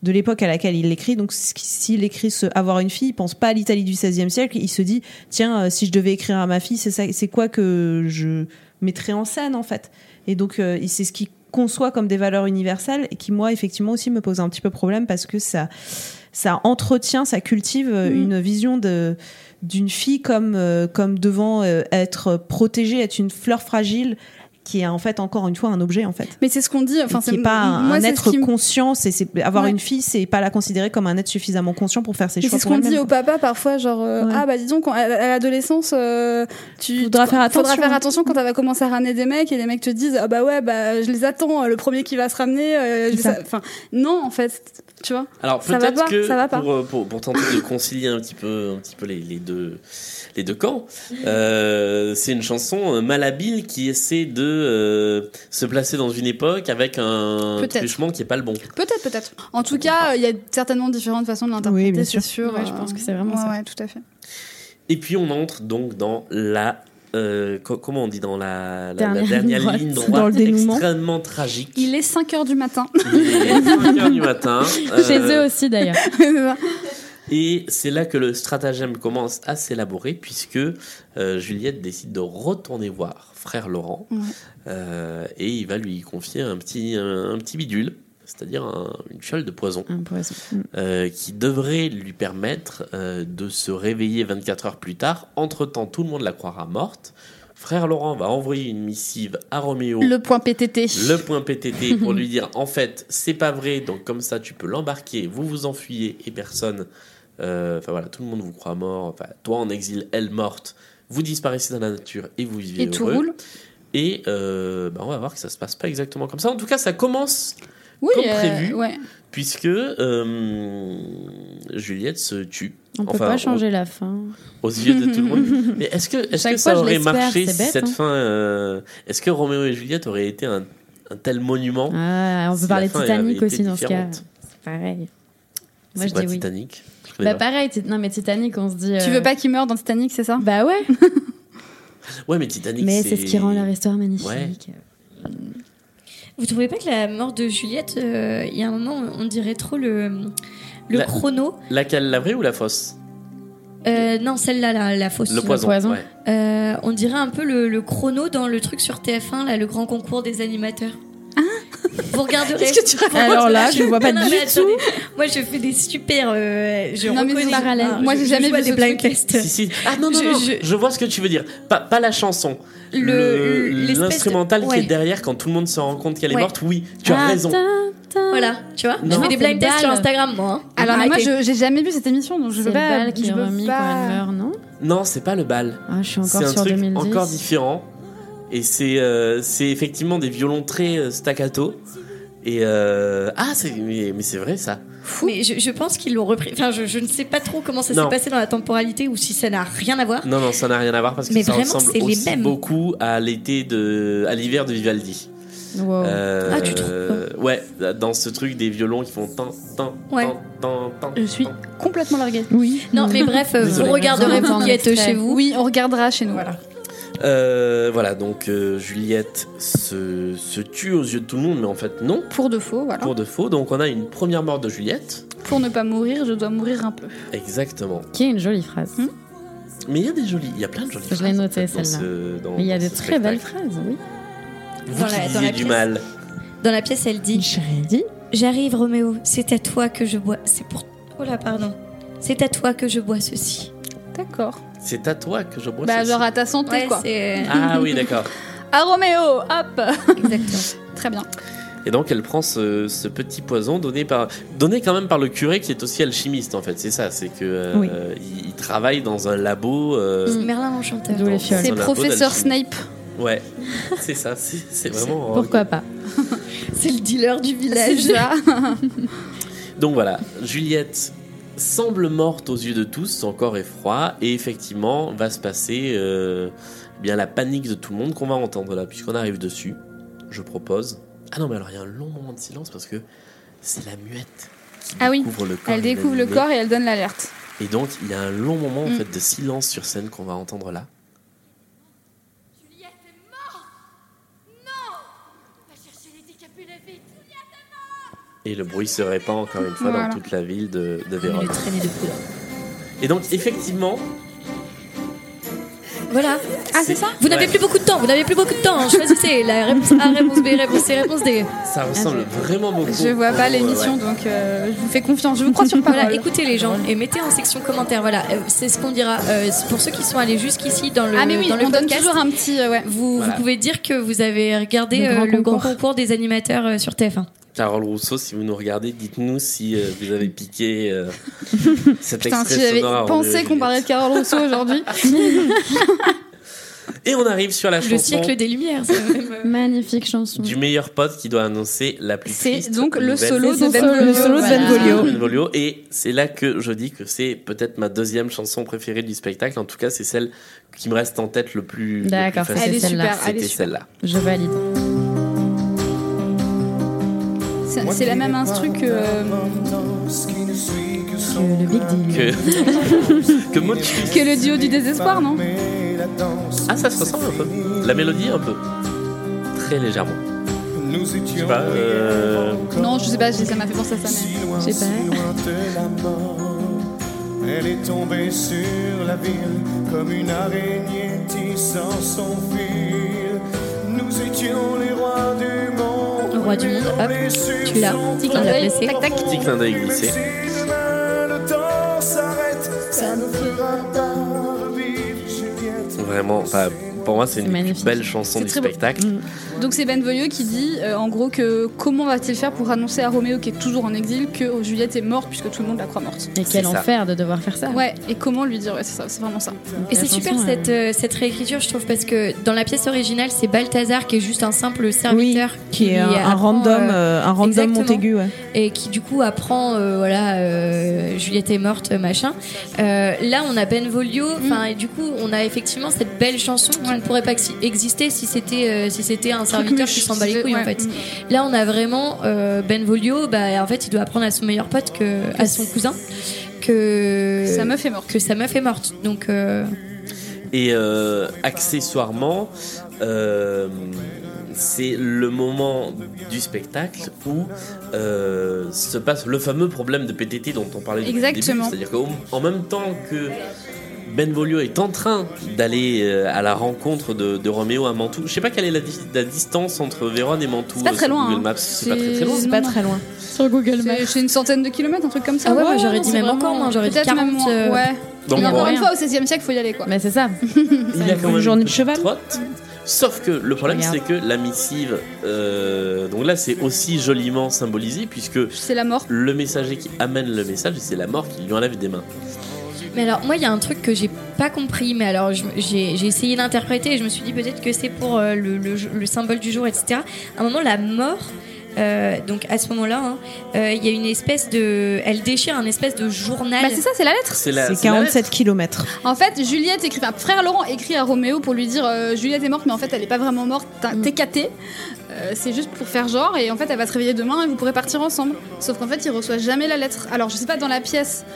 de l'époque à laquelle il l'écrit. Donc, ce qui- s'il écrit ce Avoir une fille, il pense pas à l'Italie du 16e siècle. Il se dit, tiens, euh, si je devais écrire à ma fille, c'est ça, c'est quoi que je mettrais en scène, en fait. Et donc, euh, c'est ce qui conçoit comme des valeurs universelles et qui, moi, effectivement, aussi me pose un petit peu problème parce que ça, ça entretient, ça cultive euh,
Mhm.
une vision de d'une fille comme euh, comme devant euh, être protégée, être une fleur fragile qui est en fait encore une fois un objet en fait.
Mais c'est ce qu'on dit. Enfin,
qui
c'est
est pas un,
moi,
un
c'est ce
être
qui me-
conscient, c'est c'est- avoir
Ouais.
une fille, c'est pas la considérer comme un être suffisamment conscient pour faire ses
Mais
choix.
c'est ce
pour
qu'on dit
elle-même,
au
quoi.
papa parfois, genre euh,
Ouais.
ah bah dis donc quand- à, à l'adolescence, euh, tu
Faudra faire attention.
faudra faire attention quand elle va commencer à ramener des mecs et les mecs te disent ah bah ouais bah je les attends, euh, le premier qui va se ramener, euh, je les a- enfin non en fait, tu vois.
Alors
ça va
peut-être
pas,
que
ça va pas.
Pour, euh, pour, pour tenter de concilier un petit peu, un petit peu les, les deux, les deux camps, euh, c'est une chanson euh, malhabile qui essaie de euh, se placer dans une époque avec un
Peut-être.
truchement qui est pas le bon.
Peut-être, peut-être. En tout cas, il y a certainement différentes façons de l'interpréter,
bien
c'est
sûr.
sûr. hein.
Ouais, je pense que c'est vraiment
ouais,
ça.
Ouais, tout à fait.
Et puis on entre donc dans la euh, co- comment on dit dans la, la- la
Dernière
dernière,
ligne droite.
ligne droite,
Dans le dénouement.
extrêmement tragique.
Il est 5h du matin.
Il est 5 heures du matin.
Chez
euh,
eux aussi d'ailleurs.
Et c'est là que le stratagème commence à s'élaborer puisque euh, Juliette décide de retourner voir frère Laurent
Ouais.
euh, et il va lui confier un petit, un, un petit bidule, c'est-à-dire un- une fiole de poison, euh, qui devrait lui permettre euh, de se réveiller 24 heures plus tard. Entre-temps, tout le monde la croira morte. Frère Laurent va envoyer une missive à Roméo.
Le point PTT.
Le point PTT pour lui dire en fait c'est pas vrai donc comme ça tu peux l'embarquer vous vous enfuyez et personne euh, enfin voilà tout le monde vous croit mort enfin toi en exil elle morte vous disparaissez dans la nature et vous vivez
Et tout
heureux.
roule.
et euh, bah, on va voir que ça se passe pas exactement comme ça en tout cas ça commence
Oui,
comme
euh,
prévu
ouais.
puisque euh, Juliette se tue
On peut
Enfin,
pas changer la fin.
aux yeux de tout le monde. Mais est-ce que, est-ce
Chaque
que ça
fois, je
aurait
l'espère,
marché
c'est
si
bête,
cette
hein.
fin euh, Est-ce que Roméo et Juliette auraient été un, un tel monument
Ah, on
Oh. si
peut
la
parler de
fin avait
Titanic
été
aussi dans ce cas.
différente
C'est pareil.
C'est
Moi je
quoi,
dis oui.
Titanic Je connais
Bah
pas.
pareil, Tit- non mais Titanic on se dit.
Tu
euh,
veux pas qu'il meure dans Titanic, c'est ça
Bah ouais.
Ouais, mais Titanic.
Mais c'est ce qui rend leur histoire magnifique.
Ouais.
Vous trouvez pas que la mort de Juliette, euh, il y a un moment, on dirait trop le, le
La-
chrono
Laquelle, la vraie ou la fausse
Euh, non, celle-là, la, la fausse.
Le poison, Le poison. ouais.
Euh, on dirait un peu le, le chrono dans le truc sur TF1, là, le grand concours des animateurs.
Ah.
Vous regarderez.
Qu'est-ce que tu racontes
Alors là, je vois pas
Non, non,
du
mais
tout.
attendez. Moi, je fais des super. euh, je
Non, mais
reconnais.
c'est parallèle.
Ah,
Moi,
je-
j'ai
je
jamais
vois
vu
des
ce
blind
truc.
tests.
Si, si. Ah non, non, non, je,
Je-
vois ce que tu veux dire. Pas, pas la chanson.
Le-
Le-
l'espèce de-
L'instrumental qui
ouais.
est derrière quand tout le monde se rend compte qu'elle
Ouais.
Ah,
est morte. Oui, tu as raison.
Attends, Voilà, tu vois.
Non.
je fais des
C'est
blind
une
tests sur
balle.
Instagram, moi. hein.
Alors, mais moi,
Arrêtez.
je- j'ai jamais vu cette émission, donc je veux
C'est
pas.
le bal qui
je
est
veux
remis
pas...
quand elle meurt,
non
Non, c'est pas le bal.
Ah, je suis encore
C'est un
sur
truc
2010.
encore différent. Et c'est euh, c'est effectivement des violons très euh, staccato. Et euh, ah, c'est mais, mais c'est vrai ça.
Mais je, je pense qu'ils l'ont repris. Enfin, je, je ne sais pas trop comment ça s'est
Non.
passé dans la temporalité ou si ça n'a rien à voir.
Non, non, ça n'a rien à voir parce que
Mais
ça
vraiment,
ressemble
c'est les
aussi
mêmes.
beaucoup à l'été de, à l'hiver de Vivaldi.
Wow.
Euh,
Ah, tu trouves
Ouais, dans ce truc des violons qui font tant, tant,
Ouais.
tant, tant.
Je suis complètement larguée.
Oui.
Non, mais bref, euh,
Désolé.
vous regarderez
Vraiment,
Juliette
extrait.
chez vous.
Oui, on regardera chez nous. Voilà.
Euh, voilà, donc euh, Juliette se, se tue aux yeux de tout le monde, mais en fait non,
Pour de faux,
Ah.
voilà.
pour de faux. Donc on a une première mort de Juliette.
Pour ne pas mourir, je dois mourir un peu.
Exactement.
Qui est une jolie phrase.
Hmm
Mais il y a des jolies, il y a plein de jolies
Je l'ai
phrases, en
noté,
fait, dans
celle-là.
ce- dans-
Mais il y a
dans
des
ce
très belles
spectacle.
phrases, oui.
Vous
Dans
qui
la- dans
disiez
la
du
pièce.
mal.
Dans la pièce, elle dit J'arrive, Roméo, c'est à toi que je bois. C'est pour. Oh là, pardon. C'est à toi que je bois ceci.
D'accord.
C'est à toi que je bois
bah,
ceci.
genre à ta santé,
Ouais,
quoi.
c'est. euh,
Ah oui, d'accord.
À Roméo, hop
Exactement.
Très bien.
Et donc elle prend ce, ce petit poison donné par donné quand même par le curé qui est aussi alchimiste en fait. C'est ça, c'est que euh,
Oui.
il, il travaille dans un labo. euh,
C'est Ah. Merlin l'Enchanteur.
D'où les fioles.
C'est
On a un peu
professeur
d'alchimie.
Snape.
Ouais, c'est ça, c'est c'est vraiment.
Pourquoi pas
C'est le dealer du
C'est
village.
ça.
Donc voilà, Juliette semble morte aux yeux de tous, son corps est froid, et effectivement va se passer euh, bien la panique de tout le monde qu'on va entendre là, puisqu'on arrive dessus. Je propose. Ah non, mais alors il y a un long moment de silence parce que c'est la muette qui
Ah oui,
découvre le corps.
Elle découvre le
inanimé.
corps et elle donne l'alerte.
Et donc, il y a un long moment en
Mm.
fait de silence sur scène qu'on va entendre là. Et le bruit se répand encore une fois
Voilà. Ah,
dans toute la ville de, de
Comme
Vérone.
une traînée de poudre.
Et donc, effectivement,
Voilà.
Ah, c'est ça
Vous n'avez
Ouais.
plus beaucoup de temps, vous n'avez plus beaucoup de temps. hein. Choisissez la réponse A, réponse B, réponse C, réponse D.
ça ressemble vraiment beaucoup.
Ah, Je vois pas
au-
l'émission,
Oh, ouais.
donc euh, je vous fais confiance. Je vous crois sur parole.
Voilà, écoutez les gens et mettez en section commentaire. Voilà, euh, c'est ce qu'on dira. Euh, c'est pour ceux qui sont allés jusqu'ici dans le,
ah mais oui,
dans le
on donne
podcast,
toujours un petit... euh, ouais.
vous,
Voilà.
vous pouvez dire que vous avez regardé
Le
euh,
grand
le grand
concours.
concours des animateurs euh, sur TF1.
Carole Rousseau, si vous nous regardez, dites-nous si euh, vous avez piqué euh, cet
Putain,
extrait
si j'avais
sonore de
pensé qu'on
Juliette.
parlait de Carole Rousseau aujourd'hui.
Et on arrive sur la
Le
chanson
siècle des Lumières. c'est même, euh,
Magnifique chanson.
du meilleur pote qui doit annoncer la plus
C'est
triste
donc le
nouvelle.
solo
C'est
de
son
Benvolio.
le solo de
Voilà.
Benvolio.
Benvolio. Ah, Et c'est là que je dis que c'est peut-être ma deuxième chanson préférée du spectacle. En tout cas, c'est celle qui me reste en tête le plus. le
D'accord,
plus
ça,
facilement.
Elle est
celle-là.
super, elle est
C'était
super.
celle-là.
Je valide.
C'est c'est la même instru que... euh,
Le Big Deal.
Que, que Maud Curie-
que le duo du désespoir, non
Ah, ça se ressemble un peu. La mélodie, un peu. Très légèrement.
Nous
Je sais
étions
pas. euh,
Non, je sais pas, j'ai- ça m'a fait penser à ça.
si
mais-
loin,
Je sais pas.
si loin de la mort. Elle est tombée sur la ville comme une araignée tissant son fil. Nous étions les rois du monde.
Le roi du monde, hop, tu l'as.
Petit
clin d'œil, tac, tac.
Petit clin d'œil glissé.
demain le temps s'arrête, ça nous fera pas revivre Juliette.
Vraiment, enfin, pour moi, c'est
C'est
une des plus
magnifique.
belle chanson
C'est
du
très beau.
spectacle.
Donc c'est Benvolio qui dit euh, en gros que comment va-t-il faire pour annoncer à Roméo qui est toujours en exil que oh, Juliette est morte puisque tout le monde la croit morte.
Et
C'est
quel
ça.
enfer de devoir faire ça.
Ouais, et comment lui dire, ouais, c'est ça, c'est vraiment ça.
Et c'est
La
super
chanson,
cette, euh, cette réécriture, je trouve, parce que dans la pièce originale, c'est Balthazar qui est juste un simple serviteur
qui est un, un
apprend,
random,
euh,
euh, un random
exactement.
Montaigu. ouais.
et qui du coup apprend, euh, voilà, euh, Juliette est morte, machin. Euh, là, on a Benvolio, enfin, et du coup, on a effectivement cette belle chanson qui ne pourrait pas exi- exister si c'était euh, si c'était un serviteur qui s'en bat les couilles en
Ouais.
fait. Là, on a vraiment euh, Benvolio, bah en fait, il doit apprendre à son meilleur pote que à son cousin que
Sa meuf est morte.
que sa meuf est morte. Donc euh,
Et euh, accessoirement, euh, c'est le moment du spectacle où euh, se passe le fameux problème de PTT dont on parlait depuis le début.
Exactement.
C'est-à-dire qu'en en même temps que Benvolio est en train d'aller euh, à la rencontre de, de Roméo à Mantoue, je sais pas quelle est la, di- la distance entre Vérone et Mantoue.
C'est pas
euh,
très
sur
loin,
Google
hein.
Maps, c'est pas très très
C'est-
loin.
C'est pas très loin.
Sur Google Maps.
C'est c'est une centaine de kilomètres, un truc comme ça.
Ah ouais, moi, j'aurais dit
c'est
même
vraiment-
encore moins, j'aurais dit
Peut-être même
40,
moins,
euh,
Ouais.
Donc,
Mais
bon.
encore une fois, au 16 e siècle, faut y aller quoi.
Mais c'est ça.
il y a quand
une
même
journée
une
de cheval.
trotte. Sauf que le problème,
regarde.
c'est que la missive, euh, donc là, c'est aussi joliment symbolisé puisque
C'est la mort.
le messager qui amène le message, c'est la mort qui lui enlève des mains.
Mais alors, moi, il y a un truc que j'ai pas compris, mais alors je- j'ai j'ai essayé d'interpréter et je me suis dit peut-être que c'est pour euh, le, le- le symbole du jour, etc. À un moment, la mort. euh, donc à ce moment-là, hein, euh, il y a une espèce de, elle déchire un espèce de journal.
Bah, c'est ça, c'est la lettre.
C'est
C'est 47 km.
En fait, Juliette écrit, enfin, frère Laurent écrit à Roméo pour lui dire euh, Juliette est morte, mais en fait, elle est pas vraiment morte, t'as-
Mm.
t'es caté. Euh, c'est juste pour faire genre, et en fait, elle va se réveiller demain et vous pourrez partir ensemble. Sauf qu'en fait, il reçoit jamais la lettre. Alors, je sais pas dans la pièce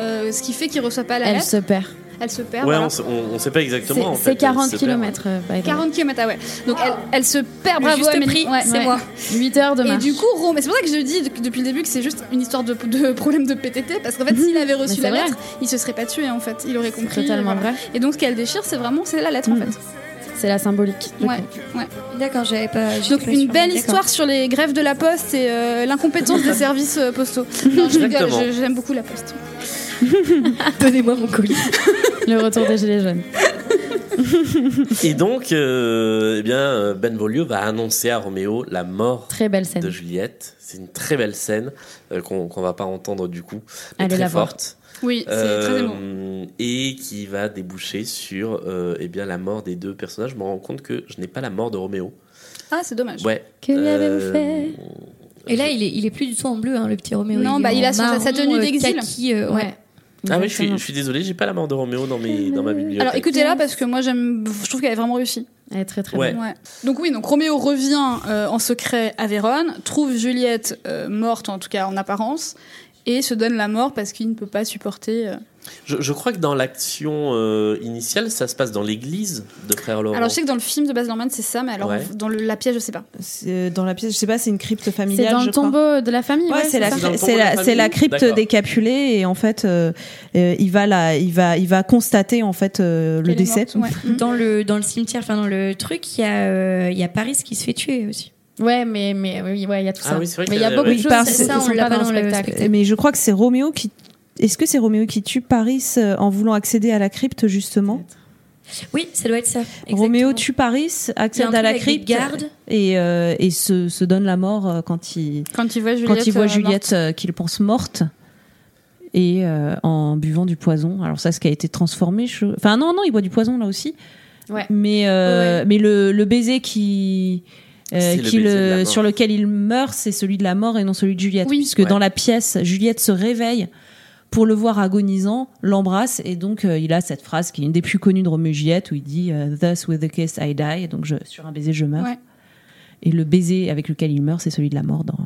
euh, ce qui fait qu'il reçoit pas la
Elle
lettre.
se perd.
Elle se
Ouais,
perd. voilà.
on, s- on, on sait pas
C'est-
exactement. en fait,
C'est 40
c'est pas-
km.
40 km, ah ouais. Donc elle, elle se perd,
Le
bravo
juste
Amélie.
prix, c'est moi.
8 heures
de
Et
marche.
du coup, Rome- c'est pour ça que je dis de- depuis le début que c'est juste une histoire de, de problème de PTT, parce qu'en fait, s'il avait reçu
Mhm. c'est
la
vrai.
lettre, il se serait pas tué en fait. Il aurait compris.
totalement
voilà.
vrai. Mhm.
Et donc, ce qu'elle déchire, c'est vraiment c'est la lettre en fait.
C'est la symbolique. du
Ouais,
coup.
ouais.
D'accord, j'avais pas. j'étais
Donc
pas
une
sûre,
belle
mais
histoire sur les grèves de la Poste et euh, l'incompétence des services euh, postaux. Non, je rigole,
Exactement.
je- j'aime beaucoup la Poste.
Donnez-moi mon colis.
Le retour des Gilets jaunes.
Et donc, euh, eh bien, euh, Benvolio va annoncer à Roméo la mort
Très belle scène.
de Juliette. C'est une très belle scène euh, qu'on qu'on va pas entendre du coup, mais
Allez
très
la voir.
forte.
Oui, c'est
Euh,
très émouvant.
Et qui va déboucher sur euh, eh bien, la mort des deux personnages. Je me rends compte que je n'ai pas la mort de Roméo.
Ah, c'est dommage.
Ouais.
Que lui
Euh,
avez-vous fait Et là, il est, il est plus du tout en bleu, hein, le petit Roméo.
Non,
est
bah,
en
il a son- sa
marron,
tenue
euh,
d'exil.
kaki, euh, ouais.
Ah oui, je suis, je suis désolé, j'ai pas la mort de Roméo dans, mes, dans ma bibliothèque.
Alors écoutez-la parce que moi j'aime, je trouve qu'elle est vraiment réussie.
Elle est très très
Ouais.
belle.
Ouais. Donc oui, donc Roméo revient euh, en secret à Vérone, trouve Juliette euh, morte en tout cas en apparence et se donne la mort parce qu'il ne peut pas supporter. euh.
Je, je crois que dans l'action euh, initiale, ça se passe dans l'église de Frère Laurent.
Alors je sais que dans le film de Baz Luhrmann c'est ça, mais alors
Oh. Ouais.
dans le- la pièce je sais pas.
C'est dans la pièce, je sais pas, c'est une crypte familiale.
C'est dans
je
le
crois.
tombeau de la famille.
Ouais,
ouais,
c'est la,
ça.
dans le tombeau
c'est
de la
la, c'est la
famille.
crypte
D'accord.
des Capulets et en fait, euh, euh, il va la, il va, il va constater en fait euh, le
Qu'elle est
décès.
morte, ouais.
Dans le dans le cimetière, enfin dans le truc, il y a euh, il y a Paris qui se fait tuer aussi.
Ouais, mais mais oui, ouais, il y a tout
Ah
ça.
oui, c'est vrai
mais
qu'il
il y
y
a
avait-
beaucoup
Oui,
de choses
parce-
qui
ça,
sont
on l'a
pas dans le spectacle.
spectacle.
Euh, Mais je crois que c'est Roméo qui. Est-ce que c'est Roméo qui tue Paris euh, en voulant accéder à la crypte justement
Oui, ça doit être ça. exactement.
Roméo tue Paris,
Il y a un
accède
truc
à la
avec des
crypte
gardes.
et, euh, et se, se donne la mort euh, quand il
Quand il voit Juliette.
quand il voit
euh,
Juliette euh, qu'il pense morte et euh, en buvant du poison. Alors ça, ce qui a été transformé. je- Enfin non, non, il boit du poison là aussi.
Ouais.
Mais euh, mais le, le baiser qui euh,
C'est le
qui
baiser
le-
de la mort.
sur lequel il meurt, c'est celui de la mort et non celui de Juliette,
Oui.
puisque dans la pièce, Juliette se réveille pour le voir agonisant, l'embrasse et donc euh, il a cette phrase qui est une des plus connues de Roméo et Juliette où il dit euh, "Thus with a kiss I die", donc je, sur un baiser je meurs.
Ouais.
Et le baiser avec lequel il meurt, c'est celui de la mort dans,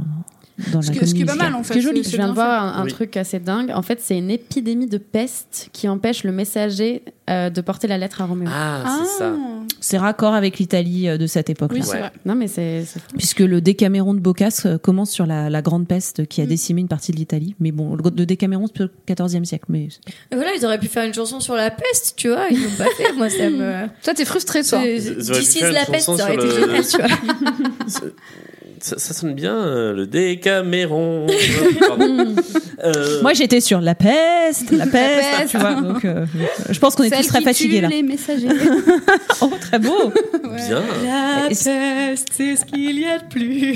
dans
Ce
la
qui- ce qui est pas
comédie
mal en
Ce
fait.
qui est joli,
c'est-
je
c'est
viens de
bien
voir un, un
Oui.
truc assez dingue. En fait, c'est une épidémie de peste qui empêche le messager euh, de porter la lettre à Roméo.
Ah,
fait.
c'est ça.
Ah.
C'est raccord avec l'Italie euh, de cette époque-là.
Oui, c'est
Ouais.
vrai.
Non, mais c'est. c'est-
Puisque le Décaméron de Boccace euh, commence sur la, la Grande Peste qui a
Mm.
décimé une partie de l'Italie. Mais bon, le, le Décaméron, c'est le 14e siècle. Mais
Et Voilà, ils auraient pu faire une chanson sur la peste, tu vois. Ils l'ont pas fait. Moi, ça me.
Toi t'es frustré toi.
C'est-
Ils auraient pu
This is
faire une
la peste,
chanson
ça aurait
sur
été
le-
génial, tu vois.
ça. ça sonne bien, euh, le Décaméron. Pardon. Euh,
moi, j'étais sur la peste, la peste,
peste.
tu vois. Donc, euh, je pense qu'on est
Celle
tous très
qui
fatigués
tue
là.
les messagers.
Oh, très beau.
bien.
La
Et
peste, Euh, c'est ce qu'il y a de plus.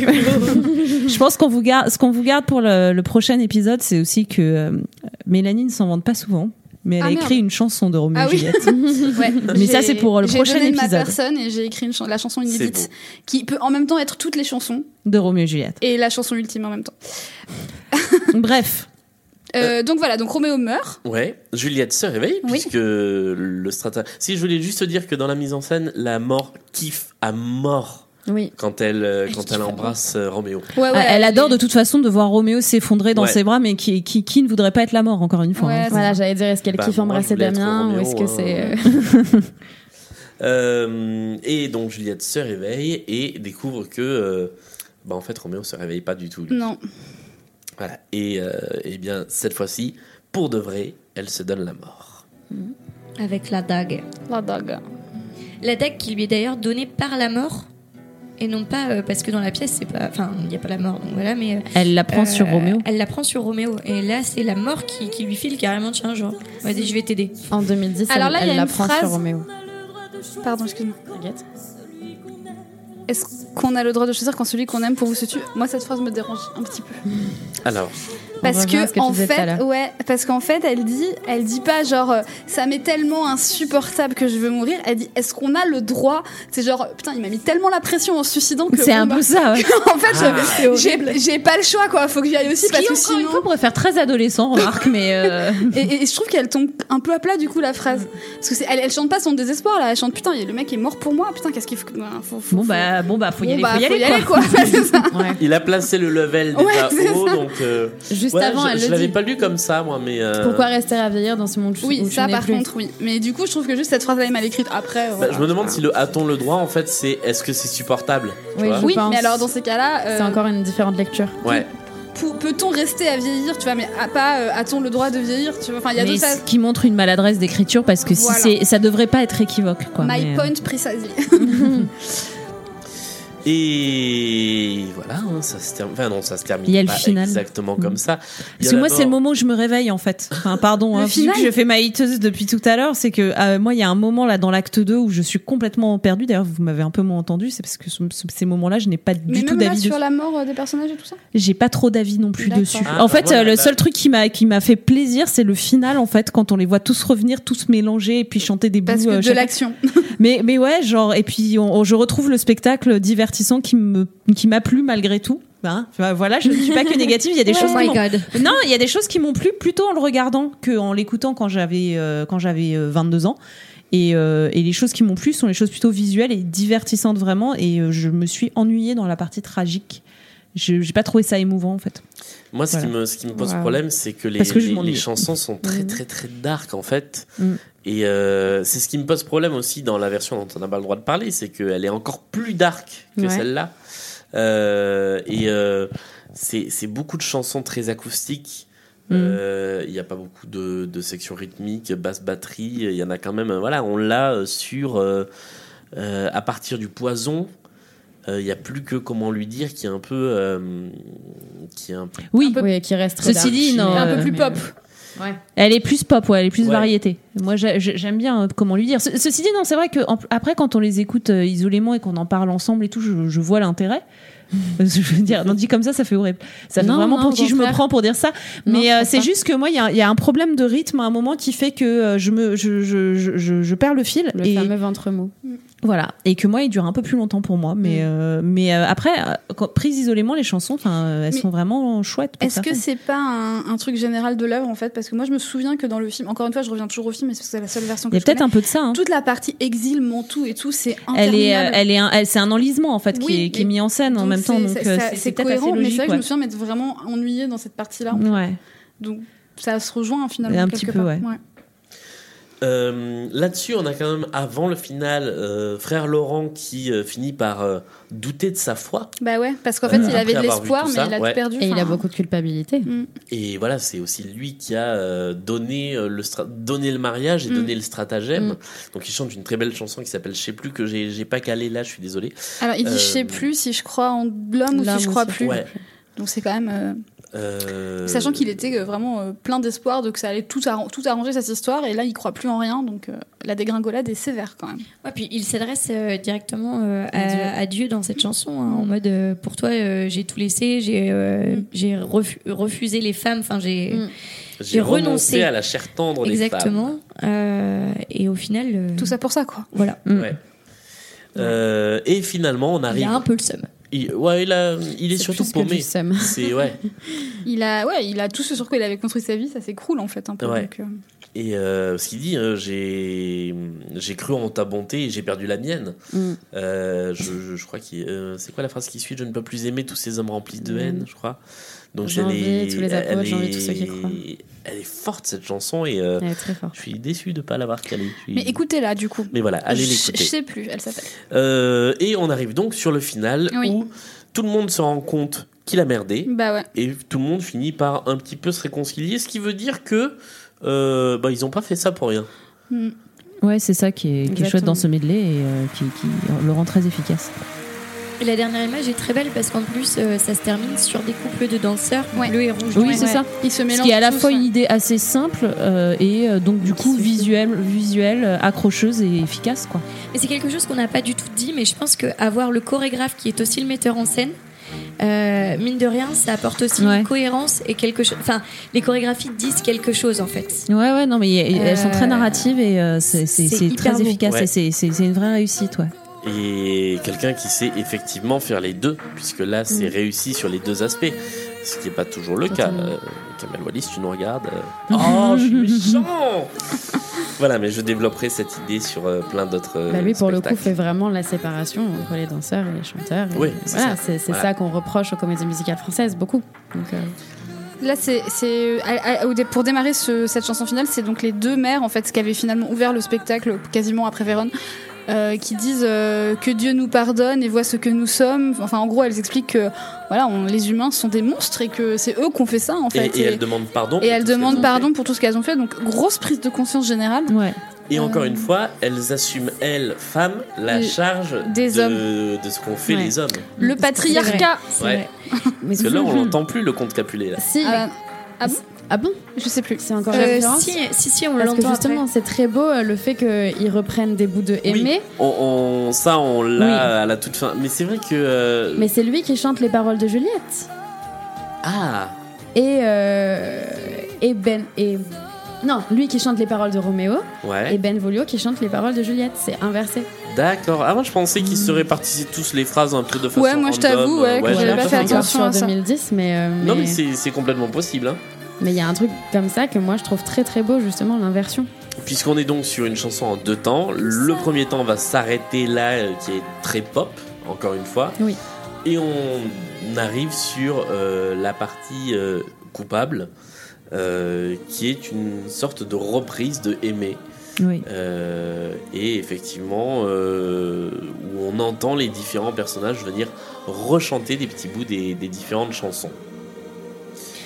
je pense qu'on vous garde, ce qu'on vous garde pour le, le prochain épisode, c'est aussi que euh, Mélanie ne s'en vante pas souvent, mais elle
Ah,
a écrit
merde.
une chanson de Roméo et
Ah oui.
Juliette.
Ouais,
Mais ça,
j'ai-
c'est pour euh, le prochain
J'ai donné de ma
épisode.
personne et j'ai écrit une chan- la chanson
C'est
inédite qui peut en même temps être toutes les chansons
De Roméo et Juliette.
et la chanson ultime en même temps.
Bref.
Euh, donc voilà, donc Roméo meurt.
Ouais, Juliette se réveille
Oui.
puisque le strata. Si je voulais juste te dire que dans la mise en scène, la mort kiffe à mort
Oui.
quand elle euh, quand
kiffe
elle
à
embrasse euh, Roméo.
Ouais, ouais,
Ah, elle adore de toute façon de voir Roméo s'effondrer dans
Ouais.
ses bras, mais qui, qui, qui ne voudrait pas être la mort, encore une fois.
Ouais,
hein.
Voilà, j'allais dire, est-ce qu'elle
Bah,
kiffe
moi, je
embrasser
voulais être
Damien ou
Roméo,
est-ce que
hein.
c'est.
Euh, et donc Juliette se réveille et découvre que euh, bah en fait Roméo se réveille pas du tout. lui.
Non.
Voilà. Et euh, eh bien cette fois-ci, pour de vrai, elle se donne la mort.
Avec la dague.
La dague.
La dague qui lui est d'ailleurs donnée par la mort. Et non pas euh, parce que dans la pièce, c'est pas. Enfin, il n'y a pas la mort, donc voilà, mais. euh,
Elle la prend
euh,
sur Roméo.
Elle la prend sur Roméo. Et là, c'est la mort qui, qui lui file carrément, tiens, genre, vas-y, je vais t'aider.
En 2010,
Alors
elle,
là, il y a
elle
une
la prend
phrase-
sur Roméo.
Pardon, excuse-moi.
T'inquiète.
Est-ce qu'on a le droit de choisir quand celui qu'on aime pour vous se tue Moi, cette phrase me dérange un petit peu.
Alors.
Parce
On revient à ce
que,
que tu
en
disais tout à
fait,
l'heure.
ouais, parce qu'en fait, elle dit, elle dit pas genre, euh, ça m'est tellement insupportable que je veux mourir. Elle dit, est-ce qu'on a le droit C'est genre, putain, il m'a mis tellement la pression en se suicidant que.
C'est
bon,
un
bah,
peu ça, ouais.
en fait, je-
Ah. C'est
j'ai j'ai pas le choix, quoi. Faut que j'y aille aussi
Ce
parce
qui,
que
encore une
sinon.
fois, pourrait faire très adolescent, remarque, mais. euh,
Et, et- et je trouve qu'elle tombe un peu à plat du coup la phrase. Parce que c'est- elle, elle chante pas son désespoir là, elle chante putain, le mec est mort pour moi, putain, qu'est-ce qu'il faut. que- ben, faut- faut-
Bon, bah, bon, bah, faut y
Bon,
aller,
bah,
faut y
faut
aller,
y aller, quoi. C'est ça.
Il a placé le level
Ouais,
déjà
c'est
haut,
ça.
donc. euh,
Juste
ouais,
avant,
je,
elle
je
le
l'avais
dit.
pas lu comme ça, moi, mais. euh,
Pourquoi rester à vieillir dans ce monde où
Oui,
tu
ça
n'es
par
plus
contre, oui. Mais du coup, je trouve que juste cette phrase là est mal écrite. Après,
bah,
voilà.
je me demande si le a-t-on le droit, en fait, c'est est-ce que c'est supportable tu
Oui,
vois
je
Oui,
pense.
mais alors dans ces cas-là, euh,
C'est encore une différente lecture.
Ouais.
pour- peut-on rester à vieillir, tu vois, mais à pas euh, a-t-on le droit de vieillir, tu vois Enfin, il y a
mais
deux
ce
phases.
qui montre une maladresse d'écriture parce que
Voilà.
si c'est, ça devrait pas être équivoque. Quoi,
My
mais, euh,
point precisely.
Et voilà, hein, ça se termine. Enfin, non, ça se termine
Il y a le
pas
final. Mm.
exactement comme ça. Il y a
Parce que moi,
d'abord-
c'est le moment où je me réveille en fait. Enfin, pardon,
Le
hein, vu
final.
que je fais ma hiteuse depuis tout à l'heure, c'est que euh, moi, il y a un moment là dans l'acte 2 où je suis complètement perdue. D'ailleurs, vous m'avez un peu moins entendu, c'est parce que ce- ce- ces moments-là, je n'ai pas
mais
du tout
même là,
d'avis dessus.
sur la mort euh, des personnages et tout ça.
J'ai pas trop d'avis non plus
D'accord.
dessus.
Ah,
en
bah
fait,
voilà,
euh, le
là-
seul truc qui m'a qui m'a fait plaisir, c'est le final en fait, quand on les voit tous revenir, tous mélanger et puis chanter des
Parce
bouts.
que
euh,
de
chacun.
l'action.
Mais, mais ouais, genre, et puis on- on- je retrouve le spectacle divertissant qui me qui m'a plu malgré tout. Hein, voilà, je ne suis pas que négative. Il y a des
Ouais.
choses.
Oh my
qui m'ont-
God.
Non, il y a des choses qui m'ont plu plutôt en le regardant que en l'écoutant quand j'avais euh, quand j'avais euh, 22 ans. Et, euh, et les choses qui m'ont plu sont les choses plutôt visuelles et divertissantes vraiment. Et euh, je me suis ennuyée dans la partie tragique. Je j'ai pas trouvé ça émouvant en fait.
Moi, ce, qui
Voilà.
me, ce qui me pose
Wow.
problème, c'est que les,
Parce que je
les-
m'ennuie.
les chansons sont très,
Mm.
très, très dark, en fait.
Mm.
Et euh, c'est ce qui me pose problème aussi dans la version dont on n'a pas le droit de parler, c'est qu'elle est encore plus dark que
Ouais.
celle-là. Euh, et euh, c'est c'est beaucoup de chansons très acoustiques.
Mm.
Euh, Il n'y a pas beaucoup de, de sections rythmiques, basse batterie. Il y en a quand même. euh, Voilà, on l'a euh, sur. euh, euh, à partir du poison, euh, il n'y a plus que comment lui dire qui est un peu. euh, qui est un peu
Oui.
Oui, qui reste
Ceci
dark.
dit, non,
Un peu
euh,
plus
mais,
pop.
Elle est plus pop, ouais, elle est plus
Ouais.
variété. Moi, j'a- j'a- j'aime bien euh, comment lui dire. Ce- Ceci dit, non, c'est vrai que en- après, quand on les écoute euh, isolément et qu'on en parle ensemble et tout, je, je vois l'intérêt. Euh, je veux dire, non, dit comme ça, ça fait horrible. Ça fait
Non,
vraiment
non,
pour
au
qui je me
contraire.
prends pour dire ça.
Non, je
Mais euh,
pense
c'est
pas.
juste que moi, il y a, il y a un problème de rythme à un moment qui fait que euh, je me, je, je, je, je- je perds le fil.
Le
et
fameux ventre mou.
voilà. Et que moi, il dure un peu plus longtemps pour moi.
Mm.
Mais, euh, mais euh, après, euh, quand- prises isolément, les chansons, 'fin, euh, elles
Mais
sont vraiment chouettes. pour
Est-ce que
certaines.
c'est pas un, un truc général de l'œuvre en fait Parce que moi, je me souviens que dans le film, encore une fois, je reviens toujours au film, mais c'est parce que c'est la seule
Il
version
y
que
a
je
peut-être
connais.
un peu de ça. hein.
Toute la partie exil, manteau et tout, c'est
elle
interminable.
est, euh, elle est, un- elle- c'est un enlisement en fait
Oui,
qui, est, qui est
mais-
mis en scène en
Donc
même temps, donc
c'est-
euh,
ça-
c'est
c'est
peut-être assez
cohérent, mais c'est
logique.
vrai que je
ouais.
me souviens m'être vraiment ennuyée dans cette partie-là. en fait.
Ouais.
Donc ça se rejoint hein, finalement.
Un
quelque
petit peu,
part.
ouais.
Euh, Là-dessus, on a quand même, avant le final, euh, frère Laurent qui euh, finit par euh, douter de sa foi.
Bah ouais, parce qu'en fait,
Euh,
il avait
après
de
avoir
l'espoir,
vu tout
mais
ça,
il a
ouais.
tout perdu.
Et il
enfin,
a beaucoup de culpabilité.
Mm.
Et voilà, c'est aussi lui qui a euh, donné, euh, le stra- donné le mariage et
Mm.
donné le stratagème.
Mm.
Donc il chante une très belle chanson qui s'appelle Je sais plus, que j'ai j'ai pas calé là, je suis désolé.
Alors il dit,
Euh,
je sais plus si je crois en l'homme ou
L'homme
si je crois
ou si-
plus.
Ouais.
Donc c'est quand même. euh,
Euh,
Mm. Sachant qu'il était euh, vraiment euh, plein d'espoir de que ça allait tout, arran- tout arranger cette histoire, et là il croit plus en rien, donc euh, la dégringolade est sévère quand même.
Ouais, puis il s'adresse euh, directement euh,
À Dieu.
à, à Dieu dans cette chanson, hein, en mode euh, pour toi euh, j'ai tout laissé, j'ai euh, j'ai refu- refusé les femmes, enfin j'ai
Mm.
J'ai renoncé à la chair tendre des
Exactement.
femmes.
Euh, et au final, euh,
Tout ça pour ça quoi.
voilà,
Ouais. Euh, et finalement, on
il
arrive.
y a un peu le seum.
Il, ouais, il, a- il est,
C'est
surtout
plus que du
paumé.
seum.
C'est ouais.
Il a, ouais, il a tout ce sur quoi il avait construit sa vie, ça s'écroule en fait un peu.
Ouais.
donc, euh,
Et euh, ce qu'il dit, euh, j'ai j'ai cru en ta bonté et j'ai perdu la mienne.
Mm.
Euh, je, je- je crois que c'est quoi la phrase qui suit Je ne peux plus aimer tous ces hommes remplis de haine, je crois. Donc
J'ai
elle
envie
est-
Mm. tous les
elle
apôtres, j'ai envie
est-
tous ceux qui croient.
Elle est forte cette chanson et euh,
Elle est très forte.
je suis déçu de pas l'avoir calée. Je suis-
Mais écoutez-la du coup.
Mais voilà, allez
Je- Je
l'écouter.
sais plus, elle s'appelle.
Euh, et on arrive donc sur le final
Oui.
où tout le monde se rend compte qu'il a merdé
Bah ouais.
et tout le monde finit par un petit peu se réconcilier, ce qui veut dire que euh, bah, ils n'ont pas fait ça pour rien.
Mm.
Ouais, c'est ça qui est, qui est chouette
Exactement.
dans ce medley et euh, qui, qui le rend très efficace.
Et la dernière image est très belle parce qu'en plus, euh, ça se termine sur des couples de danseurs bleu et rouge.
Oui, c'est ça.
Ils se hein.
Ce
mélangent
qui est à la
tous,
fois une idée assez simple euh, et euh, donc du coup visuelle, visuelle, euh, accrocheuse et efficace quoi.
Mais c'est quelque chose qu'on n'a pas du tout dit, mais je pense qu'avoir le chorégraphe qui est aussi le metteur en scène, euh, mine de rien, ça apporte aussi
Ouais.
une cohérence et quelque chose. Enfin, les chorégraphies disent quelque chose en fait.
Ouais ouais non mais y- y- elles sont très
Euh,
narratives et euh, c'est c'est-
c'est
c'est
hyper
très
beau.
efficace
Ouais.
et c'est- c'est c'est une vraie réussite ouais.
Et quelqu'un qui sait effectivement faire les deux, puisque là c'est
Mm.
réussi sur les deux aspects, ce qui n'est pas toujours le cas.
Totalement.
Euh, Kamel Wallis, tu nous regardes. euh. Oh, je suis méchant voilà, mais je développerai cette idée sur euh, plein d'autres. euh,
Bah, lui, pour le coup,
spectacles.
fait vraiment la séparation entre les danseurs et les chanteurs. Et
Oui, c'est
voilà,
ça.
c'est c'est
Voilà.
ça qu'on reproche aux comédies musicales françaises beaucoup. Donc, euh,
Là, c'est c'est- à- à- au dé- pour démarrer ce- cette chanson finale, c'est donc les deux mères en fait, ce qui avaient finalement ouvert le spectacle quasiment après Vérone, euh, qui disent euh, que Dieu nous pardonne et voit ce que nous sommes. Enfin, en gros, elles expliquent que voilà, on- les humains sont des monstres et que c'est eux qu'on fait ça en fait.
Et, et elle demande pardon.
et
pour
elles
tout ce qu'elles ont
demandent
fait.
pardon pour tout ce qu'elles ont fait. Donc grosse prise de conscience générale.
Et encore
Euh,
une fois, elles assument, elles, femmes, la
des-
charge
des
de,
hommes.
de ce qu'on fait
Ouais.
les hommes.
Le patriarcat.
Ouais. Parce que là, on n'entend plus le conte Capulet. Là.
Si. Ah, bon
Ah bon
Je sais plus.
C'est encore
Euh,
la référence
si, si, si, on
Parce que
l'entend
justement, c'est très beau euh, le fait qu'ils reprennent des bouts de Aimé,
On, on- ça, on l'a à la toute fin. Mais c'est vrai que. euh,
mais c'est lui qui chante les paroles de Juliette.
Ah
Et, euh, et Ben. Et... Non, lui qui chante les paroles de Roméo
Ouais.
et Ben Volio qui chante les paroles de Juliette. C'est inversé.
D'accord. Ah, moi, je pensais qu'ils se répartissaient tous les phrases un peu de façon.
Hmm. Ouais, moi, je
random.
t'avoue, ouais, que j'avais
j'ai
pas
l'impression
fait
que ça.
attention à ça. 2010, mais, euh,
Non, mais
mais-
c'est c'est complètement possible. hein.
Mais il y a un truc comme ça que moi je trouve très très beau, justement, l'inversion.
Puisqu'on est donc sur une chanson en deux temps, le premier temps va s'arrêter là, euh, qui est très pop, encore une fois.
Oui.
Et on arrive sur euh, la partie euh, coupable, euh, qui est une sorte de reprise de Aimé.
Oui.
Euh, et effectivement, euh, où on entend les différents personnages venir rechanter des petits bouts des, des différentes chansons.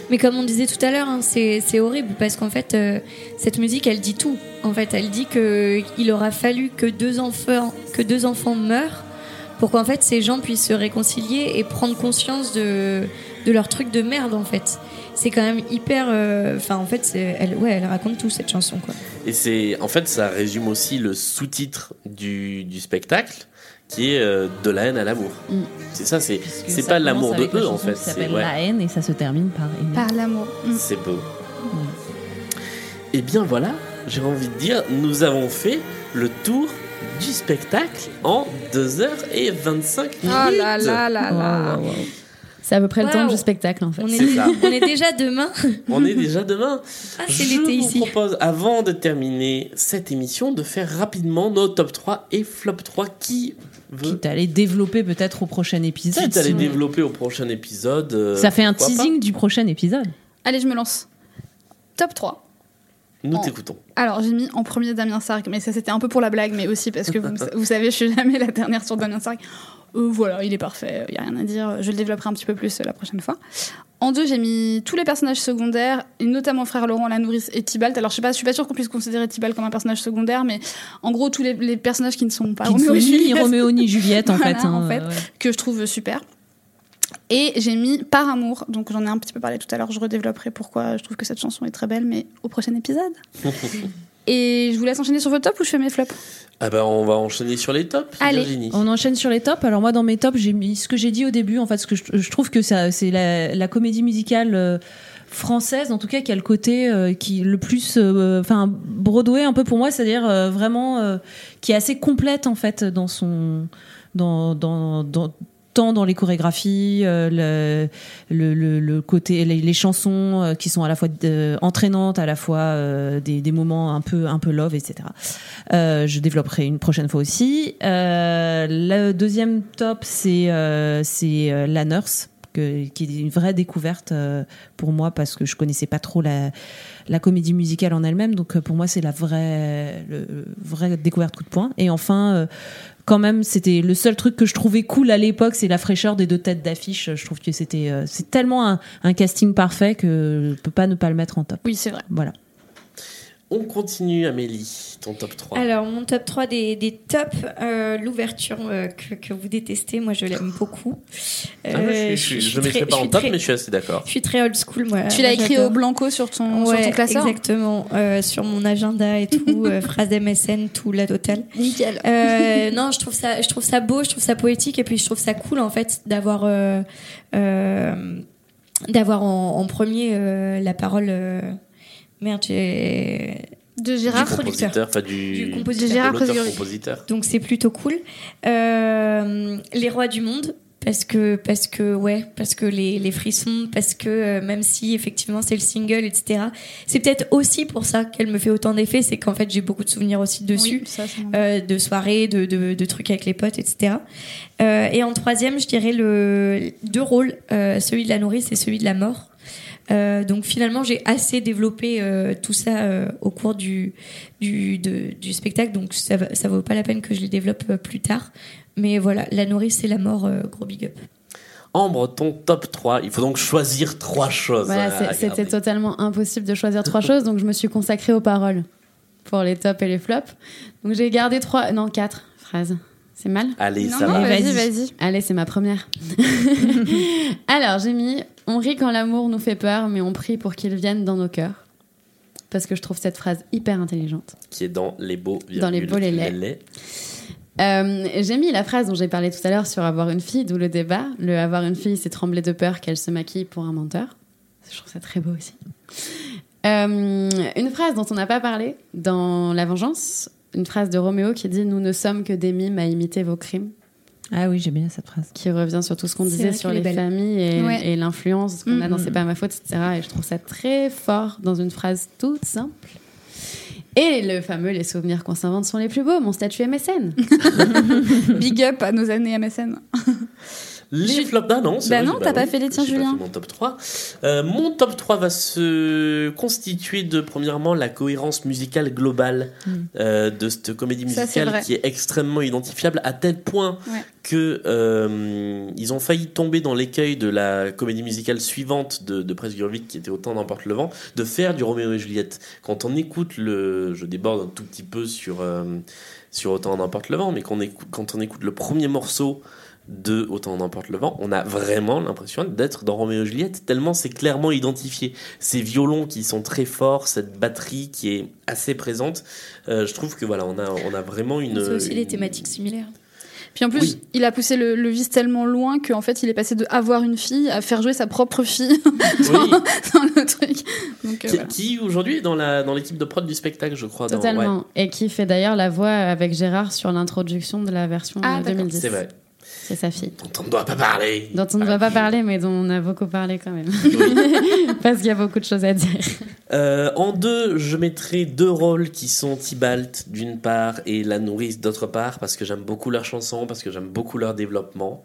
Mais comme on disait tout à l'heure, hein, c'est c'est horrible parce qu'en fait, euh, cette musique, elle dit tout. En fait, elle dit que il aura fallu que deux enfants, que deux enfants meurent pour qu'en fait ces gens puissent se réconcilier et prendre conscience de, de leur truc de merde en fait. C'est quand même hyper. euh, Enfin, en fait, c'est- elle, ouais, elle raconte tout cette chanson quoi.
Et c'est, en fait, ça résume aussi le sous-titre du, du spectacle, qui est euh, de la haine à l'amour.
Mm.
C'est ça, c'est, c'est
Ça
pas
commence
l'amour de
avec la
eux en
chanson
fait.
qui
C'est,
s'appelle
ouais.
La haine et ça se termine par Aimé.
Par l'amour. Mm.
C'est beau.
Mm.
Et bien voilà, j'ai envie de dire, nous avons fait le tour du spectacle en 2h25 minutes.
Oh là là là là.
C'est à peu près le temps
Waouh.
du spectacle en fait.
On
C'est
est,
ça.
on est déjà demain. Ah,
On est déjà demain.
c'est
Je
l'été
vous
ici.
propose, avant de terminer cette émission, de faire rapidement nos top 3 et flop 3 qui veut.
Quitte à les développer peut-être au prochain épisode.
Quitte à les
si on-
développer au prochain épisode. euh,
Ça fait un
pourquoi pas.
teasing du prochain épisode.
Allez, je me lance. Top 3.
Nous t'écoutons.
Alors, j'ai mis en premier Damien Sark, mais ça c'était un peu pour la blague, mais aussi parce que vous, vous savez, je suis jamais la dernière sur Damien Sark. Euh, voilà, il est parfait, il n'y a rien à dire. Je le développerai un petit peu plus euh, la prochaine fois. En deux, j'ai mis tous les personnages secondaires, et notamment frère Laurent, la nourrice et Tibalt. Alors, je sais pas, je suis pas sûre qu'on puisse considérer Tibalt comme un personnage secondaire, mais en gros, tous les, les personnages qui ne sont pas
Qui ne
Roméo
sont
et
ni
Juliette.
Roméo ni Juliette, en
Voilà,
fait, hein,
en fait,
ouais.
que je trouve super. Et j'ai mis Par amour, donc j'en ai un petit peu parlé tout à l'heure, je redévelopperai pourquoi je trouve que cette chanson est très belle, mais au prochain épisode. Et je vous laisse enchaîner sur votre top ou je fais mes flops
Ah ben, on va enchaîner sur les tops. Virginie.
on enchaîne sur les tops. Alors moi, dans mes tops, j'ai mis ce que j'ai dit au début. En fait, ce que je, je trouve que ça, c'est la, la comédie musicale euh, française, en tout cas, qui a le côté euh, qui le plus, euh, enfin Broadway un peu pour moi, c'est-à-dire euh, vraiment euh, qui est assez complète en fait dans son, dans, dans, dans tant dans les chorégraphies, euh, le, le, le- le côté, les, les chansons euh, qui sont à la fois euh, entraînantes, à la fois euh, des, des moments un peu, un peu love, etc. Euh, je développerai une prochaine fois aussi. Euh, le deuxième top, c'est euh, c'est, euh, La Nurse. que- qui est une vraie découverte euh, pour moi parce que je connaissais pas trop la, la comédie musicale en elle-même donc euh, pour moi c'est la vraie le, le vraie découverte coup de poing et enfin euh, quand même c'était le seul truc que je trouvais cool à l'époque c'est la fraîcheur des deux têtes d'affiche je trouve que c'était euh, c'est tellement un, un casting parfait que je peux pas ne pas le mettre en top
oui c'est vrai
voilà
On continue, Amélie, ton top 3.
Alors, mon top 3 des, des tops, euh, l'ouverture euh, que, que vous détestez, moi je l'aime beaucoup.
Ah,
Euh,
moi, je ne je
suis
le mettrai
très-
pas en
je suis
top,
très-
mais je suis assez d'accord.
Je suis très old school, moi.
Tu
Euh,
l'as
Moi,
écrit
j'adore.
au blanco sur ton, sur ton
Ouais,
classeur
Exactement, euh, sur mon agenda et tout, euh, phrase d'MSN, tout, la totale.
Nickel.
Euh, non, je trouve ça, je trouve ça beau, je trouve ça poétique, et puis je trouve ça cool en fait d'avoir euh, euh, d'avoir en, en premier euh, la parole. euh, merde, j'ai
de
du compositeur, enfin du,
Du compositeur.
de
Gérard
l'auteur
Prodigy.
compositeur.
donc c'est plutôt cool. Euh, les rois du monde. Parce que, parce que, ouais, parce que les, les frissons, parce que euh, même si effectivement c'est le single, etc. C'est peut-être aussi pour ça qu'elle me fait autant d'effet, c'est qu'en fait j'ai beaucoup de souvenirs aussi dessus, euh, de soirées, de, de, de trucs avec les potes, etc. Euh, et en troisième, je dirais le deux rôles, euh, celui de la nourrice et celui de la mort. Euh, donc finalement, j'ai assez développé euh, tout ça euh, au cours du, du, de- du spectacle, donc ça, va- ça vaut pas la peine que je les développe euh, plus tard. Mais voilà, la nourrice et la mort, euh, gros big up.
Ambre, ton top 3, il faut donc choisir trois choses. hein,
Voilà,
à
c'est-
regarder.
c'était totalement impossible de choisir trois choses, donc je me suis consacrée aux paroles pour les tops et les flops. Donc j'ai gardé trois, non quatre phrases. C'est mal
Allez, Non, ça non, va. vas-y, vas-y.
Allez, c'est ma première. Alors j'ai mis On rit quand l'amour nous fait peur, mais on prie pour qu'il vienne dans nos cœurs. Parce que je trouve cette phrase hyper intelligente.
Qui est dans les beaux
Dans les
virgule,
beaux lélés.
lélés.
Euh, j'ai mis la phrase dont j'ai parlé tout à l'heure sur avoir une fille, d'où le débat. Le avoir une fille, c'est trembler de peur qu'elle se maquille pour un menteur. Je trouve ça très beau aussi. Euh, une phrase dont on n'a pas parlé dans La Vengeance, une phrase de Roméo qui dit Nous ne sommes que des mimes à imiter vos crimes.
Ah oui, j'aime bien cette phrase.
Qui revient sur tout ce qu'on
C'est
disait
vrai
sur
qu'elle
les
est belle.
familles et,
Ouais.
et l'influence qu'on a
Mhm.
dans C'est pas ma faute, etc. Et je trouve ça très fort dans une phrase toute simple. Et le fameux Les souvenirs qu'on s'invente sont les plus beaux, mon statut MSN.
Big up à nos années MSN.
Les flops, bah non, c'est
Bah
vrai,
non,
j'ai-
t'as pas
oui,
fait les tiens,
j'ai pas
Julien.
fait mon top 3. Euh, mon top 3 va se constituer de, premièrement, la cohérence musicale globale
Mm.
euh, de cette comédie
Ça, c'est
musicale
vrai.
qui est extrêmement identifiable à tel point
Ouais.
que euh, ils ont failli tomber dans l'écueil de la comédie musicale suivante de, de Presse Gurvic qui était Autant d'emporte le vent, de faire du Roméo et Juliette. Quand on écoute le... Je déborde un tout petit peu sur, euh, sur Autant en emporte le vent, mais qu'on écoute- quand on écoute le premier morceau de Autant en emporte le vent, on a vraiment l'impression d'être dans Roméo et Juliette, tellement c'est clairement identifié. Ces violons qui sont très forts, cette batterie qui est assez présente, euh, je trouve que voilà, on a, on a vraiment une...
C'est aussi des
une-
thématiques similaires.
Puis en plus,
Oui.
il a poussé le, le vice tellement loin qu'en fait, il est passé de avoir une fille à faire jouer sa propre fille dans,
Oui.
dans le truc. Donc, euh,
Qui,
voilà.
qui, aujourd'hui est dans la dans l'équipe de prod du spectacle, je crois. dans-
Totalement.
ouais.
Et qui fait d'ailleurs la voix avec Gérard sur l'introduction de la version
Ah,
euh,
d'accord.
2010.
C'est vrai.
C'est sa fille.
Dont on ne doit pas parler.
Dont on ne va pas parler, mais dont on a beaucoup parlé quand même. Parce qu'il y a beaucoup de choses à dire.
Euh, en deux, je mettrai deux rôles qui sont Tibalt d'une part et La Nourrice d'autre part, parce que j'aime beaucoup leurs chansons, parce que j'aime beaucoup leur développement.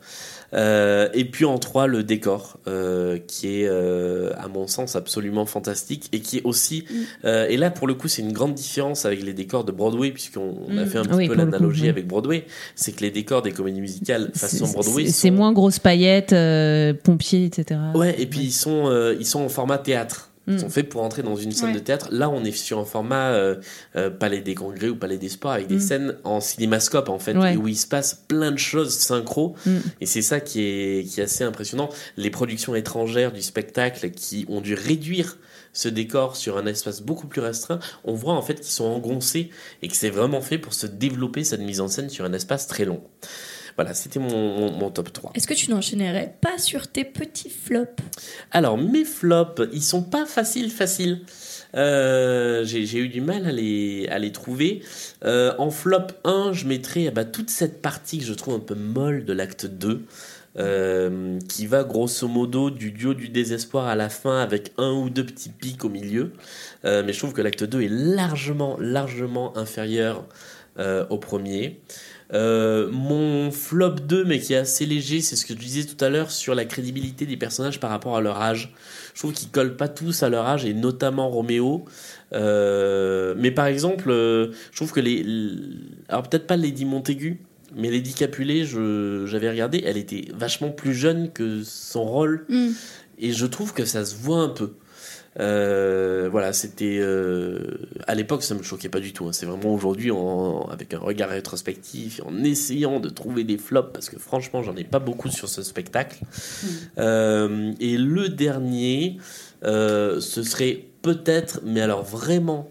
Euh, et puis en trois, le décor, euh, qui est euh, à mon sens absolument fantastique et qui est aussi. euh, et là, pour le coup, c'est une grande différence avec les décors de Broadway, puisqu'on on a
Mm.
fait un petit
Oui,
peu
pour le coup,
l'analogie
oui.
avec Broadway. C'est que les décors des comédies musicales façon Broadway
C'est c'est moins grosses paillettes, euh, pompiers, etc.
Ouais, et puis ils sont, euh, ils sont en format théâtre. Ils
Mm.
sont faits pour entrer dans une scène
Ouais.
de théâtre. Là, on est sur un format euh, euh, Palais des Congrès ou Palais des Sports avec des
Mm.
scènes en cinémascope, en fait,
Ouais.
et où il se passe plein de choses synchro.
Mm.
Et c'est ça qui est, qui est assez impressionnant. Les productions étrangères du spectacle qui ont dû réduire ce décor sur un espace beaucoup plus restreint, on voit en fait qu'ils sont engoncés et que c'est vraiment fait pour se développer cette mise en scène sur un espace très long. Voilà, c'était mon, mon- mon top 3.
Est-ce que tu n'enchaînerais pas sur tes petits flops
Alors, mes flops, ils sont pas faciles, faciles. Euh, J'ai j'ai eu du mal à les, à les trouver. Euh, en flop 1, je mettrai ah bah, toute cette partie que je trouve un peu molle de l'acte 2. euh, qui va grosso modo du duo du désespoir à la fin avec un ou deux petits pics au milieu. Euh, mais je trouve que l'acte 2 est largement, largement inférieur euh, au premier. Euh, mon flop 2, mais qui est assez léger, c'est ce que je disais tout à l'heure sur la crédibilité des personnages par rapport à leur âge. Je trouve qu'ils collent pas tous à leur âge, et notamment Roméo. Euh, mais par exemple, euh, je trouve que les. l- Alors peut-être pas Lady Montaigu, mais Lady Capulet, je- j'avais regardé, elle était vachement plus jeune que son rôle.
Mm.
Et je trouve que ça se voit un peu. Euh, voilà, c'était euh, à l'époque ça me choquait pas du tout. hein. C'est vraiment aujourd'hui, en- avec un regard rétrospectif, et en essayant de trouver des flops parce que franchement j'en ai pas beaucoup sur ce spectacle. Euh, et le dernier, euh, ce serait peut-être, mais alors vraiment,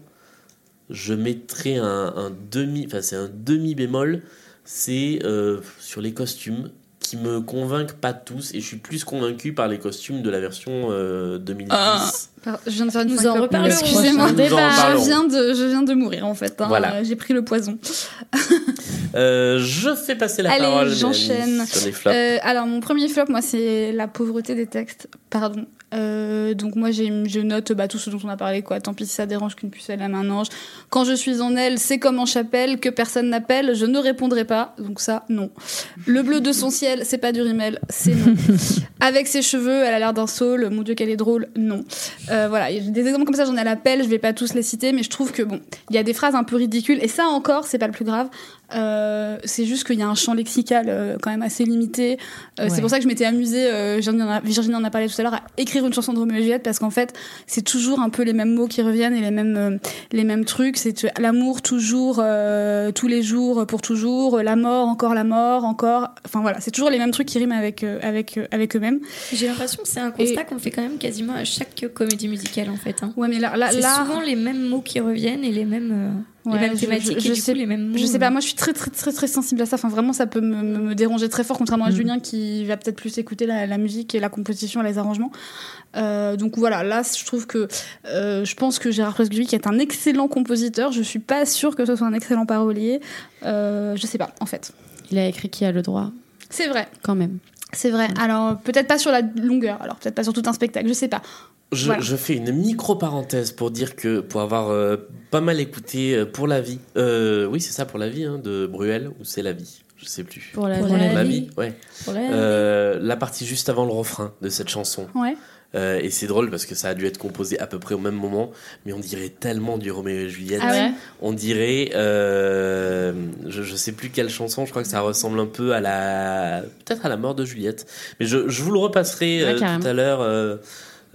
je mettrais un, un demi, enfin c'est un demi bémol, c'est euh, sur les costumes qui me convainquent pas tous et je suis plus convaincu par les costumes de la version euh, 2010.
Ah. Pardon, Je viens de faire une
Nous en
syncope.
reparlerons.
Excusez-moi,
Nous en reparlerons.
je viens de, je viens de mourir en fait. hein.
Voilà.
Euh, J'ai pris le poison.
Euh, je fais passer la
Allez,
parole Mélanie,
j'enchaîne.
sur les flops.
Euh, alors, mon premier flop, moi, c'est la pauvreté des textes. Pardon. Euh, donc, moi, j'ai, je note bah, tout ce dont on a parlé, quoi. Tant pis si ça dérange qu'une puce à un ange. Quand je suis en elle, c'est comme en chapelle, que personne n'appelle, je ne répondrai pas. Donc, ça, non. Le bleu de son ciel, c'est pas du rimel, c'est non. Avec ses cheveux, elle a l'air d'un saule, mon dieu, qu'elle est drôle, non. Euh, voilà, il y a des exemples comme ça, j'en ai à l'appel, je vais pas tous les citer, mais je trouve que bon, il y a des phrases un peu ridicules, et ça encore, c'est pas le plus grave. Euh, c'est juste qu'il y a un champ lexical euh, quand même assez limité. Euh,
Ouais.
C'est pour ça que je m'étais amusée, euh, Virginie, en a, Virginie en a parlé tout à l'heure, à écrire une chanson de Roméo et Juliette parce qu'en fait, c'est toujours un peu les mêmes mots qui reviennent et les mêmes, euh, les mêmes trucs. C'est tu- l'amour toujours, euh, tous les jours, pour toujours, la mort, encore la mort, encore. Enfin voilà, c'est toujours les mêmes trucs qui riment avec, euh, avec, euh, avec eux-mêmes.
J'ai l'impression que c'est un constat qu'on fait quand même quasiment à chaque comédie musicale en fait. hein.
Ouais, mais là, là,
c'est
Ah, là-
souvent les mêmes mots qui reviennent et les mêmes, euh,
Ouais,
les mêmes
je-
thématiques
je-
et
je
du
sais-
coup les mêmes mots.
Je sais pas,
euh.
moi je suis très très très très sensible à ça. Enfin vraiment, ça peut me, me- me déranger très fort, contrairement à Julien qui va peut-être plus écouter la, la musique et la composition, les arrangements. Euh, donc voilà, là je trouve que euh, je pense que Gérard Presguic est un excellent compositeur. Je suis pas sûre que ce soit un excellent parolier. Euh, je sais pas en fait.
Il a écrit qui a le droit,
C'est vrai, Hmm.
quand même.
c'est vrai. Alors peut-être pas sur la longueur, alors peut-être pas sur tout un spectacle, je sais pas.
Je,
Voilà.
je fais une micro parenthèse pour dire que pour avoir euh, pas mal écouté euh, pour la vie, euh, oui c'est ça pour la vie hein, de Bruel ou c'est la vie, je sais plus.
Pour la Pour vie. la vie.
ouais.
Pour la
Euh, la partie juste avant le refrain de cette chanson.
Ouais.
Euh, et c'est drôle parce que ça a dû être composé à peu près au même moment, mais on dirait tellement du Roméo et Juliette.
Ah ouais
On dirait, euh, je, je sais plus quelle chanson, je crois que ça ressemble un peu à la, peut-être à la mort de Juliette. Mais je, je vous le repasserai
Ouais,
euh,
carrément.
tout à l'heure. euh,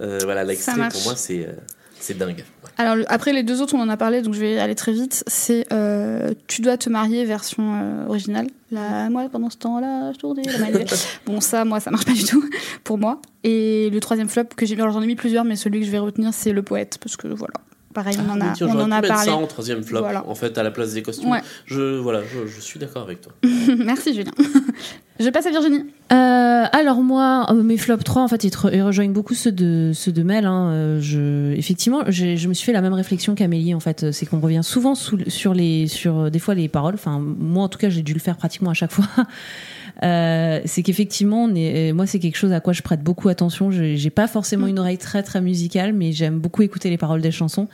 euh, voilà, l'extrait
marche.
pour moi c'est euh, c'est dingue.
Alors le- après les deux autres, on en a parlé, donc je vais aller très vite. C'est euh, Tu dois te marier version euh, originale. Là, moi, pendant ce temps-là, je tournais. la main levée. bon, ça, moi, ça marche pas du tout pour moi. Et le troisième flop que j'ai mis, alors j'en ai mis plusieurs, mais celui que je vais retenir, c'est le poète, parce que voilà. Pareil, on en
Bah,
a,
Oui, Ah, tiens,
on
j'aurais
en
pu
a
mettre
parlé.
ça en troisième flop,
Voilà.
en fait, à la place des costumes.
Ouais.
Je, voilà, je, je suis d'accord avec toi.
Merci Julien. je passe à Virginie.
Euh, alors moi, euh, mes flop 3, en fait, ils, te re- ils rejoignent beaucoup ceux de, ceux de Mel. hein. Euh, Je, effectivement, j'ai- je me suis fait la même réflexion qu'Amélie, en fait. Euh, C'est qu'on revient souvent sous- sur, les, sur euh, des fois les paroles. Enfin, moi, en tout cas, j'ai dû le faire pratiquement à chaque fois. Euh, c'est qu'effectivement, on est- euh, moi, c'est quelque chose à quoi je prête beaucoup attention. J'ai j'ai pas forcément une oreille très, très musicale, mais j'aime beaucoup écouter les paroles des chansons.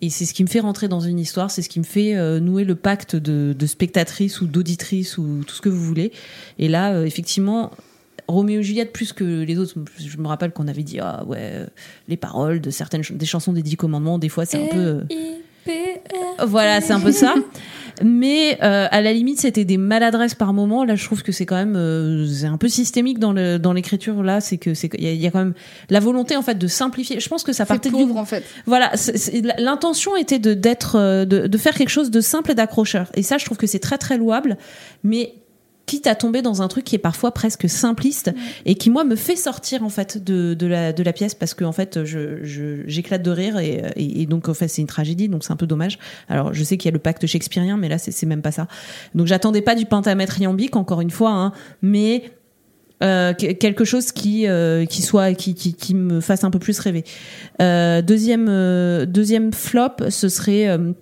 Et c'est ce qui me fait rentrer dans une histoire, c'est ce qui me fait euh, nouer le pacte de, de spectatrice ou d'auditrice ou tout ce que vous voulez. Et là, euh, effectivement, Roméo et Juliette, plus que les autres, je me rappelle qu'on avait dit, ah ouais, euh, les paroles de certaines ch- des chansons des Dix Commandements, des fois, c'est
Eh,
un peu. euh, voilà, c'est un peu ça. Mais euh, à la limite, c'était des maladresses par moment. Là, je trouve que c'est quand même euh, c'est un peu systémique dans le dans l'écriture. Là, c'est que c'est il y, a- il y a quand même la volonté en fait de simplifier. Je pense que ça partait
pauvre,
du
en fait.
Voilà, c'est- c'est- l'intention était de d'être euh, de, de faire quelque chose de simple et d'accrocheur. Et ça, je trouve que c'est très très louable. Mais quitte à tomber dans un truc qui est parfois presque simpliste et qui moi me fait sortir en fait de, de la, de la pièce parce que en fait je, je- j'éclate de rire et, et- et donc en fait c'est une tragédie donc c'est un peu dommage alors je sais qu'il y a le pacte shakespearien mais là c'est, c'est même pas ça donc j'attendais pas du pentamètre iambique encore une fois hein, mais euh, que- quelque chose qui euh, qui soit qui, qui qui me fasse un peu plus rêver Euh, deuxième euh, deuxième flop ce serait euh,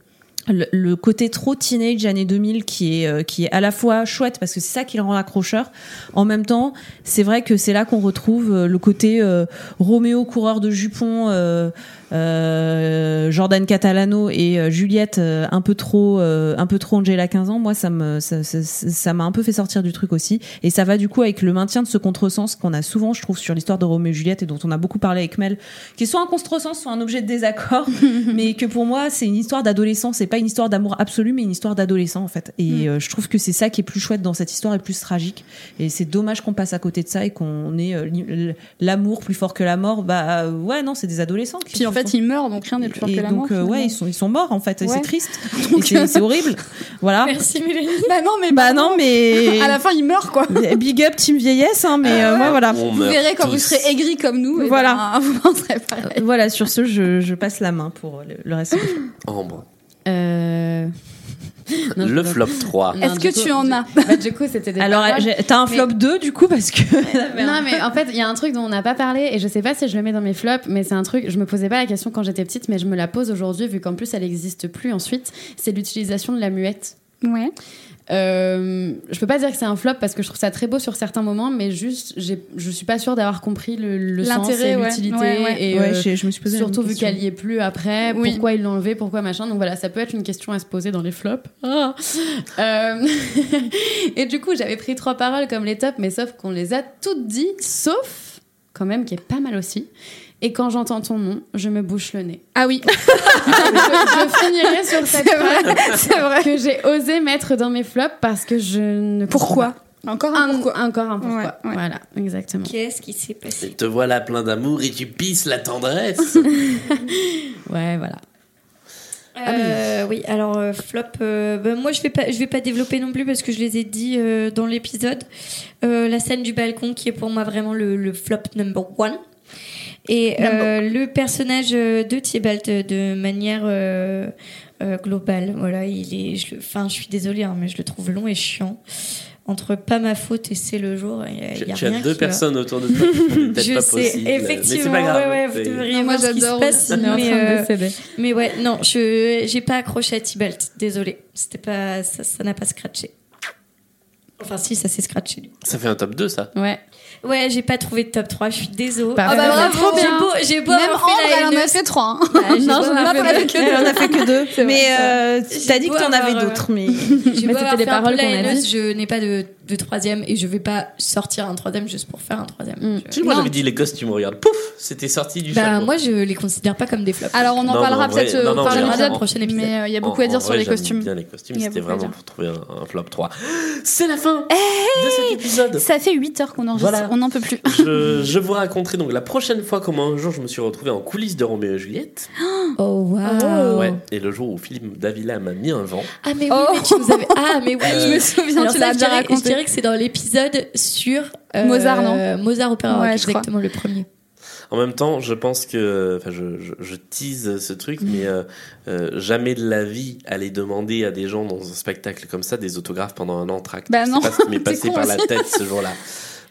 le, le côté trop teenage années 2000 qui est euh, qui est à la fois chouette parce que c'est ça qui le rend accrocheur en même temps c'est vrai que c'est là qu'on retrouve euh, le côté euh, Roméo coureur de jupons euh, euh, Jordan Catalano et euh, Juliette euh, un peu trop euh, un peu trop Angela 15 ans moi ça me ça ça- ça m'a un peu fait sortir du truc aussi et ça va du coup avec le maintien de ce contresens qu'on a souvent je trouve sur l'histoire de Roméo et Juliette et dont on a beaucoup parlé avec Mel qui est soit un contresens soit un objet de désaccord mais que pour moi c'est une histoire d'adolescence c'est pas une histoire d'amour absolu mais une histoire d'adolescent en fait
Mm.
et euh, je trouve que c'est ça qui est plus chouette dans cette histoire et plus tragique et c'est dommage qu'on passe à côté de ça et qu'on ait euh, l'amour plus fort que la mort bah euh, ouais non c'est des adolescents qui
Puis en
se
fait, fait, ils meurent, donc rien n'est plus fort
Et
que la mort.
donc, euh, ouais,
finalement.
ils sont, ils sont morts en fait, et
Ouais.
c'est triste,
Donc, euh,
Et c'est c'est horrible. Voilà.
Merci Mélanie.
Bah non, mais.
Bah non, mais.
À la fin, ils meurent quoi.
Big up, team vieillesse, hein, mais euh, moi voilà.
Vous verrez quand vous serez aigri comme nous. et
Voilà.
ben, vous penserez pareil.
Voilà, sur ce, je, je passe la main pour le, le reste.
Ambre.
Euh, non, je
le
peux pas.
flop 3.
Non, du coup-
as
Bah, Du coup, c'était des
Alors,
paroles.
j'ai- t'as un
Mais-
flop 2 du coup parce que.
Non, mais en fait, il y a un truc dont on n'a pas parlé et je sais pas si je le mets dans mes flops, mais c'est un truc, je me posais pas la question quand j'étais petite, mais je me la pose aujourd'hui vu qu'en plus elle n'existe plus ensuite. C'est l'utilisation de la muette.
Ouais.
Euh, je peux pas dire que c'est un flop parce que je trouve ça très beau sur certains moments, mais juste, j'ai- je suis pas sûre d'avoir compris le, le sens
L'intérêt,
et
ouais.
l'utilité.
Ouais, ouais.
Et, euh,
Ouais, j'ai- je me suis posé la même
Surtout vu
question.
qu'elle y est plus après,
Oui.
pourquoi ils l'ont enlevé, pourquoi machin. Donc voilà, ça peut être une question à se poser dans les flops. Ah. Euh, et du coup, j'avais pris trois paroles comme les tops, mais sauf qu'on les a toutes dit, sauf quand même qui est pas mal aussi. Et quand j'entends ton nom, je me bouche le nez.
Ah oui.
je, je finirai sur cette
C'est vrai,
phrase
c'est vrai.
que j'ai osé mettre dans mes flops parce que je ne. Pourquoi
Encore un pourquoi.
Encore un pourquoi. Voilà, exactement.
Qu'est-ce qui s'est passé
Te voilà plein d'amour et tu pisses la tendresse.
Ouais, voilà.
Ah,
Euh, oui, alors euh, flop. euh, bah, moi, je vais pas, je vais pas développer non plus parce que je les ai dit euh, dans l'épisode. Euh, la scène du balcon qui est pour moi vraiment le, le flop number one. Et euh, le personnage euh, de Thiebalt euh, de manière euh, euh, globale, voilà, il est, je, le- enfin, je suis désolée, hein, mais je le trouve long et chiant. Entre pas ma faute et c'est le jour, il y a- il
Tu
y a
tu as
rien
deux
qui va.
personnes autour de toi. qui font des têtes
Je
pas
sais,
possibles, mais c'est
effectivement,
pas grave.
ouais, ouais, vous
C'est-
devriez
Non, moi,
voir ce qui se
j'adore,
passe.
on est en train
mais,
de
euh,
décéder.
mais ouais, non, je j'ai pas accroché à Tibalt, désolé. C'était pas ça, ça n'a pas scratché. Enfin si, ça s'est scratché. du coup.
Ça fait un top 2, ça.
Ouais.
Ouais, j'ai pas trouvé de top 3, je suis désolée.
Ah bah bravo,
J'ai beau, j'ai beau
Même
avoir fait
Ambre,
la
elle en a
haineuse.
fait trois, hein.
euh,
Bah, j'ai
Non,
beau
j'en ai
avoir
pas
fait la
fait deux.
haineuse.
Elle en a fait que deux.
C'est vrai,
Mais,
ça.
euh,
J'ai
t'as dit
beau
que t'en
avoir,
avais
euh,
d'autres, mais-
J'ai
Mais
beau
c'était
avoir
des
fait un peu
paroles
la
qu'on a
haineuse,
dit.
je n'ai pas de, de troisième et je vais pas sortir un troisième juste pour faire un troisième. Je-
Tu sais, moi, j'avais dit les gosses, tu me regardes. Pouf C'était sorti du
Bah,
chapeau.
moi, je les considère pas comme des flops.
Alors, on en
Non,
parlera
mais en vrai-
peut-être euh,
non, non, mais
au prochain
en-
épisode,
en-
mais euh, il y a beaucoup
En-
à dire
en
sur
vrai,
les
j'aime
costumes.
bien les costumes,
Il y a
c'était
beaucoup à
vraiment
dire. Eh
pour trouver un, un flop 3. C'est la fin de cet épisode.
Ça fait 8 heures qu'on enregistre,
Voilà.
on n'en peut plus.
je, je vous raconterai donc la prochaine fois comment un jour je me suis retrouvé en coulisses de Roméo et Juliette.
Oh waouh
Ouais, et le jour où Philippe Davila m'a mis un vent.
Ah mais oui, mais tu nous avais. Ah mais oui,
Euh,
je me souviens.
Alors
tu
ça,
l'as
je
déjà
dirais-
raconté.
je dirais
que c'est dans l'épisode sur euh,
Mozart, non
Mozart Opéra
Ouais, je crois.
exactement le premier.
En même temps, je pense que. Enfin, je, je, je tease ce truc, mais euh, euh, jamais de la vie aller demander à des gens dans un spectacle comme ça des autographes pendant un entracte.
Bah
Je sais
non,
pas ce qui m'est
t'es
passé
con
par la
aussi.
tête ce jour-là.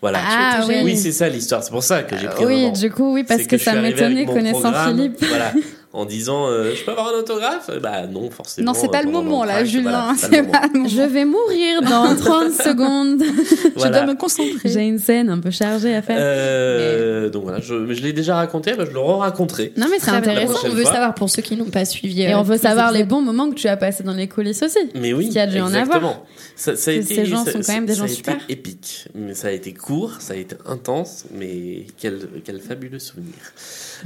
Voilà.
Ah
oui,
oui.
c'est ça l'histoire. C'est pour ça que j'ai pris un
oui,
moment.
du coup, oui, parce
C'est
que
je
ça
suis arrivé
m'étonnait,
avec mon
connaissant
programme,
Philippe.
Voilà. En disant, euh, je peux avoir un autographe Bah non, forcément.
Non, c'est pas le
pendant
moment, là,
l'entracte,
Julien,
voilà,
hein,
c'est pas
c'est
le moment.
Je vais mourir dans 30 secondes.
Voilà. dois me
concentrer. J'ai une scène un peu chargée à faire.
Euh, Donc voilà, je, mais je l'ai déjà raconté, bah, je le re-raconterai.
Non, mais c'est
La
intéressant.
prochaine
On veut
fois.
savoir
pour ceux qui n'ont pas suivi. euh,
Et on veut savoir les bons moments que tu as passés dans les coulisses aussi.
Mais oui,
Parce qu'il y a dû en avoir.
exactement. Ça, ça a
Parce que
été,
ces gens
ça-
sont quand même des
ça
gens
a été
super.
épique, mais ça a été court, ça a été intense, mais quel, quel fabuleux souvenir.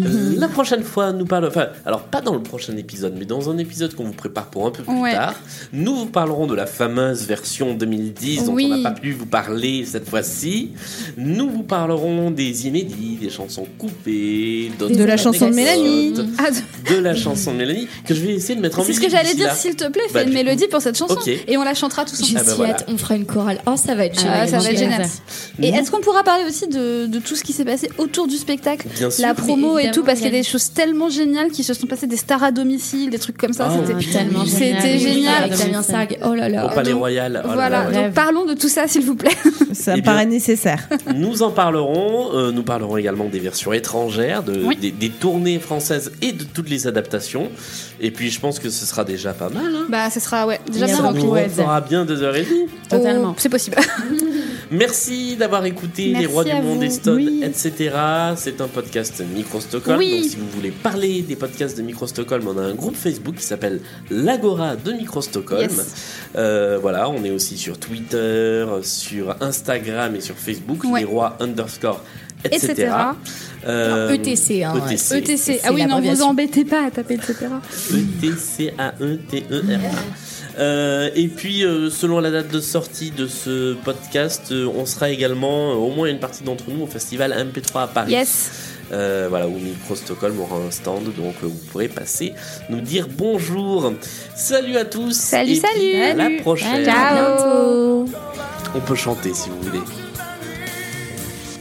Euh, la prochaine fois, nous parlons. Enfin, alors pas dans le prochain épisode, mais dans un épisode qu'on vous prépare pour un peu plus
Ouais.
tard. Nous vous parlerons de la fameuse version 2010 dont
Oui.
on n'a pas pu vous parler cette fois-ci. Nous vous parlerons des inédits, des chansons coupées, d'autres
De la chanson de
anecdotes,
Mélanie.
de la chanson de Mélanie que je vais essayer de mettre en
Ah, C'est
musique.
ce que j'allais
d'ici
dire,
là.
s'il te plaît, fais
Bah,
une
du coup,
mélodie pour cette chanson
Ok.
et on la chantera tous
Ah
ensemble.
bah voilà.
on fera une chorale. Oh, ça va être génial.
Ah, ça va être génial. Et
Nous-
est-ce qu'on pourra parler aussi de, de tout ce qui s'est passé autour du spectacle,
Bien sûr.
la promo
Mais
et tout, parce
évidemment,
qu'il y a des
Yann.
choses tellement géniales qui se sont passées, des stars à domicile, des trucs comme ça.
Ah,
c'était
oui. Tellement
génial.
c'était
Oui, oui,
génial.
avec Damien Sargue. Oh là là.
Au Palais
Euh, Donc,
Royal. Oh là
voilà,
là, ouais.
donc parlons de tout ça, s'il vous plaît.
Ça
Eh
me
bien-
paraît nécessaire.
Nous en parlerons. euh, nous parlerons également des versions étrangères, de,
Oui.
des, des tournées françaises et de toutes les adaptations. Et puis, je pense que ce sera déjà pas mal. hein.
Bah, ce sera, ouais, déjà bien
Ça
rempli.
nous fera bien deux heures et demie.
Totalement. c'est possible.
Merci d'avoir écouté
Merci
Les Rois du
à
Monde,
vous.
des Stones,
Oui.
etc. C'est un podcast Micro Stockholm.
Oui.
Donc, si vous voulez parler des podcasts de Micro Stockholm, on a un groupe Facebook qui s'appelle l'Agora de Micro Stockholm.
Yes.
Euh, voilà, on est aussi sur Twitter, sur Instagram et sur Facebook,
Ouais.
Les Rois underscore, etc.
Etc..
Euh,
ETC, hein, ouais.
ETC.
ETC.
C'est
Ah oui, non, vous
l'abréviation.
embêtez pas à taper, etc.
E E-T-C-A-E-T-E-R-A. Euh, et puis, euh, selon la date de sortie de ce podcast, euh, on sera également, euh, au moins une partie d'entre nous, au festival MP3 à Paris.
Yes.
Euh, voilà, où Micro Stockholm aura un stand, donc euh, vous pourrez passer nous dire bonjour. Salut à tous. et
Salut,
puis
salut.
À la
Salut.
prochaine.
Ciao.
On peut chanter si vous voulez.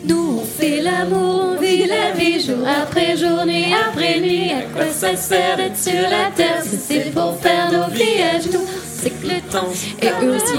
Nous on fait l'amour, on vit la vie jour après journée après nuit. À quoi ça sert d'être sur la terre si c'est pour faire nos vies à genoux C'est que le temps et eux aussi.